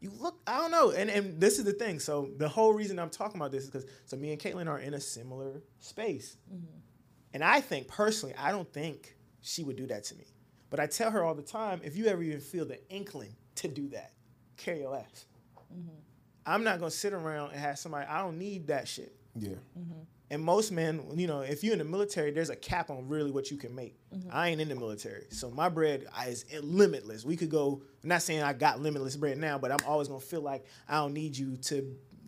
you look i don't know and and this is the thing so the whole reason i'm talking about this is because so me and caitlin are in a similar space and i think personally i don't think she would do that to me but i tell her all the time if you ever even feel the inkling to do that carry your ass i'm not going to sit around and have somebody i don't need that shit
Yeah.
Mm-hmm.
and most men, you know, if you're in the military, there's a cap on really what you can make. I ain't in the military, so my bread is limitless. We could go. I'm not saying I got limitless bread now, but I'm always gonna feel like I don't need you to,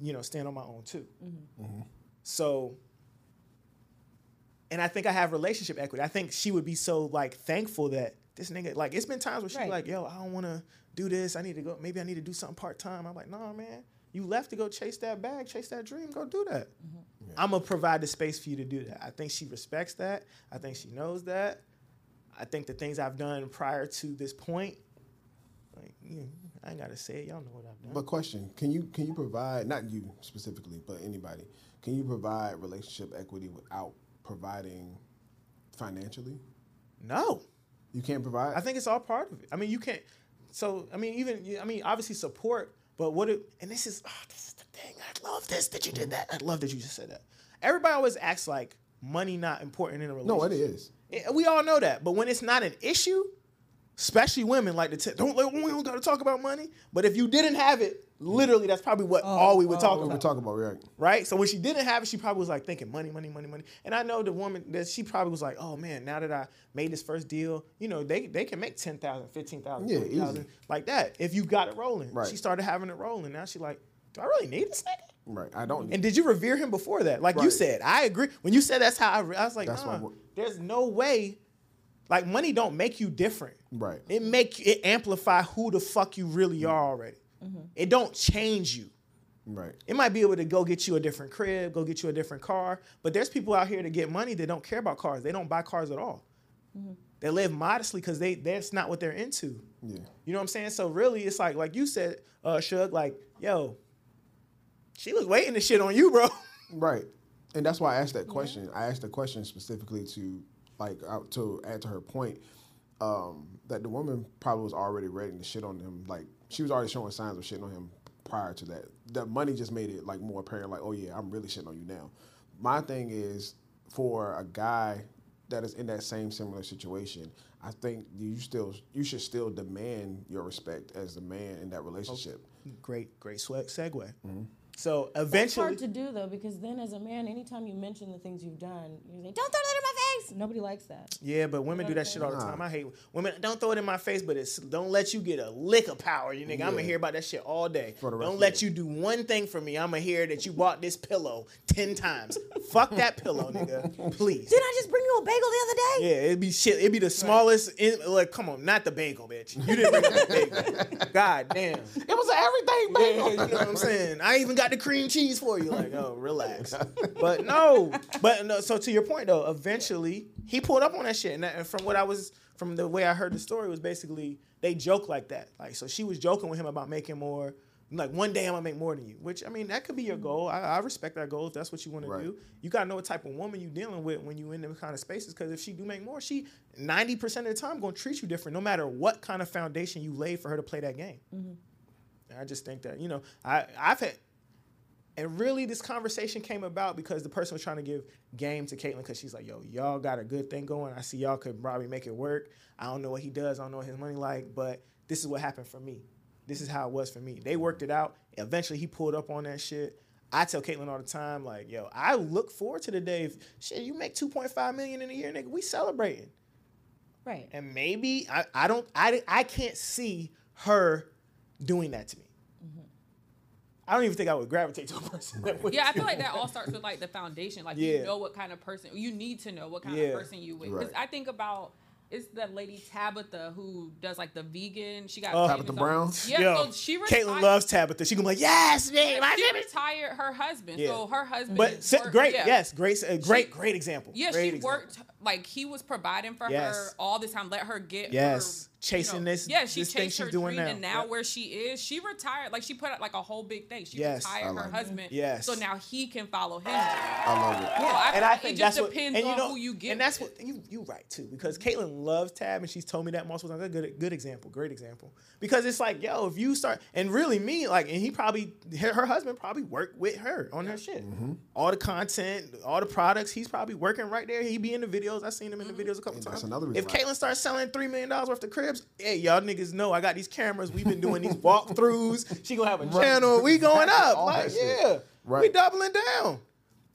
you know, stand on my own too. So, and I think I have relationship equity. I think she would be so like thankful that this nigga, like, it's been times where she's
Right.
like, yo, I don't want to do this. I need to go. Maybe I need to do something part time. I'm like, nah, man. You left to go chase that bag, chase that dream. Go do that. I'm gonna provide the space for you to do that. I think she respects that. I think she knows that. I think the things I've done prior to this point, like, you I ain't gotta say it. Y'all know what I've done.
But question: Can you can you provide not you specifically, but anybody? Can you provide relationship equity without providing financially?
no.
You can't provide.
I think it's all part of it. I mean, you can't. So I mean, even I mean, obviously support, but what? It, and this is oh, this is the thing. I love this that you did that. I love that you just said that. Everybody always acts like money not important in a relationship.
no, it is.
Yeah, Eh, we all know that. But when it's not an issue, especially women like to t- don't let we don't gotta talk about money. But if you didn't have it, literally that's probably what
Oh,
all we would talk
What
about.
we're talking about, right?
Right? So when she didn't have it, she probably was like thinking money, money, money, money. And I know the woman that she probably was like, oh man, now that I made this first deal, you know, they, they can make 10,000, 15,000,
Yeah,
20,000,
easy.
like that if you got it rolling.
Right.
She started having it rolling. Now she like, do I really need this nigga?
Right. I don't.
And did you revere him before that? Like you
Right.
said, I agree. When you said that's how I, re- I was like,
That's
nah,
why we're-
there's no way. Like money don't make you different.
Right. Mm-hmm.
It make it amplify who the fuck you really are already. It don't change you.
right.
It might be able to go get you a different crib, go get you a different car. But there's people out here that get money that don't care about cars. They don't buy cars at all. They live modestly because they that's not what they're into.
Yeah.
You know what I'm saying? So really, it's like like you said, uh, Shug, like yo, she was waiting to shit on you, bro. *laughs*
Right. And that's why I asked that question. I asked the question specifically to like out to add to her point um, that the woman probably was already ready to shit on him. Like she was already showing signs of shitting on him prior to that. The money just made it like more apparent. Like, oh yeah, I'm really shitting on you now. My thing is for a guy that is in that same similar situation. I think you still you should still demand your respect as the man in that relationship.
Great, great swe- segue.
Mm-hmm.
So
It's
eventually,
hard to do though because then as a man, anytime you mention the things you've done, you say, "Don't throw that in my face." Nobody likes that.
yeah, but women do that shit all the time. I hate women. Don't throw it in my face, but it's don't let you get a lick of power, you nigga. I'm gonna hear about that shit all day.
the rest
Don't
of
let
it.
you do one thing for me. I'm gonna hear that you bought this pillow ten times. Fuck that pillow,
*laughs*
nigga. Please.
Didn't I just bring you a bagel the other day?
Yeah, it'd be shit. It'd be the smallest. In, like, come on, not the bagel, bitch. You didn't bring the
*laughs*
bagel. God damn.
It was everything, man.
Yeah, *laughs* you know what I'm saying? I even got the cream cheese for you. Like, oh, relax. But no, but no. So to your point though, eventually he pulled up on that shit, and, that, and from what I was, from the way I heard the story, was basically they joke like that. Like, so she was joking with him about making more. Like one day I'm gonna make more than you, which I mean that could be your goal. I, I respect that goal if that's what you want
Right.
to do. You gotta know what type of woman you dealing with when you in them kind of spaces. Because if she do make more, she 90 percent of the time gonna treat you different, no matter what kind of foundation you lay for her to play that game. And I just think that you know I I've had, and really this conversation came about because the person was trying to give game to Caitlyn because she's like, yo, y'all got a good thing going. I see y'all could probably make it work. I don't know what he does. I don't know what his money like, but this is what happened for me. This is how it was for me. They worked it out. Eventually, he pulled up on that shit. I tell Caitlyn all the time, like, yo, I look forward to the day. If, shit, you make 2.5 million in a year, nigga. We celebrating
Right.
and maybe I, I don't I, I can't see her doing that to me. Mm-hmm. I don't even think I would gravitate to a person that would.
Yeah, I feel like that all starts with like the foundation. Like
Yeah.
you know what kind of person you need to know what kind
Yeah.
of person you with. 'Cause
Right.
I think about it's that lady Tabitha who does like the vegan. She got
Oh.
famous
Tabitha
on-
Brown?
Yeah,
Yo,
so she
Caitlin
retired-
loves Tabitha. She gonna be like, yes, babe, I
She
did it."
retired her husband,
Yeah.
so her husband.
But se-
worked-
great,
yeah.
yes, great, uh, great, great example.
Yeah,
great
she
example.
worked like he was providing for her
Yes.
all this time. Let her get
Yes.
her, you
Chasing
know-
this-
Yeah, she
this
chased
thing she's
her
doing
dream,
now.
and now
Yep.
where she is, she retired. Like she put out like a whole big thing. She
Yes. I
retired her
like that.
husband.
Yes.
So now he can follow
I
him.
love it.
So Oh, I,
and I think
it
that's
just depends
what, and
on
you know,
who you get.
And that's
with.
what you you right too, because Caitlin loves Tab, and she's told me that multiple times. That's a good good example, great example. Because it's like, yo, if you start, and really me, like, and he probably her, her husband probably worked with her on her shit,
Mm-hmm.
all the content, all the products. He's probably working right there. He be in the videos. I seen him
Mm-hmm.
in the videos a couple
And
times.
that's another reason
if
why-
Caitlin starts selling three million dollars worth of cribs, hey, y'all niggas know I got these cameras. We've
*laughs*
been doing these walkthroughs. She gonna have a channel. We going up.
All
like,
that shit.
yeah, we
Right.
doubling down.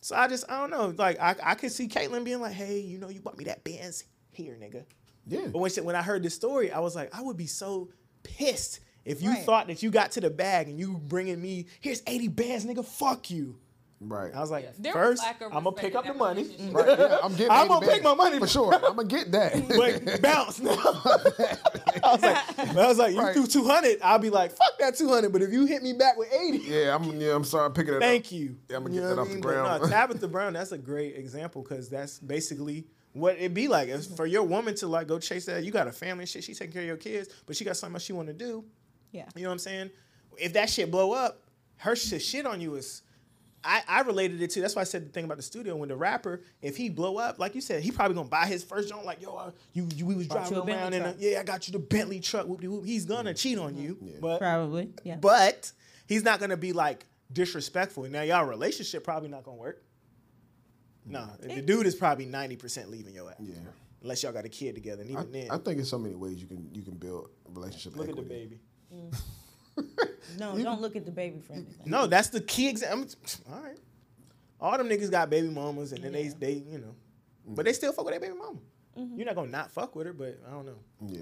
So I just I don't know. Like I I could see Caitlyn being like, hey, you know, you bought me that Benz here, nigga.
Yeah.
But when she, when I heard this story, I was like, I would be so pissed if you
Right.
thought that you got to the bag and you bringing me here's eighty bands, nigga. Fuck you.
Right.
I was like,
There was
first,
lack of
I'm gonna
respect
pick
in
up the
that
money,
relationship.
Right, yeah, I'm getting.
I'm
80
gonna take
bands
my money.
for sure. I'm gonna get that.
*laughs* but bounce now. *laughs* I was like, I was like, you
Right.
do 200, I'll be like, fuck that 200. But if you hit me back with
*laughs*
80,
yeah, I'm. Yeah, I'm sorry. I'm picking it up.
Thank you.
Yeah, I'ma
You
get
know
that
what I
off the
mean? But
ground. *laughs*
No, Tabitha Brown, that's a great example because that's basically what it'd be like. If for your woman to like go chase that, you got a family and shit, she taking care of your kids, but she got something else she want to do.
Yeah.
You know what I'm saying? If that shit blow up, her shit, shit on you is. I, I related it to that's why I said the thing about the studio when the rapper if he blow up like you said he probably gonna buy his first joint like yo I, you, you we was
Bought
driving
you a Bentley
around in a,
truck.
yeah I got you the Bentley truck whoop de whoop he's gonna cheat on you but
Probably. Yeah.
but he's not gonna be like disrespectful. Now y'all relationship probably not gonna work. Nah, the dude is probably ninety percent leaving your ass.
Yeah.
Unless y'all got a kid together, and even then,
I, I think there's so many ways you can you can build relationship
look at the
equity.
baby.
*laughs*
no, don't look at the baby
*laughs*
for anything.
No, that's the key example. All right, all them niggas got baby mamas, and then
Yeah.
they they you know, but they still fuck with their baby mama. You're not gonna not fuck with her, but I don't know.
Yeah.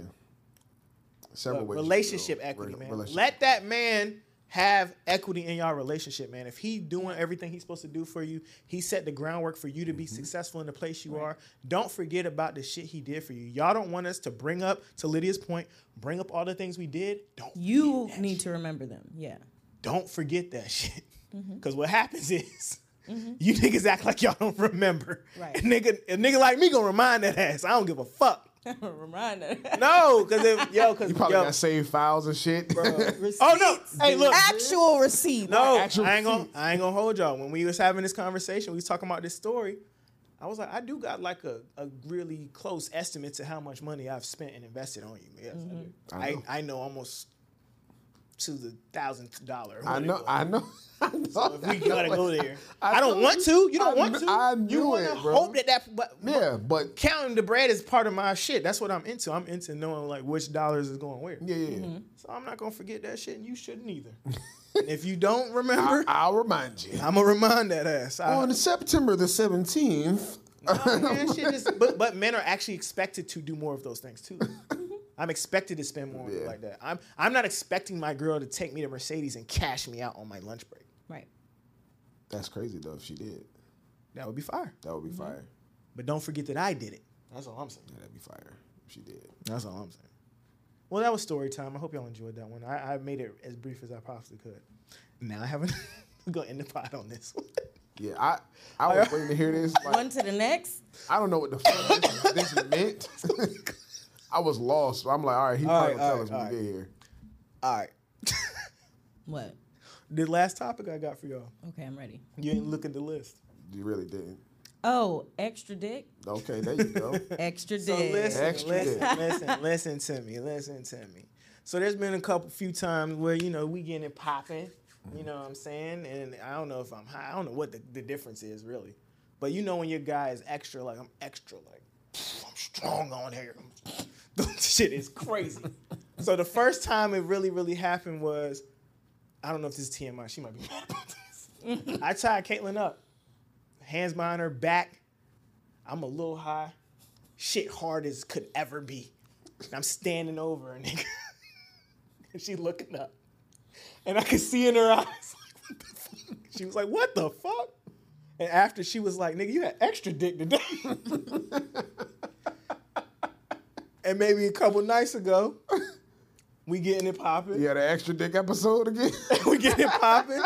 Several
But
ways. you can
relationship
build
equity,
rela-
man.
relationship.
Let that man have equity in y'all relationship, man. If he doing everything he's supposed to do for you, he set the groundwork for you to
Mm-hmm.
be successful in the place you are. Don't forget about the shit he did for you. Y'all don't want us to bring up to Lydia's point, bring up all the things we did. Don't
You need to remember them. Yeah.
don't forget that shit.
Mm-hmm.
Cause what happens is you niggas act like y'all don't remember.
Right.
A nigga, a nigga like me gonna remind that ass. I don't give a fuck.
*laughs* Reminder.
No, cause if yo,
*laughs*
cause
You probably
yo,
got saved files and shit. *laughs*
oh no, hey look,
Actual receipt.
No,
actual
I ain't gonna.
receipts.
I ain't gonna hold y'all. When we was having this conversation, we was talking about this story. I was like, I do got like a, a really close estimate to how much money I've spent and invested on you. Yes, I, do.
Mm-hmm. know.
I, I know almost to the thousandth dollar.
I
what it
know.
was.
I know. *laughs* I know.
we gotta go there.
I
I, don't
know.
want to. You don't
I
want
kn-
to.
I
you
knew
wanna
it, bro.
hope that that. But,
Yeah, but
counting the bread is part of my shit. That's what I'm into. I'm into knowing like which dollars is going where.
yeah, yeah. yeah.
So I'm not gonna forget that shit, and you
*laughs*
shouldn't either. And if you don't remember,
I, will remind you.
I'm gonna remind that ass. I-
On September the 17th,
Oh, *laughs* man, shit is- but but men are actually expected to do more of those
*laughs*
things too. I'm expected to spend more on it
Yeah.
like that. I'm I'm not expecting my girl to take me to Mercedes and cash me out on my lunch break.
Right.
*laughs* that's crazy though. If she did,
That would be fire.
that would be fire.
But don't forget that I did it. That's all I'm saying.
Yeah, that'd be fire. If she did.
That's all I'm saying. Well, that was story time. I hope y'all enjoyed that one. I, I made it as brief as I possibly could. Now I haven't. *laughs* I'm gonna end the pod on this one.
Yeah, I I was waiting to hear
*laughs*
this. Like,
One to the next.
I don't know what the fuck this, this meant. *laughs* I was lost. I'm like, all right, he probably
right,
gonna tell
all
us
right,
when we
all
get here.
All right. *laughs*
What?
The last topic I got for y'all.
Okay, I'm ready.
You didn't look at the list.
You really didn't.
Oh, extra dick.
Okay, there you go.
Extra dick.
So listen,
Extra
listen,
dick.
listen, listen to me, listen to me. So there's been a couple, few times where you know we getting it popping.
Mm-hmm.
You know what I'm saying? And I don't know if I'm high. I don't know what the, the difference is really. But you know when your guy is extra, like I'm extra, like I'm strong on here. *laughs* Shit is crazy. so the first time it really, really happened was, I don't know if this is TMI. She might be *laughs* mad about this. I tied Caitlin up, hands behind her back. I'm a little high shit hard as could ever be. And I'm standing over her, nigga. *laughs* and she looking up. And I could see in her *laughs* eyes, like, what the fuck? She was like, what the fuck? And after she was like, nigga, you had extra dick today. *laughs* and maybe a couple nights ago, *laughs* we getting it popping.
You had an extra dick episode again. *laughs*
we getting it popping.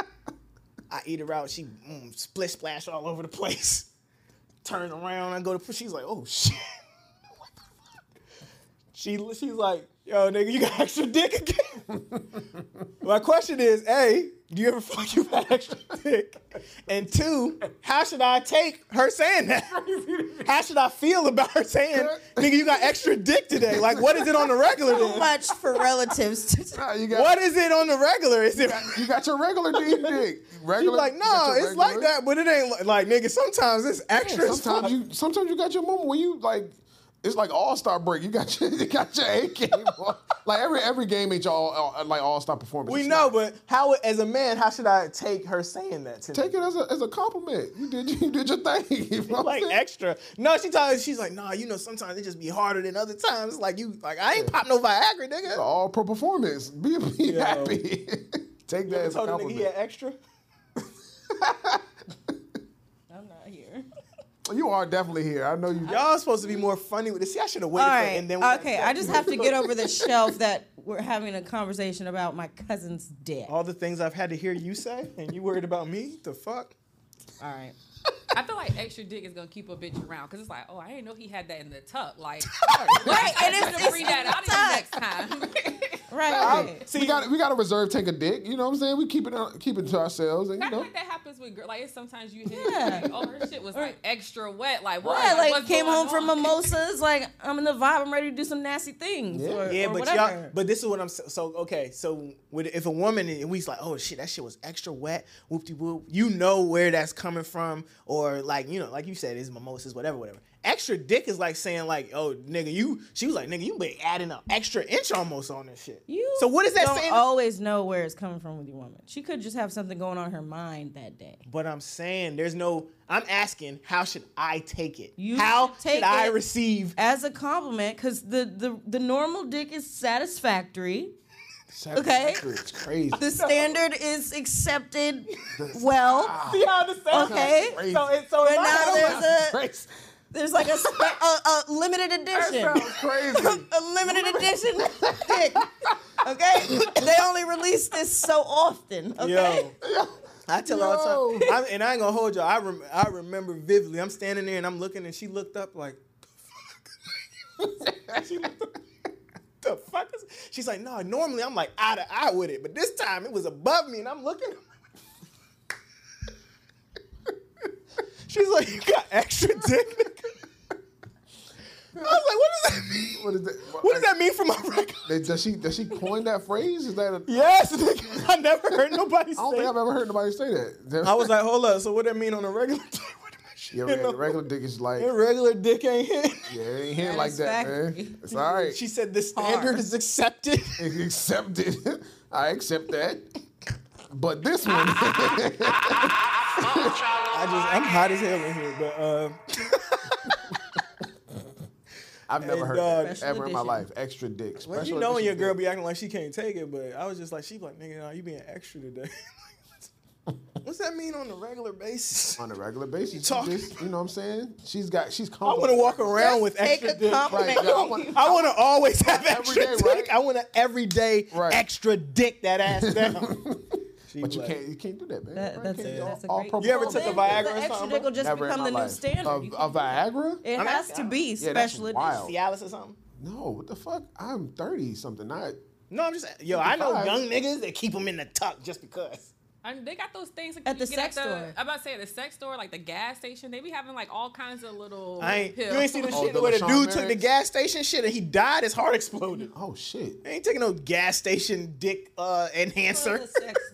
*laughs* I eat her out. She mm, split splash all over the place. Turn around. I go to push. She's like, oh shit. *laughs* What the fuck? She she's like, yo nigga, you got *laughs* extra dick again. My question is, a, do you ever fuck you got extra dick? And two, how should I take her saying *laughs* that? How should I feel about her saying, nigga, you got extra dick today? Like, what is it on the *laughs* regular?
Too
Then?
much for relatives. To
Nah, you got
What is it on the regular? Is it?
you got your regular
*laughs*
deep dick. Regular.
She's like,
you got
no,
your
it's like
regular."
that, but it ain't li- like, nigga. Sometimes it's extra. as
Sometimes
fuck.
you sometimes you got your moment where you like it's like all star break. You got your *laughs* you got your A game. boy. like every every game ain't y'all uh, like all star performance.
we
It's
know,
not-
but how as a man, how should I take her saying that to
take
me?
it as a as a compliment. You did *laughs* you did your thing. You know what I'm
Like
saying?
extra. No, she talking. She's like, nah. You know, sometimes it just be harder than other times. Like you, like I ain't pop no Viagra,
It's
nigga.
all pro performance. Be, be *laughs* happy. Take that
I
as a
told the E nigga he
compliment.
had extra.
You are definitely here. I know you.
Y'all supposed to be more funny with this. See, I should have waited
All
for-
right.
and then
okay, I just have to get over the shelf that we're having a conversation about my cousin's dick. All
all the things I've had to hear you say, and you worried about me? The fuck? *laughs*
right.
I feel like extra dick is gonna keep a bitch around because it's like, oh, I didn't know he had that in the tuck.
*laughs*
Like,
Right,
I'm
and
gonna
it's,
bring
it's
that out in the next time.
*laughs*
*laughs*
right.
I,
right.
we got we got to reserve take a dick. You know what I'm saying? We keep it on- keep it to ourselves, and
I
you
feel
know.
like that happens with girls. Like, it's sometimes you hit
Yeah.
like, oh, her shit was like extra wet. Like, what?
Yeah, like
what's
came
going
home from
on?
mimosas. Like I'm in the vibe. I'm ready to do some nasty things.
Yeah.
or,
Yeah,
or
but
whatever.
y'all, but this is what I'm s- so okay. So with, if a woman and we's like, oh shit, that shit was extra wet, whoop de whoop, you know where that's coming from, or like you know, like you said, it's mimosas, whatever, whatever. Extra dick is like saying like, oh nigga, you. She was like, nigga, you been adding an extra inch almost on this shit.
you
so what is that
don't
saying?
always know where it's coming from with your woman. She could just have something going on in her mind that day.
But I'm saying there's no. I'm asking how should I take it?
You
how
should take
should I
it-
receive?
*laughs* As a compliment, because the, the the normal dick is satisfactory. Okay.
It's crazy.
The standard is accepted well.
See how this sounds?
Okay.
So, it, so
But
in my
now
head, I'm
there's
like,
a
Crazy. *laughs*
there's like a, spe- a, a limited edition.
That sounds crazy.
*laughs* a limited edition dick. Okay? They only release this so often. Okay.
Yo. *laughs* I tell her all the
Yo.
time, I'm, and I ain't gonna hold y'all. I rem- I remember vividly. I'm standing there and I'm looking, and she looked up like, *laughs* she looked up, *laughs* the fuck is? She's like, no. Normally I'm like eye to eye with it, but this time it was above me, and I'm looking. *laughs* She's like, you got extra dick. nigga?" I was like, what does that mean?
What is that?
*laughs* What does that mean for my record? *laughs*
mean? Does she does she coin that phrase? Is that? A,
Yes, nigga. I never heard nobody
I don't
say.
think I've ever heard nobody say that. *laughs*
I was like, hold up. So what that mean on a regular *laughs* day? What am I shit? *laughs*
your regular, regular dick is like,
Your regular dick ain't hit.
yeah, it ain't hit like that, man.
Satisfactory.
It's all right.
*laughs* She said the standard *laughs*
Hard.
is accepted.
accept it. *laughs* I accept that. But this
*laughs*
one, *laughs*
I just, I'm hot as hell in here, but *laughs* uh,
I've never
Hey,
heard
dog.
that
Special
ever in my
edition.
life. Extra dick. Special
you know when your
edition
girl
dick.
be acting like she can't take it, but I was just like, she be like, nigga, nah, you being extra today. *laughs* What's that mean on a regular basis?
on a regular basis, she
talking.
just, you know what I'm saying? She's got, she's
I want to
comfortable.
walk around with
Take
extra
a
dick. *laughs*
compliment.
Right, yeah, I wanna-
I want to always have extra
day,
dick.
right?
I want to every day
Right.
extra dick that *laughs* ass down.
*laughs*
She
But you
like-
can't, you can't do that, man.
That-
Right?
that's
Can't
a-
do all-
that's a
all
great-
purpose.
You ever took a
Then
Viagra
the
or
extra
something,
dick
bro?
will just
Never in
become
my
the new
life.
standard.
Of-
You
A Viagra?
It
mean,
has to be
yeah, that's
special
wild.
edition.
Cialis or something?
No, what the fuck? I'm 30 something. Not
No, I'm just yo. I know
55.
young niggas that keep them in the tuck just because.
*laughs* And they got those things like
At
you
the
get
sex store.
I'm about to say at the sex store, like the gas station. They be having like all kinds of little.
I ain't. You
pills.
ain't see the
Oh,
shit
the
where the
LaShawn
dude took the
Merrick's?
gas station shit and he died. His heart exploded.
Oh shit.
I ain't taking no gas station dick uh, enhancer.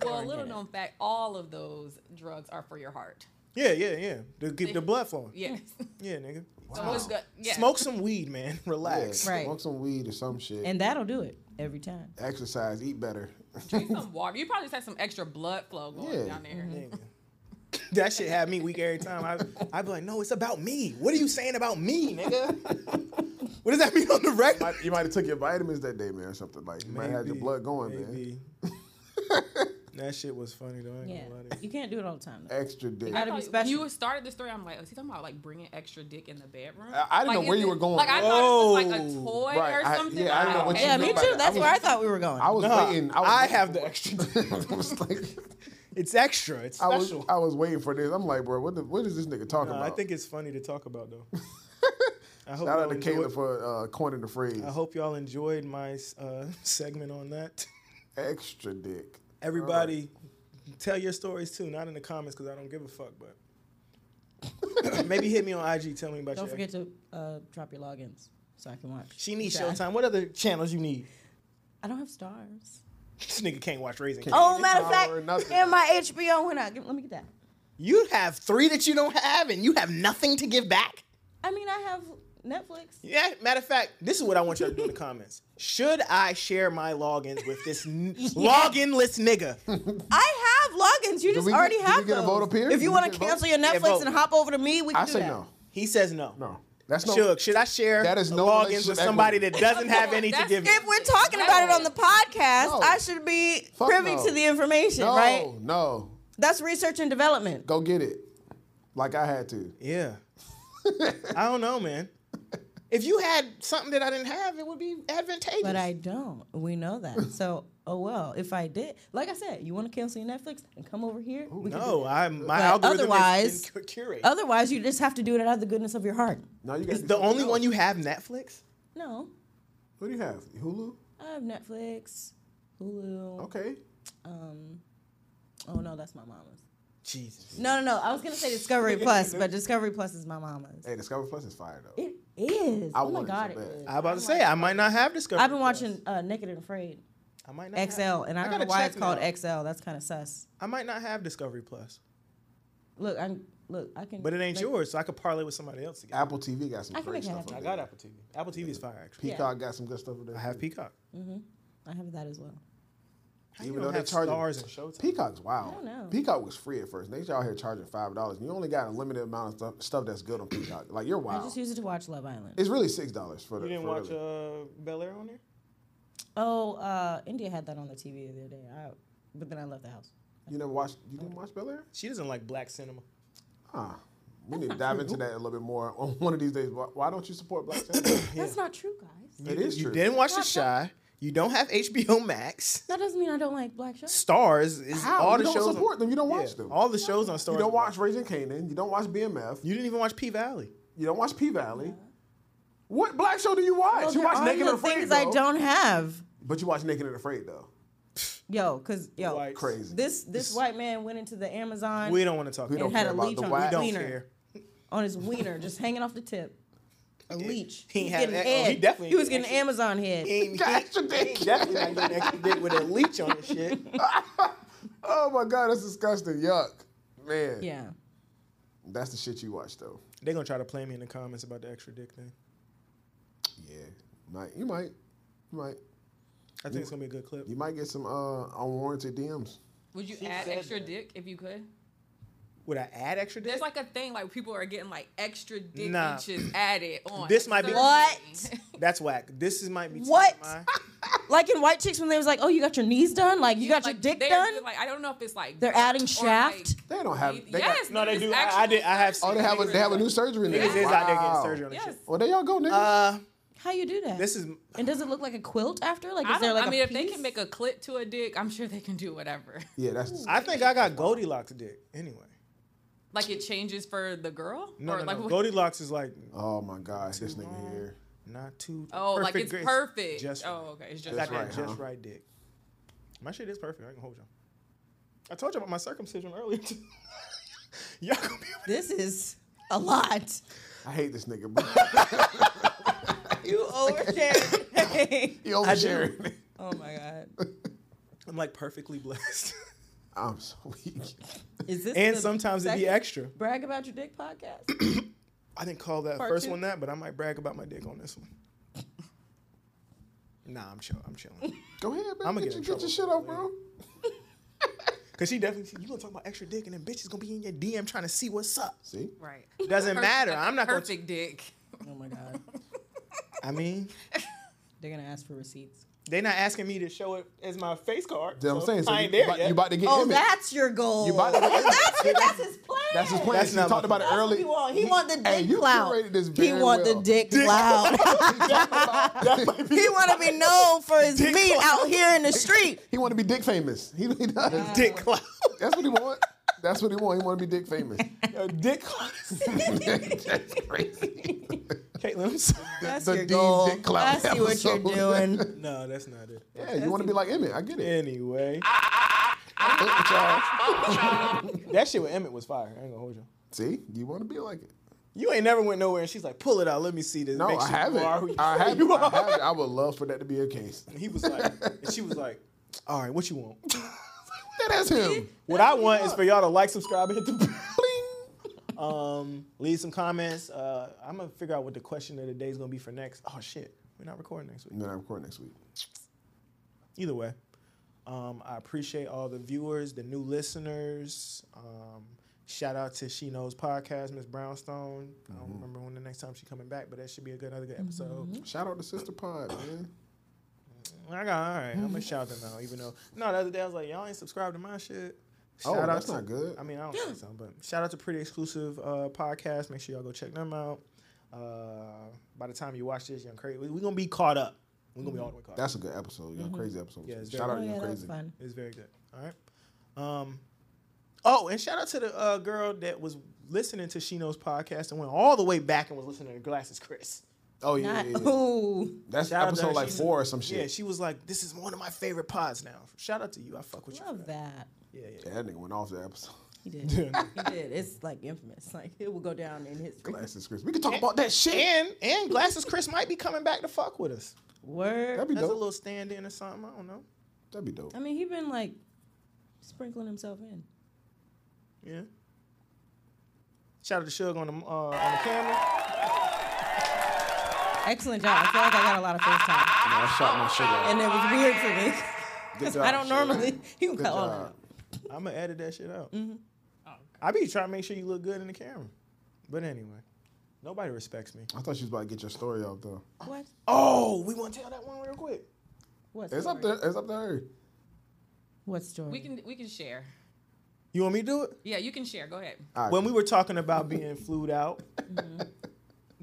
Well, little known fact, all of those drugs are for your heart.
yeah, yeah, yeah. To keep the blood flowing.
*laughs*
Yes.
Yeah, nigga.
So it's good. Yeah.
Smoke some weed, man. *laughs*
Yeah,
Relax.
Right.
Smoke some weed or some shit.
And that'll do it every time.
Exercise. Eat better.
Drink some water. You probably just had some extra blood flow going
Yeah.
down there.
Nigga. That shit had me weak every time. I I'd be like, no, it's about me. What are you saying about me, nigga? *laughs* what does that mean on the record?
Might- You might have took your vitamins that day, man, or something like. You might have had your
Maybe.
blood going, man. *laughs*
Maybe. that shit was funny though. I ain't
Yeah.
gonna lie to you.
You can't do it all the time. Though.
Extra dick.
Gotta
I
be
thought
special.
You started the story. I'm like, oh, is he talking about like bringing extra dick in the bedroom?
I- I didn't
Like,
know where
is
you were going.
Like I thought it was like a
Whoa.
toy
Right, I-
or something.
yeah, I didn't know what you
yeah,
meant
me
by
too.
that.
That's
I
where I
was-
thought we were going.
I was
Nah,
waiting. I, was
I
waiting
have
for
the
it. *laughs*
extra.
I was like,
It's extra. It's
I
special.
was, I was waiting for this. I'm like, bro, what, the, what is this nigga talking
Nah, I
about? *laughs*
think it's funny to talk about though. I hope
Shout out
y'all
to
enjoy-
Kayla for uh, coining the phrase.
I hope y'all enjoyed my uh, *laughs* segment
*laughs*
on that.
Extra dick.
Everybody, tell your stories too, not in the comments because I don't give a fuck.
*laughs*
But maybe hit me on IG. Tell me about
Don't
your.
forget to uh, drop your logins so I can watch.
She needs
Yeah.
Showtime. What other channels you need? *laughs*
I don't have stars.
This nigga can't watch Raising. Cane's.
Oh, matter of
Or
fact,
nothing.
in my HBO, when I give, let me get that.
You have three that you don't have, and you have nothing to give back.
I mean, I have Netflix.
Yeah, matter of fact, this is what I want y'all to do in
*laughs*
the comments. Should I share my logins with this n- loginless nigga?
I have logins. You just
we get-
already
did
have
we get a
those.
vote up here?
If
Did
you
we
want
get
to
a vote?
cancel your
Yeah,
Netflix
vote.
and hop over to me, we can
I
do
say
that.
no.
He says no.
No. That's no.
Should should I share
That is no
logins
relationship
with somebody
equity.
that doesn't have any to
That's
give? me?
If we're talking about it on the podcast,
No.
I should be
Fuck
privy
no.
to the information,
No,
right?
no.
That's research and development.
Go get it. Like I had to.
Yeah. I don't know, man. *laughs* If you had something that I didn't have, it would be advantageous.
But I don't. We
*laughs*
know that. So, oh well. If I did, like I said, you want to cancel your Netflix and come over here. we can do
no,
that.
I my
But
algorithm
otherwise-
is in cu- curate.
Otherwise, you just have to do it out of the goodness of your heart.
*laughs* Now you
Is
got
the only one you have Netflix?
No,
Who do you have? Hulu.
I have Netflix, Hulu.
Okay.
Oh no, that's my mama's.
Jesus.
No, no, no. I was gonna say
*laughs*
Discovery Plus, but Discovery Plus is my mama's.
Hey, Discover Plus is fire though.
It is.
I
oh my
wanted
god,
so
it
bad.
is.
I about to say I might not have Discovery.
I've been
Plus.
watching uh, Naked and Afraid
I might not have-
XL, and I don't
gotta
know why
check
it's called
now.
XL. That's kind of sus.
I might not have Discovery Plus,
Look, I'm look. I can.
but it ain't
make-
yours, so I could parlay with somebody else to get. it.
Apple TV got some
I can
great
make it
stuff.
happen.
on
I
there.
got Apple TV. Apple TV is fire actually.
Peacock got some good stuff. over there.
I have Peacock.
Mm. I have that as well.
How
Even
you
though
don't
they
have
charge you-
stars and Showtime?
Peacock's wild.
I don't know.
Peacock was free at first. They out here charging five dollars. You only got a limited amount of stuff, stuff that's good on Peacock. Like you're
I
wild.
just use it to watch Love Island.
It's really six dollars for the.
you didn't
for
watch
the,
uh, Bel Air on there?
Oh, uh, India had that on the TV the other day. I, but then I left the house.
You never watched. You didn't watch Bel Air?
She doesn't like black cinema.
Huh. We need to dive into that a little bit more on *laughs* one of these days. Why, why don't you support Black
*coughs*
Channels?
That's not true, guys.
it is
You
true.
didn't watch The Shy. You don't have HBO Max. *laughs*
That doesn't mean I don't like black shows.
Stars is
How?
all
You
the
don't
shows. on-
support them. You don't
Yeah,
watch them.
All the shows on Stars.
You don't
are-
watch Raging Canaan. You don't watch BMF.
You didn't even watch P Valley.
You don't watch P Valley. What black show do you watch?
Well,
you
there
watch
are
Naked
no
and Afraid.
things
Though.
I don't have.
But you watch Naked and Afraid though. *laughs*
Yo, cause yo,
Whites.
Crazy.
this this white man went into the Amazon
We don't want to talk.
We
about
don't
and
it.
had
care
a
about
leech
the
on
white.
his
We don't
wiener,
care.
on his wiener, just hanging off the tip. A leech.
He
He, was
had
getting
that- oh,
head.
he definitely
he was
did
getting
actually.
Amazon head.
He ain't- he
That's
ain't definitely not getting extra dick with a leech on his shit. *laughs*
Oh my god, that's disgusting. Yuck, man.
Yeah.
That's the shit you watch though.
They're gonna try to play me in the comments about the extra dick thing.
Yeah, might you might, you might,
I think it's gonna be a good clip.
you might get some uh unwarranted DMs.
Would you
She
add
said
extra
that.
dick if you could?
Would I add extra dick?
There's like a thing like people are getting like extra dick
Nah.
inches added on.
This might be-
certain
What?
*laughs* things.
That's whack. This is might be
What?
TMI.
Like in white chicks when they was like, "Oh, you got your knees done? Like you got
Like,
your dick
they're
done?"
doing, Like I don't know if it's like
They're adding
or,
shaft?
They don't have. They got-
yes,
No, they
it's
do.
actual
I, I did. I have.
oh,
seen
they have a
niggas
they have a
out-
new surgery. now.
Niggas is out there getting
Wow.
surgery on that
Yes.
shit.
Well, there y'all go, niggas.
Uh,
How you do that?
this is
and does it look like a quilt after? Like
I,
is there
don't-
like
I mean,
a
if they
piece?
can make a clip to a dick, I'm sure they can do whatever. *laughs*
yeah, that's. Disgusting.
I think I got Goldilocks dick anyway.
Like it changes for the girl,
No,
or
no,
like
no.
what-
Goldilocks is like
Oh my gosh, this nigga here.
not too.
oh, like
perfect
it's
grace.
perfect.
Just right.
oh, okay, it's just
got
right.
that
right,
just
huh?
right dick. My shit is perfect. I can hold you. I told you about my circumcision earlier. too. *laughs* Y'all gonna be able to-
This is a lot.
I hate this nigga.
*laughs*
Bro.
You oversharing.
he oversharing.
*laughs* oh my god.
I'm like perfectly blessed. *laughs*
I'm so weak.
Is this
and
the
sometimes it'd be
second
extra.
brag about your dick podcast?
I didn't call that
Part
first
two.
one that, but I might brag about my dick on this one. *laughs* nah, I'm chilling. I'm chilling.
*laughs*
Go ahead, man.
I'ma
get,
get
you,
in
get your
trouble
shit
for
off,
it
bro.
Cause she definitely said, you gonna talk about extra dick and then bitch is gonna be in your DM trying to see what's up.
See,
right.
Doesn't
Perfect-
matter. I'm not gonna.
perfect dick.
oh my god.
I mean,
They're gonna ask for receipts.
they're not asking me to show it as my face card.
that's what I'm saying. So
I
you,
ain't there
about,
yet.
you about to get
*laughs* Oh,
image.
that's your goal.
You about to get image.
*laughs* that's, that's his plan.
That's his plan.
That's
She
not my
talked about it
That's what
early.
he want. He want the dick
Hey, you
clout.
curated this
He
very
want
well.
the dick clout.
that
*laughs*
might be
*laughs* he want to be known for his
Dick
meat
clout.
out here in the street.
He want to be dick famous. He, he does.
dick cloud.
That's what he want. That's what he want. He want to be dick famous.
Yo, dick cloud.
*laughs* That's crazy.
Caitlin, I'm sorry.
*laughs* That's
The
your
Dean
goal.
Dick Clout
I see what you're
episode.
doing.
No, that's not it.
*laughs* Yeah, you want to be like Emmett. I get it.
Anyway,
Look, y'all.
that shit with Emmett was fire. I ain't gonna hold you.
See, you want to be like it.
You ain't never went nowhere, and she's like, "Pull it out, let me see this."
No,
Make
I
sure you
haven't.
are who you
I
say
haven't.
you
I
are."
haven't. I would love for that to be a
*laughs*
case.
And he was like, and she was like, "All right, what you want?
*laughs* That is him.
What I want is for y'all to like, subscribe, and hit the bell. um, leave some comments. Uh, I'm gonna figure out what the question of the day is gonna be for next. Oh shit, we're not recording next week.
And then I record next week.
Either way, um, I appreciate all the viewers, the new listeners. Um, shout out to She Knows Podcast, Miss Brownstone. I
Mm-hmm.
don't remember when the next time she's coming back, but that should be a good another good episode.
Shout out to Sister Pod, man.
I got all right. I'm gonna shout them out, even though no, the other day I was like, y'all ain't subscribed to my shit.
Oh,
Shout out
that's
to-
not good.
I mean, I don't think so, but shout out to Pretty Exclusive uh, Podcast. Make sure y'all go check them out. Uh, by the time you watch this, Young Crazy, we're gonna be caught up. We're gonna be all the way caught. up.
That's a good episode. Young crazy episode.
Yeah, it's
Shout out to
very-
Mm-hmm. Oh yeah,
Young
that was
crazy.
fun.
It's very good. All right. Um, oh, and shout out to the uh, girl that was listening to She Knows podcast and went all the way back and was listening to Glasses Chris.
Oh yeah,
Not,
yeah, yeah.
ooh.
That's
Shout out to her.
episode like
She's-
four or some
Yeah,
shit.
she was like, "This is one of my favorite pods now." Shout out to you. I fuck with you. for
Love that.
Yeah, yeah.
Yeah, that nigga went off the
*laughs*
episode. *laughs*
He did. he did. It's like infamous. Like it will go down in history.
Glasses, Chris. We can talk about that shit.
And and Glasses Chris might be coming back to fuck with us.
Word.
That'd be
That's a
dope.
little stand-in or something. I don't know.
That'd be dope.
I mean, he been like sprinkling himself in.
Yeah. Shout out to Suge on the uh, on the camera.
Excellent job. I feel like I got a lot of FaceTime.
I shot my shit
*laughs*
out.
And it was weird for me. *laughs* 'Cause
job,
I don't
Suge.
normally. You
Good
got all
job.
that.
I'm gonna edit that shit out. I be trying to make sure you look good in the camera. But anyway, nobody respects me.
I thought she was about to get your story out though.
What?
Oh, we want to tell that one real quick.
What story?
It's up there. It's up there.
What story?
We can we can share.
You want me to do it?
Yeah, you can share. Go ahead.
All right.
When we were talking about being flued out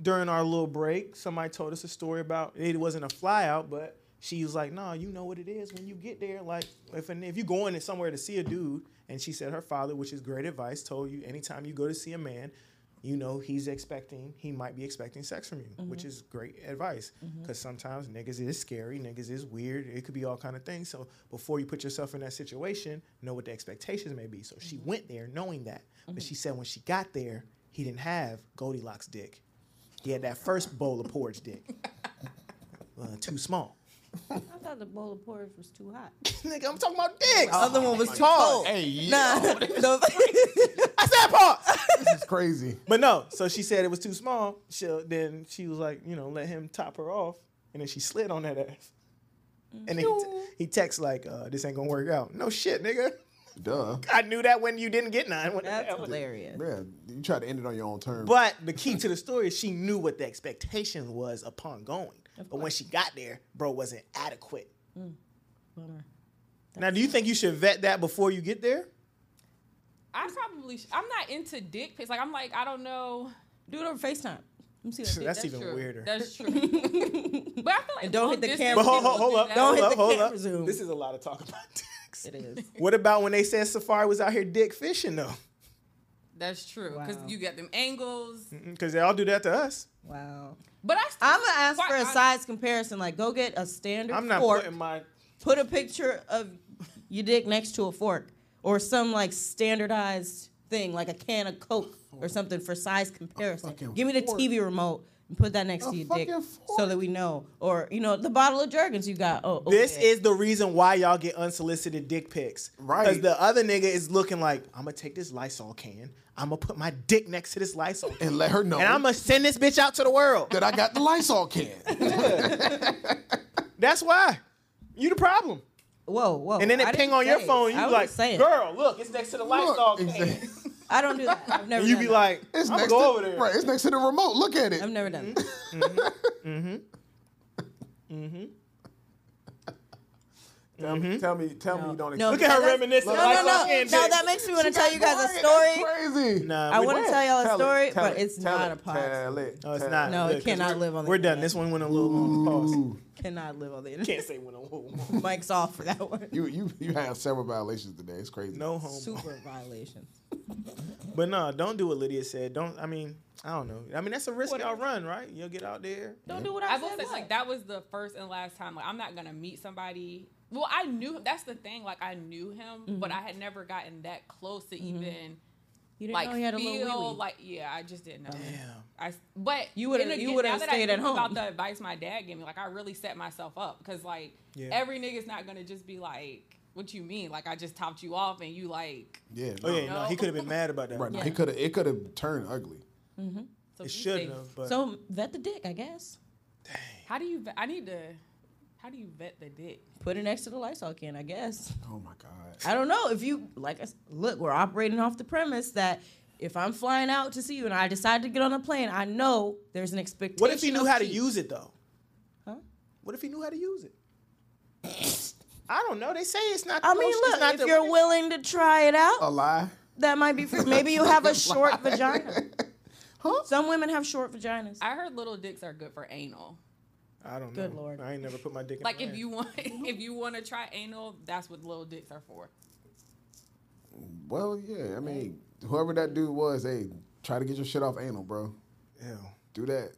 during our little break, somebody told us a story about it wasn't a fly out, but she was like, "No, you know what it is when you get there. Like if an, if you go in somewhere to see a dude, and she said her father, which is great advice, told you anytime you go to see a man." You know he's expecting, he might be expecting sex from you, which is great advice. Because sometimes niggas is scary, niggas is weird. It could be all kind of things. So before you put yourself in that situation, know what the expectations may be. So she went there knowing that, but she said when she got there, he didn't have Goldilocks dick. He had that first bowl of porridge dick. *laughs* Uh, too small.
I thought the bowl of porridge was too *laughs* hot.
Nigga, I'm talking about dicks.
Other one
Oh,
was too cold.
Hey, yo,
Nah.
*laughs*
the-
I said pause.
this is crazy.
*laughs* But no, so she said it was too small. She then she was like, you know, let him top her off, and then she slid on that ass. And then he, t- he texts like, uh, "This ain't gonna work out." No shit, nigga.
Duh.
I knew that when you didn't get nine. When the
That's
hell-
hilarious.
Yeah, you try to end it on your own terms.
But the key to the story is she knew what the expectation was upon going. But when she got there, bro wasn't adequate.
Mm. Bummer.
now, do you think you should vet that before you get there?
I probably sh- I'm not into dick pics. Like I'm like I don't know.
Do it over FaceTime. Let me see that.
That's,
dick.
*laughs* even
true.
weirder.
*laughs* That's true. but I feel
*laughs*
like
don't
long
hit the
distance
But
camera.
hold, hold,
people
hold
do
up,
that.
Don't
hold
hit
up,
the
hold up.
camera zoom.
This is a lot of talk about dicks.
It is.
What about when they said Safari was out here dick fishing though?
That's true. Because
Wow.
you get them angles.
Because they all do that to us.
Wow.
But I still,
I'm gonna ask
why-
for a
I-
size comparison. Like, go get a standard
I'm not
fork.
putting my.
put a picture of your dick next to a fork or some like standardized thing, like a can of Coke or something for size comparison.
fucking
Give me the
fork.
TV remote and put that next
A
to your dick
fucking
so
fork.
that we know. Or you know the bottle of Jergens you got. Oh, oh,
This
yeah.
is the reason why y'all get unsolicited dick pics.
Right.
Because the other nigga is looking like, I'm gonna take this Lysol can, I'm gonna put my dick next to this Lysol can,
and let her know
and I'm gonna send this bitch out to the *laughs* world.
that I got the Lysol
*laughs*
can.
That's why. You the problem.
whoa, whoa.
And then it
I
ping
didn't
on your
say-
phone.
I
You
wasn't
like,
saying.
girl, look, it's next to the Lysol
Look,
can.
exactly.
I don't do that. I've never.
And you
done
be
that.
like, I'm
It's
gonna
next
go
to,
over there.
Right, it's next to the remote. Look at it.
I've never done that.
Mm-hmm. Tell,
Mm-hmm.
me, tell me, tell me you don't.
No,
Look at her
that's-
reminiscing
No,
like
no,
some
no.
kid
No,
did.
that makes me want to tell you guys a
That's
story.
crazy.
Nah,
I
we-
want to tell y'all a
Tell it,
story,
tell
but
it,
it's
tell
not
it,
a podcast.
tell it,
No, it's
tell
not.
it.
No, it
Look, 'cause
cannot
we're-
live on the
We're done. This one went a little long pause.
Cannot live on the internet. *laughs*
Can't say went a little long.
Mike's off for
*laughs*
that one.
You you you have several violations today. It's crazy.
No homo.
Super violations.
But no, don't do what Lydia said. Don't. I mean, I don't know. I mean, that's a risk y'all run, right? You'll get out there.
Don't do what I,
I will
said.
say,
what?
like, that was the first and last time. Like, I'm not gonna meet somebody. Well, I knew that's the thing. Like, I knew him, but I had never gotten that close to even
You didn't
like
know he had a
feel
little wee
like yeah. I just didn't know.
Damn.
I but
You would've-
and again,
you would've
now that I
stayed at
think About
home.
the advice my dad gave me, like I really set myself up because like
Yeah.
every nigga's not gonna just be like, "What you mean? Like I just topped you off and you like."
Yeah.
Oh
no.
yeah, no, he could have been mad about that.
Right. no, He could have. It could have turned ugly.
So
It
be
shouldn't
safe.
have. But
So vet the dick, I guess.
How do you? Vet, I need to. How do you vet the dick?
Put it next to the Lysol can, I guess.
Oh my god.
I don't know if you like. I s- Look, we're operating off the premise that if I'm flying out to see you and I decide to get on a plane, I know there's an expectation.
what if he knew
of
how to
cheese.
use it though?
Huh?
What if he knew how to use it? I don't know. They say it's not.
I
the
mean,
most- it's
look,
not
if
the- Oh.
you're willing to try it out,
A lie.
that
*laughs*
might be for maybe you have a short vagina. Some women have short vaginas.
I heard little dicks are good for anal.
I don't know.
Good lord.
I ain't never put my dick. in
Like
my
if
ass. *laughs*
you want, if you want to try anal, that's what little dicks are for.
Well, yeah. I mean, whoever that dude was, hey, try to get your shit off anal, bro.
Ew.
Do that.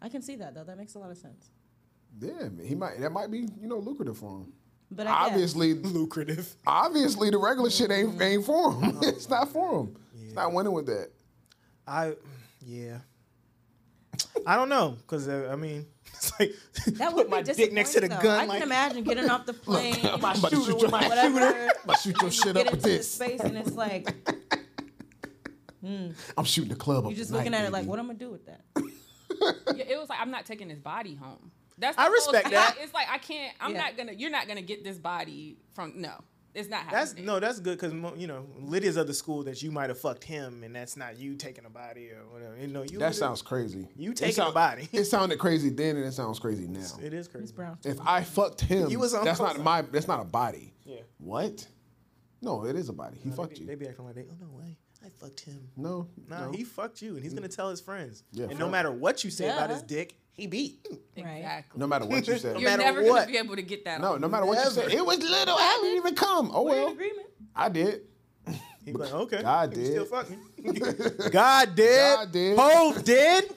I can see that though. That makes a lot of sense.
Yeah, man, he might. That might be, you know, lucrative for him.
But I guess *laughs* Mm-hmm.
Obviously,
lucrative.
obviously, the regular shit ain't ain't for him. *laughs* it's not for him. It's not winning with that.
I, yeah. I don't know, cause uh, I mean, *laughs* it's like
that would
put my
be
dick next to the
disappointing, though.
gun.
I
like,
can imagine getting off the plane,
I'm about to shoot your-
whatever.
I'm about to shoot your shit
Get
up with
into the
this.
space and it's like
I'm shooting the club up.
you're just
tonight,
looking at
baby.
it like, what am I gonna do with that?
Yeah, it was like I'm not taking his body home. That's
I
the whole
respect
thing.
that.
It's like I can't. I'm
Yeah.
not gonna. You're not gonna get this body from. No, it's not happening.
that's no, that's good, cause mo- you know Lydia's of the school that you might have fucked him, and that's not you taking a body or whatever. You know, you
That sounds crazy.
You
It
taking
sound-
a body.
*laughs*
*laughs*
It sounded crazy then, and it sounds crazy now.
It is crazy.
Brown.
If I fucked him,
You was on
that's not
cocaine.
my. That's not a body.
Yeah.
What? No, it is a body. He fucked
They,
you.
they be acting like they. Oh no way. I fucked him.
no,
Nah,
no. Mm.
he fucked you, and he's gonna tell his friends.
Yeah,
and
fuck
no
him.
matter what you say about
Duh.
his dick, he beat.
exactly.
no matter what you
*laughs*
say.
No
You're
matter
never
what.
gonna be able to get that.
no,
off.
no matter what you say.
Never.
It was little. I didn't even come. Oh
We're in
well,
agreement.
I did.
He's like, okay,
God
you still
did. *laughs*
fuck me. God did.
God did.
Hove
*laughs*
did.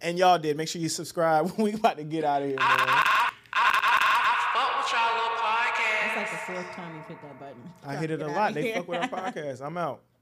and y'all did. Make sure you subscribe. *laughs* we about to get out of here, man.
It's like the fourth time you've hit that button.
I hit it a
Get outta
lot. They
here.
fuck with our podcast. I'm out.